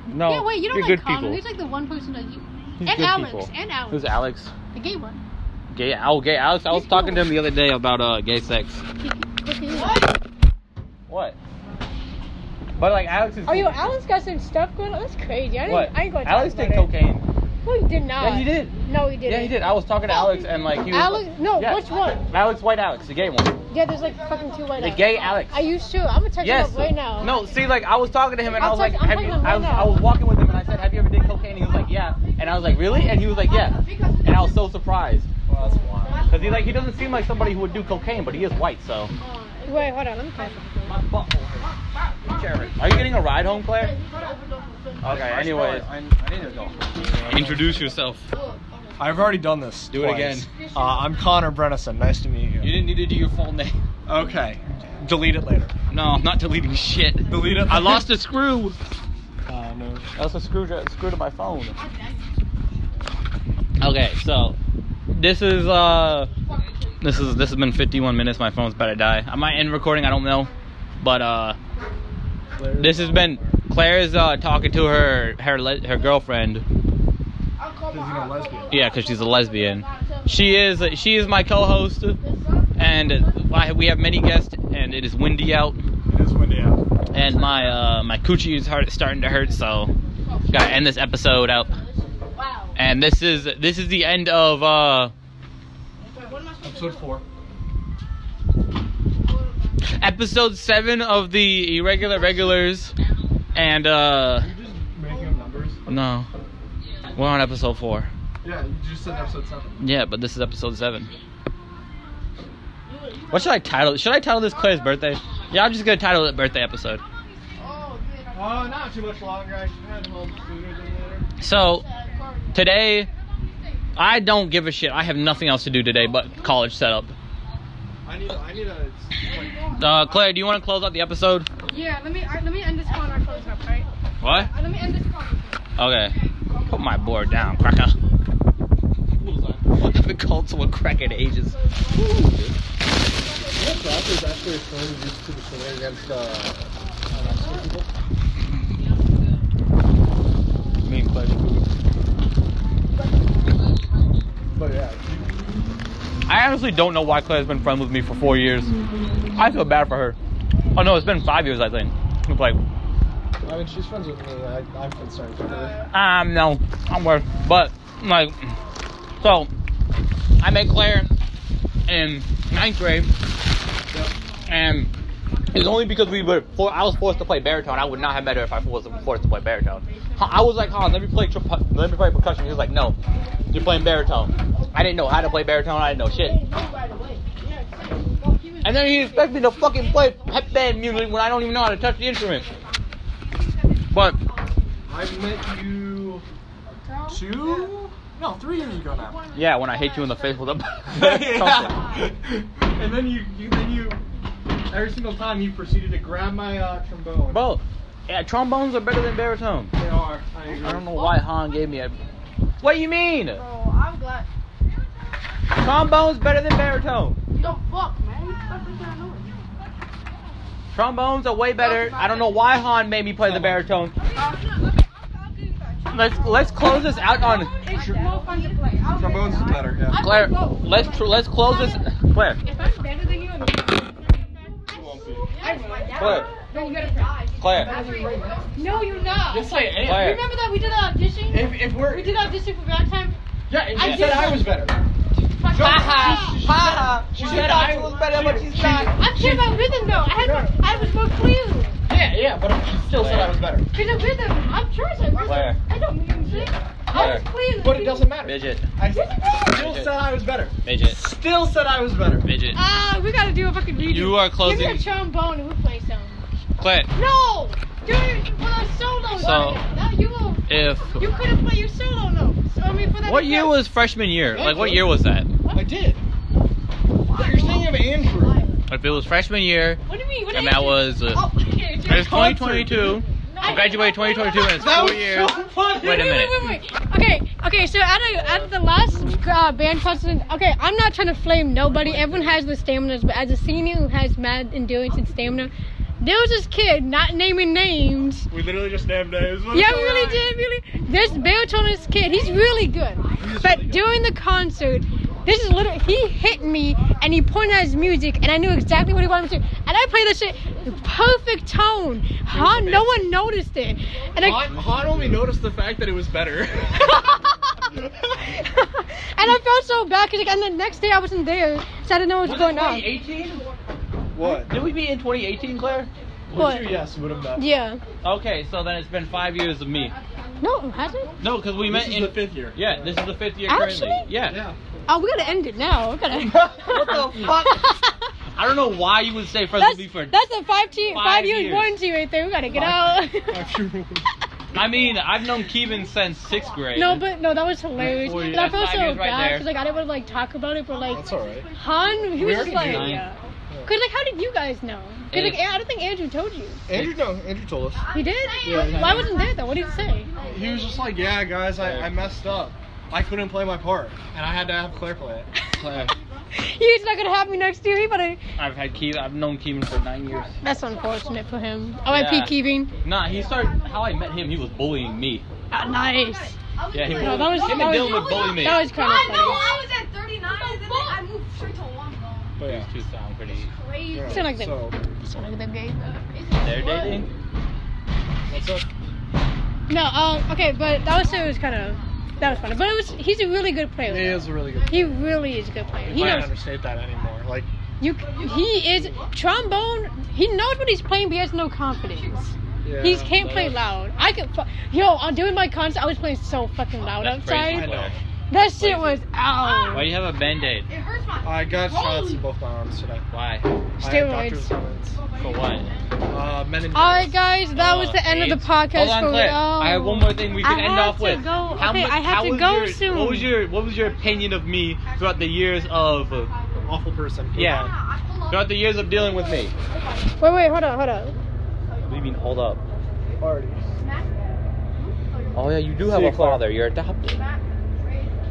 [SPEAKER 4] No,
[SPEAKER 3] yeah, wait. You don't
[SPEAKER 4] you're
[SPEAKER 3] like
[SPEAKER 4] good
[SPEAKER 3] Connor.
[SPEAKER 4] people.
[SPEAKER 3] He's like the one person that you.
[SPEAKER 4] He's
[SPEAKER 3] and
[SPEAKER 4] good
[SPEAKER 3] Alex.
[SPEAKER 4] people.
[SPEAKER 3] And Alex.
[SPEAKER 4] Who's Alex?
[SPEAKER 3] The gay one.
[SPEAKER 4] Gay? Oh, gay Alex. I was
[SPEAKER 3] He's
[SPEAKER 4] talking to him
[SPEAKER 3] cool.
[SPEAKER 4] the other day about uh gay sex. What? But like Alex is.
[SPEAKER 3] Oh, yo, Alex got some stuff going on. That's crazy. I, didn't,
[SPEAKER 4] What?
[SPEAKER 3] I ain't gonna talk
[SPEAKER 4] Alex
[SPEAKER 3] about
[SPEAKER 4] did
[SPEAKER 3] it.
[SPEAKER 4] cocaine.
[SPEAKER 3] No, he did not.
[SPEAKER 4] Yeah, he did.
[SPEAKER 3] No, he didn't.
[SPEAKER 4] Yeah, he did. I was talking to Alex and like he was.
[SPEAKER 3] Alex, no,
[SPEAKER 4] Yeah.
[SPEAKER 3] which one?
[SPEAKER 4] Alex, white Alex, the gay one,
[SPEAKER 3] Yeah, there's like fucking two white
[SPEAKER 4] the
[SPEAKER 3] guys.
[SPEAKER 4] gay Alex.
[SPEAKER 3] Are you sure? I'm gonna text
[SPEAKER 4] Yes.
[SPEAKER 3] him up right now.
[SPEAKER 4] No, see, like I was talking to him and i
[SPEAKER 3] I'll
[SPEAKER 4] was like,
[SPEAKER 3] text- I'm
[SPEAKER 4] have you,
[SPEAKER 3] talking to him
[SPEAKER 4] I was,
[SPEAKER 3] right now.
[SPEAKER 4] I was walking with him and I said, have you ever did cocaine? And he was like, yeah. And I was like, really? And he was like, yeah. And I was so surprised.
[SPEAKER 5] Well, that's why.
[SPEAKER 4] Cause he like he doesn't seem like somebody who would do cocaine, but he is white, so.
[SPEAKER 3] Wait, hold on. Let me text him.
[SPEAKER 4] My butthole hurts. Jerry, Are you getting a ride home, Claire? Okay. Anyways,
[SPEAKER 5] I, I need to go.
[SPEAKER 4] introduce yourself.
[SPEAKER 5] I've already done this.
[SPEAKER 2] Do it
[SPEAKER 5] twice.
[SPEAKER 2] again.
[SPEAKER 5] Uh, I'm Connor Brennison. Nice to meet you.
[SPEAKER 2] You didn't need to do your full name.
[SPEAKER 5] Okay. Delete it later.
[SPEAKER 4] No, I'm not deleting shit.
[SPEAKER 5] Delete it.
[SPEAKER 4] I lost a screw.
[SPEAKER 5] Uh, no.
[SPEAKER 4] That's a screw screw to my phone. Okay, so this is uh this is this has been 51 minutes. My phone's about to die. I might end recording. I don't know, but uh this has been Claire's uh talking to her her le- her girlfriend.
[SPEAKER 5] a lesbian.
[SPEAKER 4] Yeah, because she's a lesbian. She is she is my co-host, and I, we have many guests. And it is windy out,
[SPEAKER 5] It is windy out.
[SPEAKER 4] and my uh my coochie is hard, starting to hurt. So gotta end this episode out.
[SPEAKER 17] Wow.
[SPEAKER 4] And this is this is the end of uh
[SPEAKER 17] What am I supposed
[SPEAKER 5] Episode four.
[SPEAKER 4] episode seven of the irregular regulars. And uh
[SPEAKER 5] you just making up numbers?
[SPEAKER 4] no. We're on episode four.
[SPEAKER 5] Yeah, you just said episode seven.
[SPEAKER 4] Yeah, but this is episode seven. What should I title should I title this Claire's birthday? Yeah, I'm just gonna title it birthday episode.
[SPEAKER 17] Oh,
[SPEAKER 5] Oh,
[SPEAKER 17] yeah.
[SPEAKER 5] not too much longer. I should have held sooner than later.
[SPEAKER 4] So
[SPEAKER 17] Corey.
[SPEAKER 4] today I don't give a shit. I have nothing else to do today but college setup.
[SPEAKER 5] I need. I need a.
[SPEAKER 4] Uh Claire, do you wanna close out the episode?
[SPEAKER 3] Yeah, let me I, let me end this call and I close up, right?
[SPEAKER 4] What?
[SPEAKER 3] Uh, let me end this call.
[SPEAKER 4] Okay. Put my board down, cracker. What if it called to a crack at ages?
[SPEAKER 5] is actually a story used to the story against. Uh,
[SPEAKER 4] Me and Claire.
[SPEAKER 5] but yeah,
[SPEAKER 4] I honestly don't know why Claire's been friends with me for four years. I feel bad for her. Oh no, it's been five years, I think. It's like,
[SPEAKER 5] I mean, she's friends with me. I, I'm concerned for her.
[SPEAKER 4] um, no, I'm worth. But like, So, I met Claire in ninth grade, and it's only because we were for, I was forced to play baritone. I would not have met her if I was forced to play baritone. I was like, Hans, let me play tri- let me play percussion. He was like, No, you're playing baritone. I didn't know how to play baritone. I didn't know shit. And then he expects me to fucking play pep band music when I don't even know how to touch the instrument. But
[SPEAKER 5] Uh, I've met you two, no, three years ago now.
[SPEAKER 4] yeah, when I hit you in the face with a
[SPEAKER 5] and then you, you, then you, every single time you proceeded to grab my uh, trombone.
[SPEAKER 4] Bro, yeah, trombones are better than baritone.
[SPEAKER 5] They are. I agree.
[SPEAKER 4] I don't know why Han gave me a. What do you mean?
[SPEAKER 3] Bro, I'm glad.
[SPEAKER 4] Trombone's better than baritone.
[SPEAKER 3] Yo, fuck, man. What the fuck is that noise?
[SPEAKER 4] Trombones are way better. I don't know why Han made me play the baritone. Let's let's close this out on
[SPEAKER 18] It's more fun to play. I'll
[SPEAKER 19] Trombones is better, yeah.
[SPEAKER 4] Claire. Let's tr- let's close this. Claire,
[SPEAKER 18] If I'm better than you, I'm
[SPEAKER 4] Claire,
[SPEAKER 18] No, you gotta die.
[SPEAKER 4] Claire.
[SPEAKER 1] No, you're not.
[SPEAKER 7] Just like any.
[SPEAKER 4] Claire.
[SPEAKER 1] Remember that we did an audition?
[SPEAKER 5] If, if we're
[SPEAKER 1] We did an audition for Ragtime.
[SPEAKER 5] yeah, and
[SPEAKER 1] I
[SPEAKER 5] she
[SPEAKER 1] did-
[SPEAKER 5] said I was better.
[SPEAKER 1] Ha
[SPEAKER 5] She said I was better, but she's not.
[SPEAKER 1] I care about rhythm though. I had I was more clear.
[SPEAKER 5] Yeah, yeah, but she still said I was better.
[SPEAKER 1] Because of rhythm, I'm trash at
[SPEAKER 4] Where?
[SPEAKER 1] rhythm. I don't music. I was
[SPEAKER 4] Where?
[SPEAKER 1] clear.
[SPEAKER 5] But it doesn't matter.
[SPEAKER 4] Midget,
[SPEAKER 5] I still said I was better.
[SPEAKER 4] midget,
[SPEAKER 5] Still said I was better.
[SPEAKER 4] midget.
[SPEAKER 1] Ah, we gotta do a fucking redo.
[SPEAKER 4] You are closing-
[SPEAKER 1] Give me a trombone and we'll play some.
[SPEAKER 4] Claire,
[SPEAKER 1] No, do it for the solo.
[SPEAKER 4] So-
[SPEAKER 1] that you will.
[SPEAKER 4] if
[SPEAKER 1] You couldn't play your solo notes. I mean, for that.
[SPEAKER 4] what year
[SPEAKER 1] effect.
[SPEAKER 4] was freshman year? Like what year was that?
[SPEAKER 5] I did. You're thinking of Andrew.
[SPEAKER 4] If it was freshman year,
[SPEAKER 1] What do you mean? What
[SPEAKER 4] and
[SPEAKER 1] age
[SPEAKER 4] that
[SPEAKER 1] is-
[SPEAKER 4] was uh,
[SPEAKER 1] Oh, what age
[SPEAKER 4] it was
[SPEAKER 1] is-
[SPEAKER 4] 2022. I graduated 2022, and it's four years.
[SPEAKER 5] funny.
[SPEAKER 4] Wait a minute.
[SPEAKER 1] Wait, wait, wait. Okay, okay. So at a, at the last uh, band concert, okay, I'm not trying to flame nobody. Everyone has their stamina, but as a senior who has mad endurance and stamina, there was this kid, not naming names.
[SPEAKER 5] We literally just named names.
[SPEAKER 1] Yeah, we really did, really. This baritone kid, he's really good. But during the concert, this is literally, he hit me and he pointed at his music and I knew exactly what he wanted me to do. And I played this shit perfect tone. Huh? No one noticed it. And I,
[SPEAKER 5] Han, Han only noticed the fact that it was better.
[SPEAKER 1] and I felt so bad because, like, and the next day I wasn't there, so I didn't know what was going on.
[SPEAKER 7] 2018?
[SPEAKER 19] What?
[SPEAKER 7] Did we meet in 2018, Claire?
[SPEAKER 1] What?
[SPEAKER 5] you yes would have met.
[SPEAKER 1] Yeah.
[SPEAKER 4] Okay, so then it's been five years of me.
[SPEAKER 1] No, has it?
[SPEAKER 4] No, because we
[SPEAKER 5] This
[SPEAKER 4] met
[SPEAKER 5] is
[SPEAKER 4] in
[SPEAKER 5] the fifth year.
[SPEAKER 4] Yeah, this is the fifth year currently.
[SPEAKER 1] Actually?
[SPEAKER 4] Yeah.
[SPEAKER 5] Yeah.
[SPEAKER 1] Oh, we gotta end it now. We gotta.
[SPEAKER 4] What the fuck? I don't know why you would say friends
[SPEAKER 1] That's,
[SPEAKER 4] with me for.
[SPEAKER 1] that's a five, te-
[SPEAKER 4] five
[SPEAKER 1] five, years,
[SPEAKER 4] years.
[SPEAKER 1] warranty right there. We gotta get out.
[SPEAKER 4] I mean, I've known Keevan since sixth grade.
[SPEAKER 1] no, but no, that was hilarious.
[SPEAKER 4] Four years.
[SPEAKER 1] And I felt
[SPEAKER 4] That's
[SPEAKER 1] so
[SPEAKER 4] five years right
[SPEAKER 1] bad
[SPEAKER 4] there.
[SPEAKER 1] because like I didn't want to like talk about it, but like
[SPEAKER 5] That's alright.
[SPEAKER 1] Han, he was
[SPEAKER 5] already
[SPEAKER 1] just like,
[SPEAKER 5] knew.
[SPEAKER 1] yeah. Cause like, how did you guys know? Cause like, I don't think Andrew told you.
[SPEAKER 5] Andrew, no, Andrew told us.
[SPEAKER 1] He did.
[SPEAKER 5] Yeah, yeah.
[SPEAKER 1] Why wasn't there though? What did he say?
[SPEAKER 5] He was just like, yeah, guys, I, I messed up. I couldn't play my part, and I had to have Claire play it.
[SPEAKER 1] He's not gonna have me next year. He better.
[SPEAKER 4] I've had Keevan. I've known Keevan for nine years.
[SPEAKER 1] That's unfortunate for him. Oh, R.I.P.
[SPEAKER 4] Yeah.
[SPEAKER 1] Keeping.
[SPEAKER 4] Nah, he started. How I met him, he was bullying me.
[SPEAKER 1] Ah, nice.
[SPEAKER 4] Yeah, he
[SPEAKER 1] No,
[SPEAKER 4] bullied,
[SPEAKER 1] that was
[SPEAKER 4] him
[SPEAKER 1] that was,
[SPEAKER 4] and Dylan would bully me.
[SPEAKER 1] That was kind
[SPEAKER 18] I
[SPEAKER 1] of
[SPEAKER 18] know.
[SPEAKER 1] funny.
[SPEAKER 18] I was at 39, and then I moved straight to one goal.
[SPEAKER 5] But yeah.
[SPEAKER 4] These two sound pretty.
[SPEAKER 18] Crazy.
[SPEAKER 1] Sound like them.
[SPEAKER 5] so,
[SPEAKER 1] Sound like them gay.
[SPEAKER 4] They're dating.
[SPEAKER 5] what's up?
[SPEAKER 1] No, um, okay, but that was it was kind of that was funny. But it was he's a really good player.
[SPEAKER 5] He
[SPEAKER 1] though.
[SPEAKER 5] is a really good.
[SPEAKER 1] He really is a good player.
[SPEAKER 5] You
[SPEAKER 1] He
[SPEAKER 5] can't
[SPEAKER 1] knows
[SPEAKER 5] understate that anymore. Like,
[SPEAKER 1] you. He is trombone. He knows what he's playing, but he has no confidence.
[SPEAKER 5] yeah,
[SPEAKER 1] he can't play loud. I could. fu- Yo, on doing my concert, I was playing so fucking loud
[SPEAKER 4] That's crazy.
[SPEAKER 1] outside.
[SPEAKER 4] Claire.
[SPEAKER 1] That shit was out.
[SPEAKER 4] Why do you have a band aid?
[SPEAKER 18] It hurts my.
[SPEAKER 5] I got shots in both my arms today.
[SPEAKER 4] Why?
[SPEAKER 5] I had doctor's
[SPEAKER 1] Steroids.
[SPEAKER 5] appointments.
[SPEAKER 4] For what?
[SPEAKER 5] Uh, meningitis.
[SPEAKER 1] All right, guys, that was the end of the
[SPEAKER 4] AIDS.
[SPEAKER 1] podcast
[SPEAKER 4] Hold on,
[SPEAKER 1] for
[SPEAKER 4] Claire.
[SPEAKER 1] oh.
[SPEAKER 4] I have one more thing we can
[SPEAKER 1] I
[SPEAKER 4] end
[SPEAKER 1] have
[SPEAKER 4] off
[SPEAKER 1] to
[SPEAKER 4] with.
[SPEAKER 1] go. Okay, I have to
[SPEAKER 4] was
[SPEAKER 1] go
[SPEAKER 4] your-
[SPEAKER 1] soon.
[SPEAKER 4] What was your What was your opinion of me throughout the years of uh,
[SPEAKER 5] Awful person.
[SPEAKER 4] Yeah, throughout the years of dealing with me?
[SPEAKER 1] Wait, wait, hold on, hold on.
[SPEAKER 4] What do you mean? Hold up.
[SPEAKER 5] Party.
[SPEAKER 4] Oh yeah, you do
[SPEAKER 5] have a father.
[SPEAKER 4] You're adopted.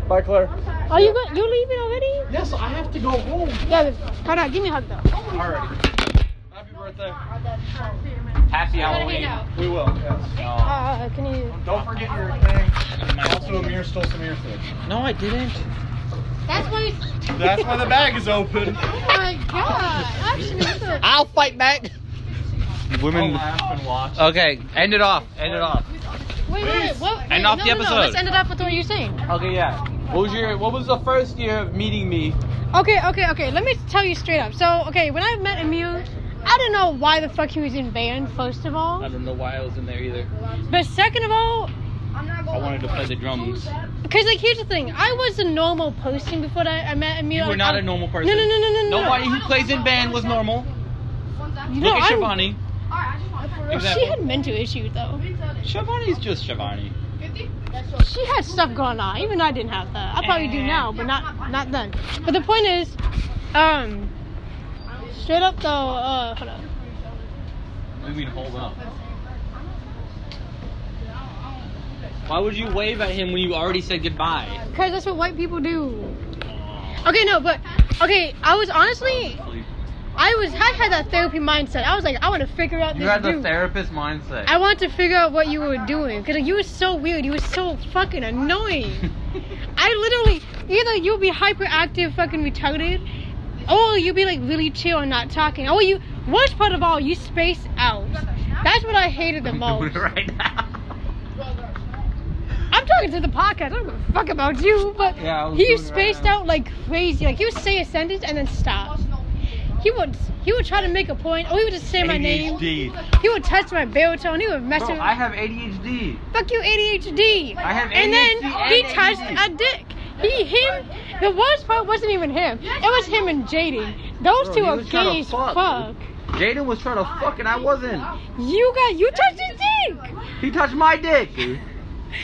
[SPEAKER 5] Bye, Claire.
[SPEAKER 1] Are you go- you leaving already?
[SPEAKER 5] Yes, I have to go home.
[SPEAKER 1] Yeah, hold on. Give me a hug though.
[SPEAKER 5] Alrighty. Happy birthday.
[SPEAKER 4] Happy Halloween.
[SPEAKER 5] We will. Yes.
[SPEAKER 4] Oh.
[SPEAKER 1] Uh, can you?
[SPEAKER 5] Don't forget your thing.
[SPEAKER 4] My-
[SPEAKER 5] Also, Amir stole some of your food.
[SPEAKER 4] No, I didn't.
[SPEAKER 1] That's why.
[SPEAKER 5] That's why the bag is open.
[SPEAKER 1] Oh my god! Actually, what the-
[SPEAKER 4] I'll fight back.
[SPEAKER 5] I'll
[SPEAKER 4] Women.
[SPEAKER 5] laugh and watch.
[SPEAKER 4] Okay, end it off. End it off.
[SPEAKER 1] wait, wait, wait. What?
[SPEAKER 4] End
[SPEAKER 1] wait,
[SPEAKER 4] off
[SPEAKER 1] no,
[SPEAKER 4] the
[SPEAKER 1] no, No,
[SPEAKER 4] episode.
[SPEAKER 1] let's end it off with what you're saying.
[SPEAKER 4] Okay, yeah.
[SPEAKER 2] What was your? What was the first year of meeting me?
[SPEAKER 1] Okay, okay, okay. Let me tell you straight up. So, okay, when I met Emil, I don't know why the fuck he was in band, first of all.
[SPEAKER 4] don't know why I was in there either.
[SPEAKER 1] But second of all,
[SPEAKER 3] I'm not
[SPEAKER 4] I
[SPEAKER 3] going.
[SPEAKER 4] wanted to play the drums.
[SPEAKER 1] because, like, here's the thing. I was a normal person before that I met Emil.
[SPEAKER 4] You were
[SPEAKER 1] Like,
[SPEAKER 4] not
[SPEAKER 1] I'm-
[SPEAKER 4] a normal person.
[SPEAKER 1] No, no, no, no, no, no.
[SPEAKER 4] Nobody who plays in band was normal.
[SPEAKER 1] No,
[SPEAKER 4] Look at
[SPEAKER 1] I'm-
[SPEAKER 4] Shivani.
[SPEAKER 3] All right, I just want to.
[SPEAKER 4] Exactly.
[SPEAKER 1] She had mental issues, though.
[SPEAKER 4] Shivani's just Shivani.
[SPEAKER 1] She had stuff going on. Even I didn't have that. I probably do now, but not not then. But the point is, um, straight up though, uh, hold up.
[SPEAKER 7] What do you mean hold up?
[SPEAKER 4] Why would you wave at him when you already said goodbye?
[SPEAKER 1] Because that's what white people do. Okay, no, but okay, I was honestly, I was I had that therapy mindset. I was like, I want to figure out this
[SPEAKER 7] You had the
[SPEAKER 1] dude.
[SPEAKER 7] therapist mindset.
[SPEAKER 1] I want to figure out what you were doing because like, you were so weird. You were so fucking annoying. I literally either you'll be hyperactive, fucking retarded, or you'll be like really chill and not talking. Or you worst part of all, you space out. That's what I hated the most.
[SPEAKER 7] right now.
[SPEAKER 1] I'm talking to the podcast. I don't give a fuck about you, but
[SPEAKER 7] Yeah, I was
[SPEAKER 1] he
[SPEAKER 7] doing it
[SPEAKER 1] spaced
[SPEAKER 7] right now.
[SPEAKER 1] out like crazy. Like he would say a sentence and then stop. He would he would try to make a point, or he would just say my name.
[SPEAKER 7] ADHD.
[SPEAKER 1] He would touch my baritone. He would mess
[SPEAKER 7] Bro,
[SPEAKER 1] with
[SPEAKER 7] I have ADHD.
[SPEAKER 1] fuck you ADHD.
[SPEAKER 7] I have
[SPEAKER 1] and then
[SPEAKER 7] ADHD
[SPEAKER 1] he
[SPEAKER 7] and
[SPEAKER 1] touched
[SPEAKER 7] ADD.
[SPEAKER 1] a dick. He him. The worst part wasn't even him. It was him and JD. Those
[SPEAKER 7] Bro,
[SPEAKER 1] two
[SPEAKER 7] he
[SPEAKER 1] are
[SPEAKER 7] was trying to
[SPEAKER 1] gay as
[SPEAKER 7] fuck.
[SPEAKER 1] fuck.
[SPEAKER 7] Jaden was trying to fuck and I wasn't.
[SPEAKER 1] You got you touched his dick.
[SPEAKER 7] He touched my dick.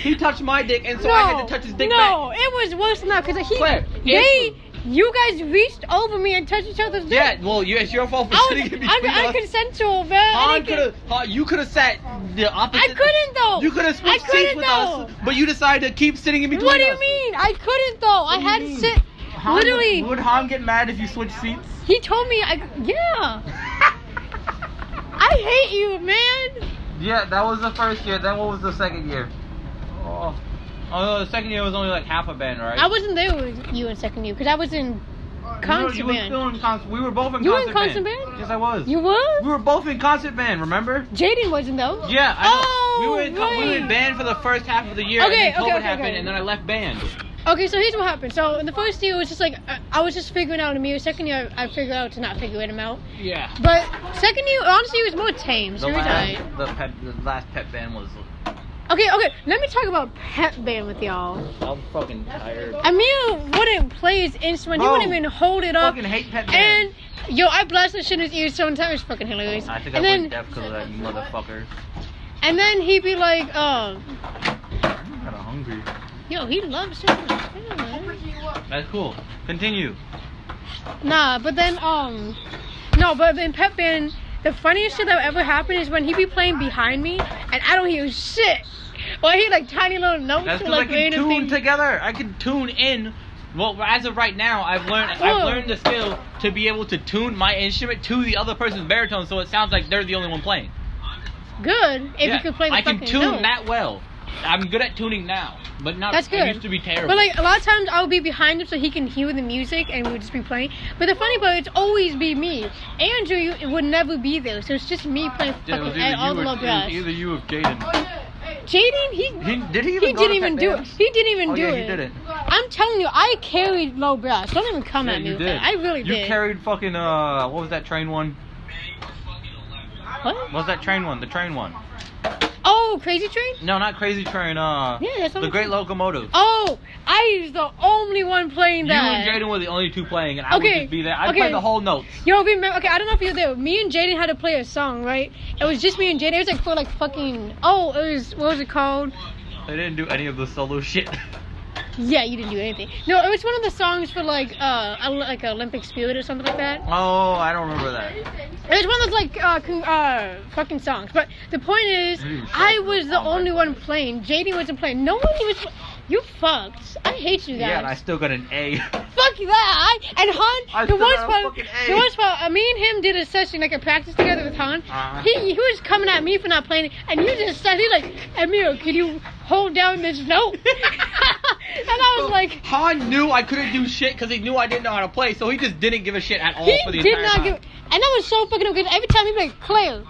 [SPEAKER 2] He touched my dick, and so
[SPEAKER 1] no,
[SPEAKER 2] I had to touch his dick
[SPEAKER 1] no,
[SPEAKER 2] back.
[SPEAKER 1] it was worse than that because he
[SPEAKER 2] Claire,
[SPEAKER 1] they you guys reached over me and touched each other's dick.
[SPEAKER 2] Yeah, well, you, it's your fault for
[SPEAKER 1] I
[SPEAKER 2] sitting
[SPEAKER 1] was
[SPEAKER 2] in
[SPEAKER 1] un-
[SPEAKER 2] between us.
[SPEAKER 1] unconsensual, bro. I
[SPEAKER 2] Han
[SPEAKER 1] didn't get-
[SPEAKER 2] could have. You could have sat the opposite.
[SPEAKER 1] I couldn't though.
[SPEAKER 2] You could have
[SPEAKER 1] I
[SPEAKER 2] switched seats
[SPEAKER 1] couldn't
[SPEAKER 2] with
[SPEAKER 1] though.
[SPEAKER 2] us, but you decided to keep sitting in between
[SPEAKER 1] What do you
[SPEAKER 2] us.
[SPEAKER 1] mean? I couldn't though. I had to sit.
[SPEAKER 7] Han would-
[SPEAKER 1] literally,
[SPEAKER 7] Would Han get mad if you switched seats?
[SPEAKER 1] he told me. I yeah. I hate you, man.
[SPEAKER 7] Yeah, that was the first year. Then what was the second year? Oh,
[SPEAKER 4] Oh, the second year was only like half a band, right?
[SPEAKER 1] I wasn't there with you in second year because I was in concert
[SPEAKER 7] you, were- you were
[SPEAKER 1] band.
[SPEAKER 7] still in concert. We were both in
[SPEAKER 1] You were
[SPEAKER 7] concert
[SPEAKER 1] in concert band?
[SPEAKER 7] Yes, I was.
[SPEAKER 1] you
[SPEAKER 7] we
[SPEAKER 1] were?
[SPEAKER 7] were both in concert band. Remember?
[SPEAKER 1] Jaden wasn't though.
[SPEAKER 4] Yeah, I know. we were in,
[SPEAKER 1] Oh,
[SPEAKER 4] we were in
[SPEAKER 1] right.
[SPEAKER 4] band for the first half of the year,
[SPEAKER 1] Okay,
[SPEAKER 4] and then
[SPEAKER 1] okay,
[SPEAKER 4] COVID
[SPEAKER 1] okay,
[SPEAKER 4] happened,
[SPEAKER 1] okay.
[SPEAKER 4] and then I left band.
[SPEAKER 1] Okay, so here's what happened. So in the first year, it was just like I, I was just figuring out Amir. Second year, I, I figured out to not figure him out.
[SPEAKER 4] Yeah.
[SPEAKER 1] But second year, honestly, it was more tame. So
[SPEAKER 4] The
[SPEAKER 1] we
[SPEAKER 4] last,
[SPEAKER 1] died.
[SPEAKER 4] the, pet, the last pet band was.
[SPEAKER 1] Okay, okay. Let me talk about pet band with y'all.
[SPEAKER 4] I'm fucking tired.
[SPEAKER 1] Uh, Amir wouldn't play his instrument. he wouldn't
[SPEAKER 7] Bro,
[SPEAKER 1] even hold it up.
[SPEAKER 7] Fucking hate pet band.
[SPEAKER 1] And yo, I blasted shit in his ears sometimes. Fucking hilarious.
[SPEAKER 4] I think
[SPEAKER 1] and
[SPEAKER 4] I
[SPEAKER 1] then
[SPEAKER 4] went deaf because of that motherfucker.
[SPEAKER 1] and then he'd be like, um,
[SPEAKER 7] I'm kind of hungry.
[SPEAKER 1] yo, he loves shit. Yeah, man.
[SPEAKER 4] That's cool. Continue.
[SPEAKER 1] Nah, but then um, no, but in pep band, the funniest shit that ever happened is when he be playing behind me and I don't hear shit. Or he like tiny little notes
[SPEAKER 4] That's
[SPEAKER 1] or,
[SPEAKER 4] because
[SPEAKER 1] like
[SPEAKER 4] I can
[SPEAKER 1] random
[SPEAKER 4] tune
[SPEAKER 1] things.
[SPEAKER 4] together. I can tune in. Well, as of right now, I've learned
[SPEAKER 1] Whoa.
[SPEAKER 4] I've learned the skill to be able to tune my instrument to the other person's baritone, so it sounds like they're the only one playing.
[SPEAKER 1] Good if
[SPEAKER 4] Yeah,
[SPEAKER 1] you could play the
[SPEAKER 4] I can
[SPEAKER 1] fucking
[SPEAKER 4] tune
[SPEAKER 1] note.
[SPEAKER 4] that well. I'm good at tuning now, but not.
[SPEAKER 1] That's
[SPEAKER 4] I
[SPEAKER 1] good.
[SPEAKER 4] used to be terrible.
[SPEAKER 1] But like a lot of times I'll be behind him so he can hear the music and we'll just be playing. But the funny part it's always be me. Andrew would never be there, so it's just me playing
[SPEAKER 7] Yeah, it was
[SPEAKER 1] fucking eh,
[SPEAKER 7] either
[SPEAKER 1] all
[SPEAKER 7] you
[SPEAKER 1] the
[SPEAKER 7] or-
[SPEAKER 1] little
[SPEAKER 7] it was
[SPEAKER 1] brass.
[SPEAKER 7] Either you or Jaden.
[SPEAKER 1] Jaden, he
[SPEAKER 7] He, did he even
[SPEAKER 1] he
[SPEAKER 7] go to
[SPEAKER 1] didn't even
[SPEAKER 7] pet
[SPEAKER 1] do it.
[SPEAKER 7] bands?
[SPEAKER 1] He didn't even
[SPEAKER 7] Oh
[SPEAKER 1] do
[SPEAKER 7] yeah,
[SPEAKER 1] it.
[SPEAKER 7] he did it.
[SPEAKER 1] I'm telling you, I carried low brass. Don't even come
[SPEAKER 7] Yeah,
[SPEAKER 1] at me
[SPEAKER 7] you
[SPEAKER 1] with
[SPEAKER 7] did.
[SPEAKER 1] that. I really
[SPEAKER 7] You
[SPEAKER 1] did.
[SPEAKER 7] carried fucking uh, what was that train one?
[SPEAKER 1] what?
[SPEAKER 7] What was that train one? The train one.
[SPEAKER 1] Oh, Crazy Train?
[SPEAKER 7] No, not Crazy Train. Uh,
[SPEAKER 1] Yeah, that's what
[SPEAKER 7] the
[SPEAKER 1] I'm
[SPEAKER 7] Great
[SPEAKER 1] saying.
[SPEAKER 7] Locomotive.
[SPEAKER 1] Oh, I was the only one playing
[SPEAKER 4] you
[SPEAKER 1] that.
[SPEAKER 4] and Jaden were the only two playing, and I
[SPEAKER 1] Okay,
[SPEAKER 4] would just be there. I
[SPEAKER 1] okay.
[SPEAKER 4] played the whole notes.
[SPEAKER 1] Yo, remember? Okay, I don't know if you were there. Me and Jaden had to play a song, right? It was just me and Jaden. It was like for like fucking. Oh, it was what was it called?
[SPEAKER 7] I didn't do any of the solo shit.
[SPEAKER 1] Yeah, you didn't do anything. No, it was one of the songs for like uh Ol- like Olympic Spirit or something like that.
[SPEAKER 7] Oh, I don't remember that.
[SPEAKER 1] It was one of those like uh, con- uh fucking songs. But the point is, I was the only one playing. Jaden wasn't playing. No one was. You fucked. I hate you guys.
[SPEAKER 7] Yeah, and I still got an A.
[SPEAKER 1] Fuck that! I, and Han,
[SPEAKER 7] I
[SPEAKER 1] the
[SPEAKER 7] still
[SPEAKER 1] worst
[SPEAKER 7] got a
[SPEAKER 1] part,
[SPEAKER 7] fucking A.
[SPEAKER 1] the worst part. Uh, me and him did a session, like a practice together with Han.
[SPEAKER 7] Uh-huh.
[SPEAKER 1] He he was coming at me for not playing, and you just said he like, Emil, can you hold down this note? and I was like,
[SPEAKER 4] Han knew I couldn't do shit because he knew I didn't know how to play, so he just didn't give a shit at all for the
[SPEAKER 1] he did
[SPEAKER 4] entire
[SPEAKER 1] not
[SPEAKER 4] time.
[SPEAKER 1] give. And that was so fucking okay. Every time he'd be like, Claire,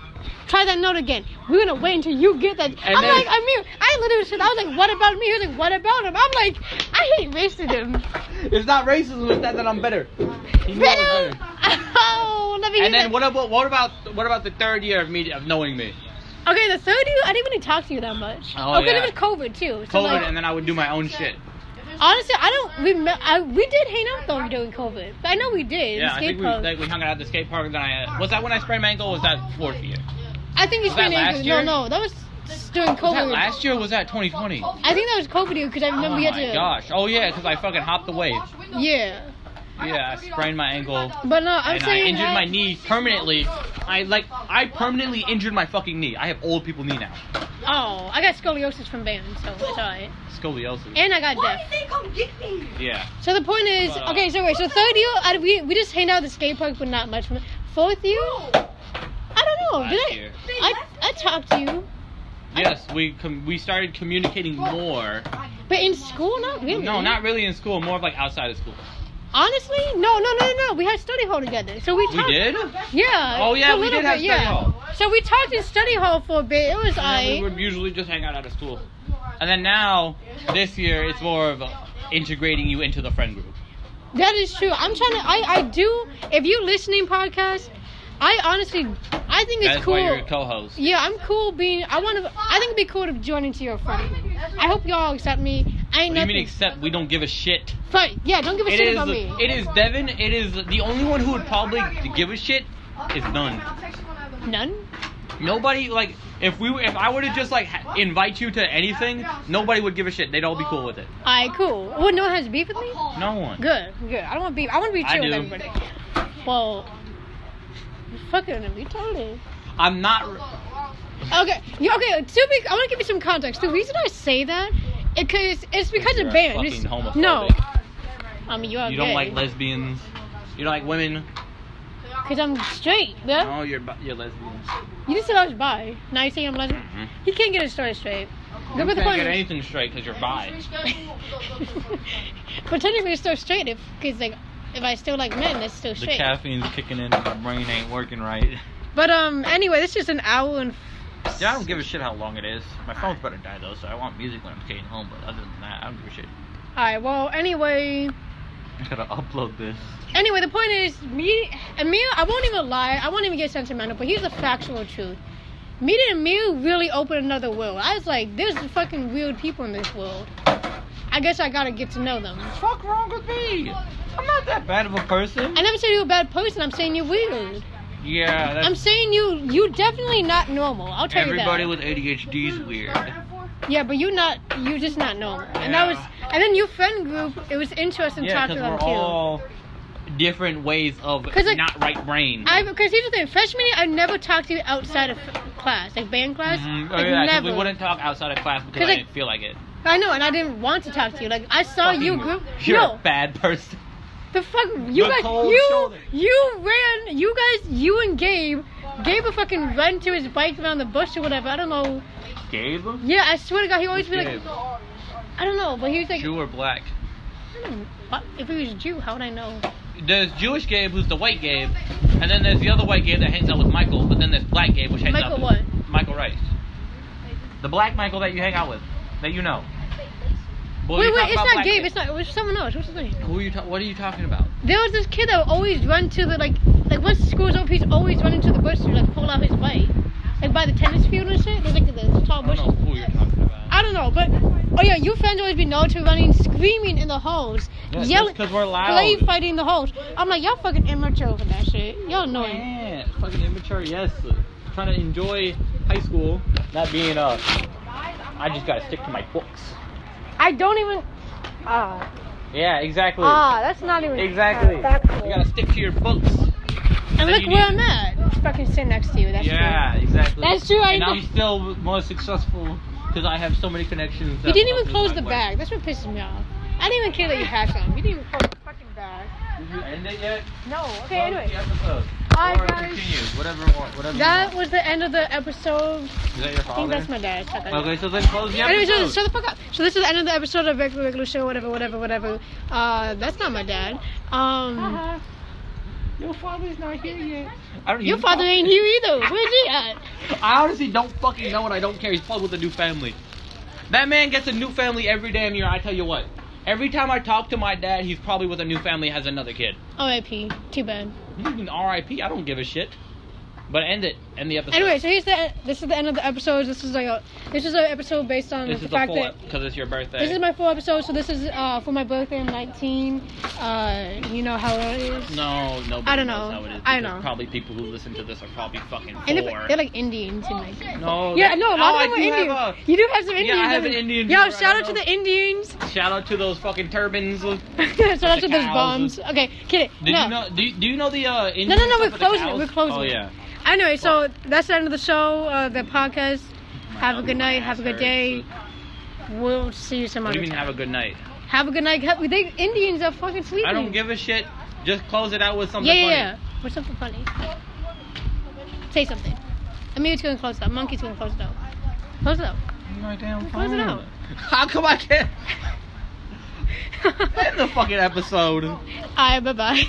[SPEAKER 1] try that note again. We're gonna wait until you get that. I'm
[SPEAKER 20] then-
[SPEAKER 1] like, Amir, I literally said, I was like, what about me? He was like, what about him? I'm like, I hate racism.
[SPEAKER 21] It's not racism. It's that that I'm better. He knew I was
[SPEAKER 1] Venom.
[SPEAKER 21] better.
[SPEAKER 1] Oh, let me. hear
[SPEAKER 21] And then
[SPEAKER 1] that.
[SPEAKER 21] what about what about what about the third year of me of knowing me?
[SPEAKER 1] Okay, the third year, I didn't really talk to you that much.
[SPEAKER 21] Oh,
[SPEAKER 1] okay,
[SPEAKER 21] yeah.
[SPEAKER 1] it was COVID too. So
[SPEAKER 21] COVID,
[SPEAKER 1] like,
[SPEAKER 21] and then I would do my own shit.
[SPEAKER 1] honestly, I don't remember. I, we did hang out though during COVID. I know we did.
[SPEAKER 4] Yeah,
[SPEAKER 1] the
[SPEAKER 4] I
[SPEAKER 1] skate
[SPEAKER 4] think we,
[SPEAKER 1] park.
[SPEAKER 4] like, we hung out at the skate park. And then I uh, was that when I sprained my ankle? or Was that fourth year?
[SPEAKER 1] I think we
[SPEAKER 4] Was that
[SPEAKER 1] spent
[SPEAKER 4] last
[SPEAKER 1] it.
[SPEAKER 4] year?
[SPEAKER 1] No, no, that was during COVID.
[SPEAKER 4] Was that last year? or Was that 2020? Oh
[SPEAKER 1] I think that was COVID because I remember we had
[SPEAKER 4] my
[SPEAKER 1] to.
[SPEAKER 4] gosh! Oh yeah, because I fucking hopped the wave.
[SPEAKER 1] Yeah,
[SPEAKER 4] Yeah, I sprained my ankle.
[SPEAKER 1] but no, I'm
[SPEAKER 4] and I
[SPEAKER 1] saying
[SPEAKER 4] injured
[SPEAKER 1] I-
[SPEAKER 4] my knee permanently. I like I permanently injured my fucking knee. I have old people knee now.
[SPEAKER 1] Oh, I got scoliosis from band, so it's alright.
[SPEAKER 4] Scoliosis.
[SPEAKER 1] And I got deaf.
[SPEAKER 4] Yeah.
[SPEAKER 1] So the point is,
[SPEAKER 4] But, uh,
[SPEAKER 1] okay, so wait, so third year, I, we we just hang out at the skate park, but not much. Fourth year, I don't know. Oh, Did
[SPEAKER 4] Last
[SPEAKER 1] I?
[SPEAKER 4] year.
[SPEAKER 1] I I talked to you,
[SPEAKER 4] Yes, we com- we started communicating more.
[SPEAKER 1] but in school, not really.
[SPEAKER 4] No, not really in school. More of like outside of school.
[SPEAKER 1] honestly. No, no, no, no, no. We had study hall together, so we
[SPEAKER 4] We
[SPEAKER 1] talked.
[SPEAKER 4] did.
[SPEAKER 1] Yeah.
[SPEAKER 4] Oh, yeah,
[SPEAKER 1] a
[SPEAKER 4] we
[SPEAKER 1] little
[SPEAKER 4] did have
[SPEAKER 1] bit,
[SPEAKER 4] study
[SPEAKER 1] yeah.
[SPEAKER 4] hall.
[SPEAKER 1] So we talked in study hall for a bit. It was
[SPEAKER 4] And then
[SPEAKER 1] I.
[SPEAKER 4] we would usually just hang out out of school. And then now, this year, it's more of a- integrating you into the friend group.
[SPEAKER 1] That is true. I'm trying to. I I do. If you listening podcast, I honestly, I think it's
[SPEAKER 4] That's
[SPEAKER 1] cool.
[SPEAKER 4] why you're a co-host.
[SPEAKER 1] Yeah, I'm cool being. I want to. I think it'd be cool to join into your friend. group. I hope y'all accept me. I ain't
[SPEAKER 4] What do you
[SPEAKER 1] nothing.
[SPEAKER 4] mean? Except we don't give a shit.
[SPEAKER 1] but yeah, don't give a
[SPEAKER 4] It
[SPEAKER 1] shit
[SPEAKER 4] is.
[SPEAKER 1] about me.
[SPEAKER 4] It is Devin. It is the only one who would probably give a shit. Is none.
[SPEAKER 1] None.
[SPEAKER 4] Nobody like if we were- if I were to just like ha- invite you to anything, nobody would give a shit. They'd all be cool with it.
[SPEAKER 1] I cool. Well, no one has beef with me.
[SPEAKER 4] No one.
[SPEAKER 1] Good, good. I don't want beef. I want to be
[SPEAKER 4] I
[SPEAKER 1] chill with
[SPEAKER 4] do.
[SPEAKER 1] everybody. Well, you're fucking retarded.
[SPEAKER 4] I'm not.
[SPEAKER 1] Okay, yeah, okay. To be, I want to give you some context. The reason I say that, because it's because
[SPEAKER 4] You're
[SPEAKER 1] of
[SPEAKER 4] a
[SPEAKER 1] band.
[SPEAKER 4] fucking
[SPEAKER 1] It's-
[SPEAKER 4] homophobic.
[SPEAKER 1] No, I mean you are
[SPEAKER 4] You don't
[SPEAKER 1] gay.
[SPEAKER 4] like lesbians. You don't like women.
[SPEAKER 1] Cause I'm straight, yeah.
[SPEAKER 4] No, you're bi- you're lesbian.
[SPEAKER 1] You just said I was bi. Now you say I'm lesbian.
[SPEAKER 4] Mhm.
[SPEAKER 1] He can't get his story straight. Look
[SPEAKER 4] You
[SPEAKER 1] at the
[SPEAKER 4] can't get
[SPEAKER 1] point.
[SPEAKER 4] anything straight because you're bi.
[SPEAKER 1] but technically, it's still straight if, cause like, if I still like men, that's still
[SPEAKER 4] The
[SPEAKER 1] straight.
[SPEAKER 4] caffeine's kicking in. My brain ain't working right.
[SPEAKER 1] But um, anyway, this is an hour and.
[SPEAKER 4] Yeah, I don't give a shit how long it is. My phone's better die though, so I want music when I'm skating home. But other than that, I don't give a shit.
[SPEAKER 1] Alright, well, anyway.
[SPEAKER 4] I gotta upload this.
[SPEAKER 1] Anyway, the point is, me, Amir, I won't even lie, I won't even get sentimental, but here's the factual truth. Meeting Amir really opened another world. I was like, there's fucking weird people in this world. I guess I gotta get to know them.
[SPEAKER 4] Fuck wrong with me? I'm not that bad of a person.
[SPEAKER 1] I never said you're a bad person, I'm saying you're weird.
[SPEAKER 4] Yeah, that's
[SPEAKER 1] I'm saying you, you definitely not normal, I'll tell
[SPEAKER 4] Everybody
[SPEAKER 1] you
[SPEAKER 4] with ADHD is weird.
[SPEAKER 1] that. Yeah, but you're not, you're just not normal. And that was, and then your friend group, it was interesting
[SPEAKER 4] Yeah,
[SPEAKER 1] talking
[SPEAKER 4] because
[SPEAKER 1] to
[SPEAKER 4] we're
[SPEAKER 1] them too.
[SPEAKER 4] all different ways of
[SPEAKER 1] 'Cause, like,
[SPEAKER 4] not right brain.
[SPEAKER 1] I because here's the thing, freshman year I never talked to you outside of class, like band class.
[SPEAKER 4] Mhm. Oh,
[SPEAKER 1] Like,
[SPEAKER 4] yeah, 'cause
[SPEAKER 1] never.
[SPEAKER 4] we wouldn't talk outside of class because
[SPEAKER 1] 'Cause,
[SPEAKER 4] I
[SPEAKER 1] like,
[SPEAKER 4] didn't feel like it.
[SPEAKER 1] I know, and I didn't want to talk to you. Like I saw you group.
[SPEAKER 4] You're a
[SPEAKER 1] no,
[SPEAKER 4] bad person.
[SPEAKER 1] the fuck you
[SPEAKER 4] The
[SPEAKER 1] guys,
[SPEAKER 4] cold
[SPEAKER 1] you
[SPEAKER 4] shoulder.
[SPEAKER 1] you ran, you guys, you and Gabe. Gabe would fucking run to his bike around the bush or whatever. I don't know.
[SPEAKER 4] Gabe?
[SPEAKER 1] Yeah, I swear to God, he always be like, I don't know, but he was like,
[SPEAKER 4] Jew or black?
[SPEAKER 1] I don't know, what? if he was Jew, how would I know?
[SPEAKER 4] There's Jewish Gabe, who's the white Gabe, and then there's the other white Gabe that hangs out with Michael, but then there's black Gabe, which hangs out
[SPEAKER 1] Michael
[SPEAKER 4] with
[SPEAKER 1] what?
[SPEAKER 4] Michael Rice. The black Michael that you hang out with, that you know. Well,
[SPEAKER 1] wait,
[SPEAKER 4] you
[SPEAKER 1] wait,
[SPEAKER 4] talk
[SPEAKER 1] it's
[SPEAKER 4] about
[SPEAKER 1] not
[SPEAKER 4] black
[SPEAKER 1] Gabe. It's not. It was someone else. What's his name?
[SPEAKER 4] Who are you? Ta- what are you talking about?
[SPEAKER 1] There was this kid that would always run to the like like once school's over he's always running to the bush to like pull out his bike. Like by the tennis field and shit. There's like the tall
[SPEAKER 4] I
[SPEAKER 1] bushes.
[SPEAKER 4] don't know who you're talking about.
[SPEAKER 1] I don't know, but oh yeah, your friends always be known to running screaming in the holes. yelling
[SPEAKER 4] because we're loud.
[SPEAKER 1] play fighting in the holes. I'm like, y'all fucking immature over that shit. Y'all annoying.
[SPEAKER 4] Yeah, fucking immature. Yes, trying to enjoy high school, not being uh. I just gotta stick to my books.
[SPEAKER 1] I don't even Ah,
[SPEAKER 4] Yeah, exactly.
[SPEAKER 1] ah, that's not even
[SPEAKER 4] exactly.
[SPEAKER 1] factual.
[SPEAKER 4] You gotta stick to your books.
[SPEAKER 1] and look
[SPEAKER 4] you
[SPEAKER 1] where I'm
[SPEAKER 4] need-
[SPEAKER 1] at. fucking sitting next to you. That's
[SPEAKER 4] yeah, exactly.
[SPEAKER 1] That's true, I
[SPEAKER 4] and
[SPEAKER 1] know.
[SPEAKER 4] I'm still more successful because I have so many connections.
[SPEAKER 1] true. You
[SPEAKER 4] that
[SPEAKER 1] didn't even
[SPEAKER 4] others
[SPEAKER 1] close
[SPEAKER 4] might
[SPEAKER 1] the
[SPEAKER 4] work.
[SPEAKER 1] bag. That's what pisses me off. I didn't even care that you had some. You didn't even close the fucking bag.
[SPEAKER 4] Did you end it yet?
[SPEAKER 1] No. Okay, anyway.
[SPEAKER 4] The episode.
[SPEAKER 1] Alright,
[SPEAKER 4] or
[SPEAKER 1] guys.
[SPEAKER 4] continue. Whatever. you want- Whatever. you
[SPEAKER 1] That was the end of the episode.
[SPEAKER 4] want. Is that your
[SPEAKER 1] I think
[SPEAKER 4] father?
[SPEAKER 1] that's my dad. Fuck it.
[SPEAKER 4] Okay, so then close the
[SPEAKER 1] Anyway, so,
[SPEAKER 4] episode.
[SPEAKER 1] so the fuck up. So this is the end of the episode of
[SPEAKER 4] Uh-huh.
[SPEAKER 1] regular regular show, whatever, whatever, whatever. Uh, that's not my dad. Um,
[SPEAKER 22] Your father's not here yet.
[SPEAKER 4] I don't
[SPEAKER 3] Your
[SPEAKER 4] even-
[SPEAKER 3] father ain't here either. Where's he at?
[SPEAKER 4] I honestly don't fucking know, and I don't care. He's plugged with a new family. That man gets a new family every damn year. I tell you what. Every time I talk to my dad, he's probably with a new family, has another kid.
[SPEAKER 3] R.I.P. Too bad.
[SPEAKER 4] Not even R.I.P. I don't give a shit. But end it. End the episode.
[SPEAKER 3] Anyway, so here's the. This is the end of the episode. This is like a. This is an episode based on
[SPEAKER 4] this
[SPEAKER 3] the
[SPEAKER 4] is the
[SPEAKER 3] fact
[SPEAKER 4] full
[SPEAKER 3] that.
[SPEAKER 4] because it's your birthday.
[SPEAKER 3] This is my full episode, so this is uh, for my birthday. I'm 19. Uh, you know how it is.
[SPEAKER 4] no, nobody
[SPEAKER 3] I don't
[SPEAKER 4] knows
[SPEAKER 3] know.
[SPEAKER 4] how it is.
[SPEAKER 3] I
[SPEAKER 4] because
[SPEAKER 3] know.
[SPEAKER 4] Probably people who listen to this are probably fucking
[SPEAKER 3] And
[SPEAKER 4] poor.
[SPEAKER 3] they're, they're like Indians and like.
[SPEAKER 4] no.
[SPEAKER 3] yeah,
[SPEAKER 4] that-
[SPEAKER 3] no, a
[SPEAKER 4] Oh,
[SPEAKER 3] lot
[SPEAKER 4] I
[SPEAKER 3] of them are
[SPEAKER 4] do have
[SPEAKER 3] Indian.
[SPEAKER 4] a-
[SPEAKER 3] you do have some Indians.
[SPEAKER 4] I have
[SPEAKER 3] in
[SPEAKER 4] an
[SPEAKER 3] it.
[SPEAKER 4] Indian
[SPEAKER 3] Yo,
[SPEAKER 4] viewer, I
[SPEAKER 3] shout out
[SPEAKER 4] don't
[SPEAKER 3] to
[SPEAKER 4] know.
[SPEAKER 3] the Indians.
[SPEAKER 4] Shout out to those fucking turbans. Did
[SPEAKER 3] shout out to those
[SPEAKER 4] cows.
[SPEAKER 3] bombs. Okay, kidding. no.
[SPEAKER 4] you know? Do you, do you know the uh? Indian
[SPEAKER 3] no, no,
[SPEAKER 4] stuff
[SPEAKER 3] we're
[SPEAKER 4] with the
[SPEAKER 3] closing it,
[SPEAKER 4] cows?
[SPEAKER 3] we're closing
[SPEAKER 4] Oh
[SPEAKER 3] it.
[SPEAKER 4] yeah.
[SPEAKER 3] Anyway, so that's the end of the show, uh, the podcast. Have a
[SPEAKER 4] God,
[SPEAKER 3] good
[SPEAKER 4] my
[SPEAKER 3] night.
[SPEAKER 4] ass
[SPEAKER 3] Have a good
[SPEAKER 4] hurts.
[SPEAKER 3] day. We'll see you some
[SPEAKER 4] What do
[SPEAKER 3] other
[SPEAKER 4] you mean?
[SPEAKER 3] time.
[SPEAKER 4] Have a good night.
[SPEAKER 3] Have a good night. Have- They Indians are fucking sleeping.
[SPEAKER 4] I don't give a shit. Just close it out with something
[SPEAKER 3] Yeah, yeah,
[SPEAKER 4] funny.
[SPEAKER 3] yeah. What's something funny? Say something. Amira's gonna close it up. Monkey's gonna close it up. Close it up. Close it out.
[SPEAKER 4] How come I can't end the fucking episode?
[SPEAKER 3] Alright, bye bye.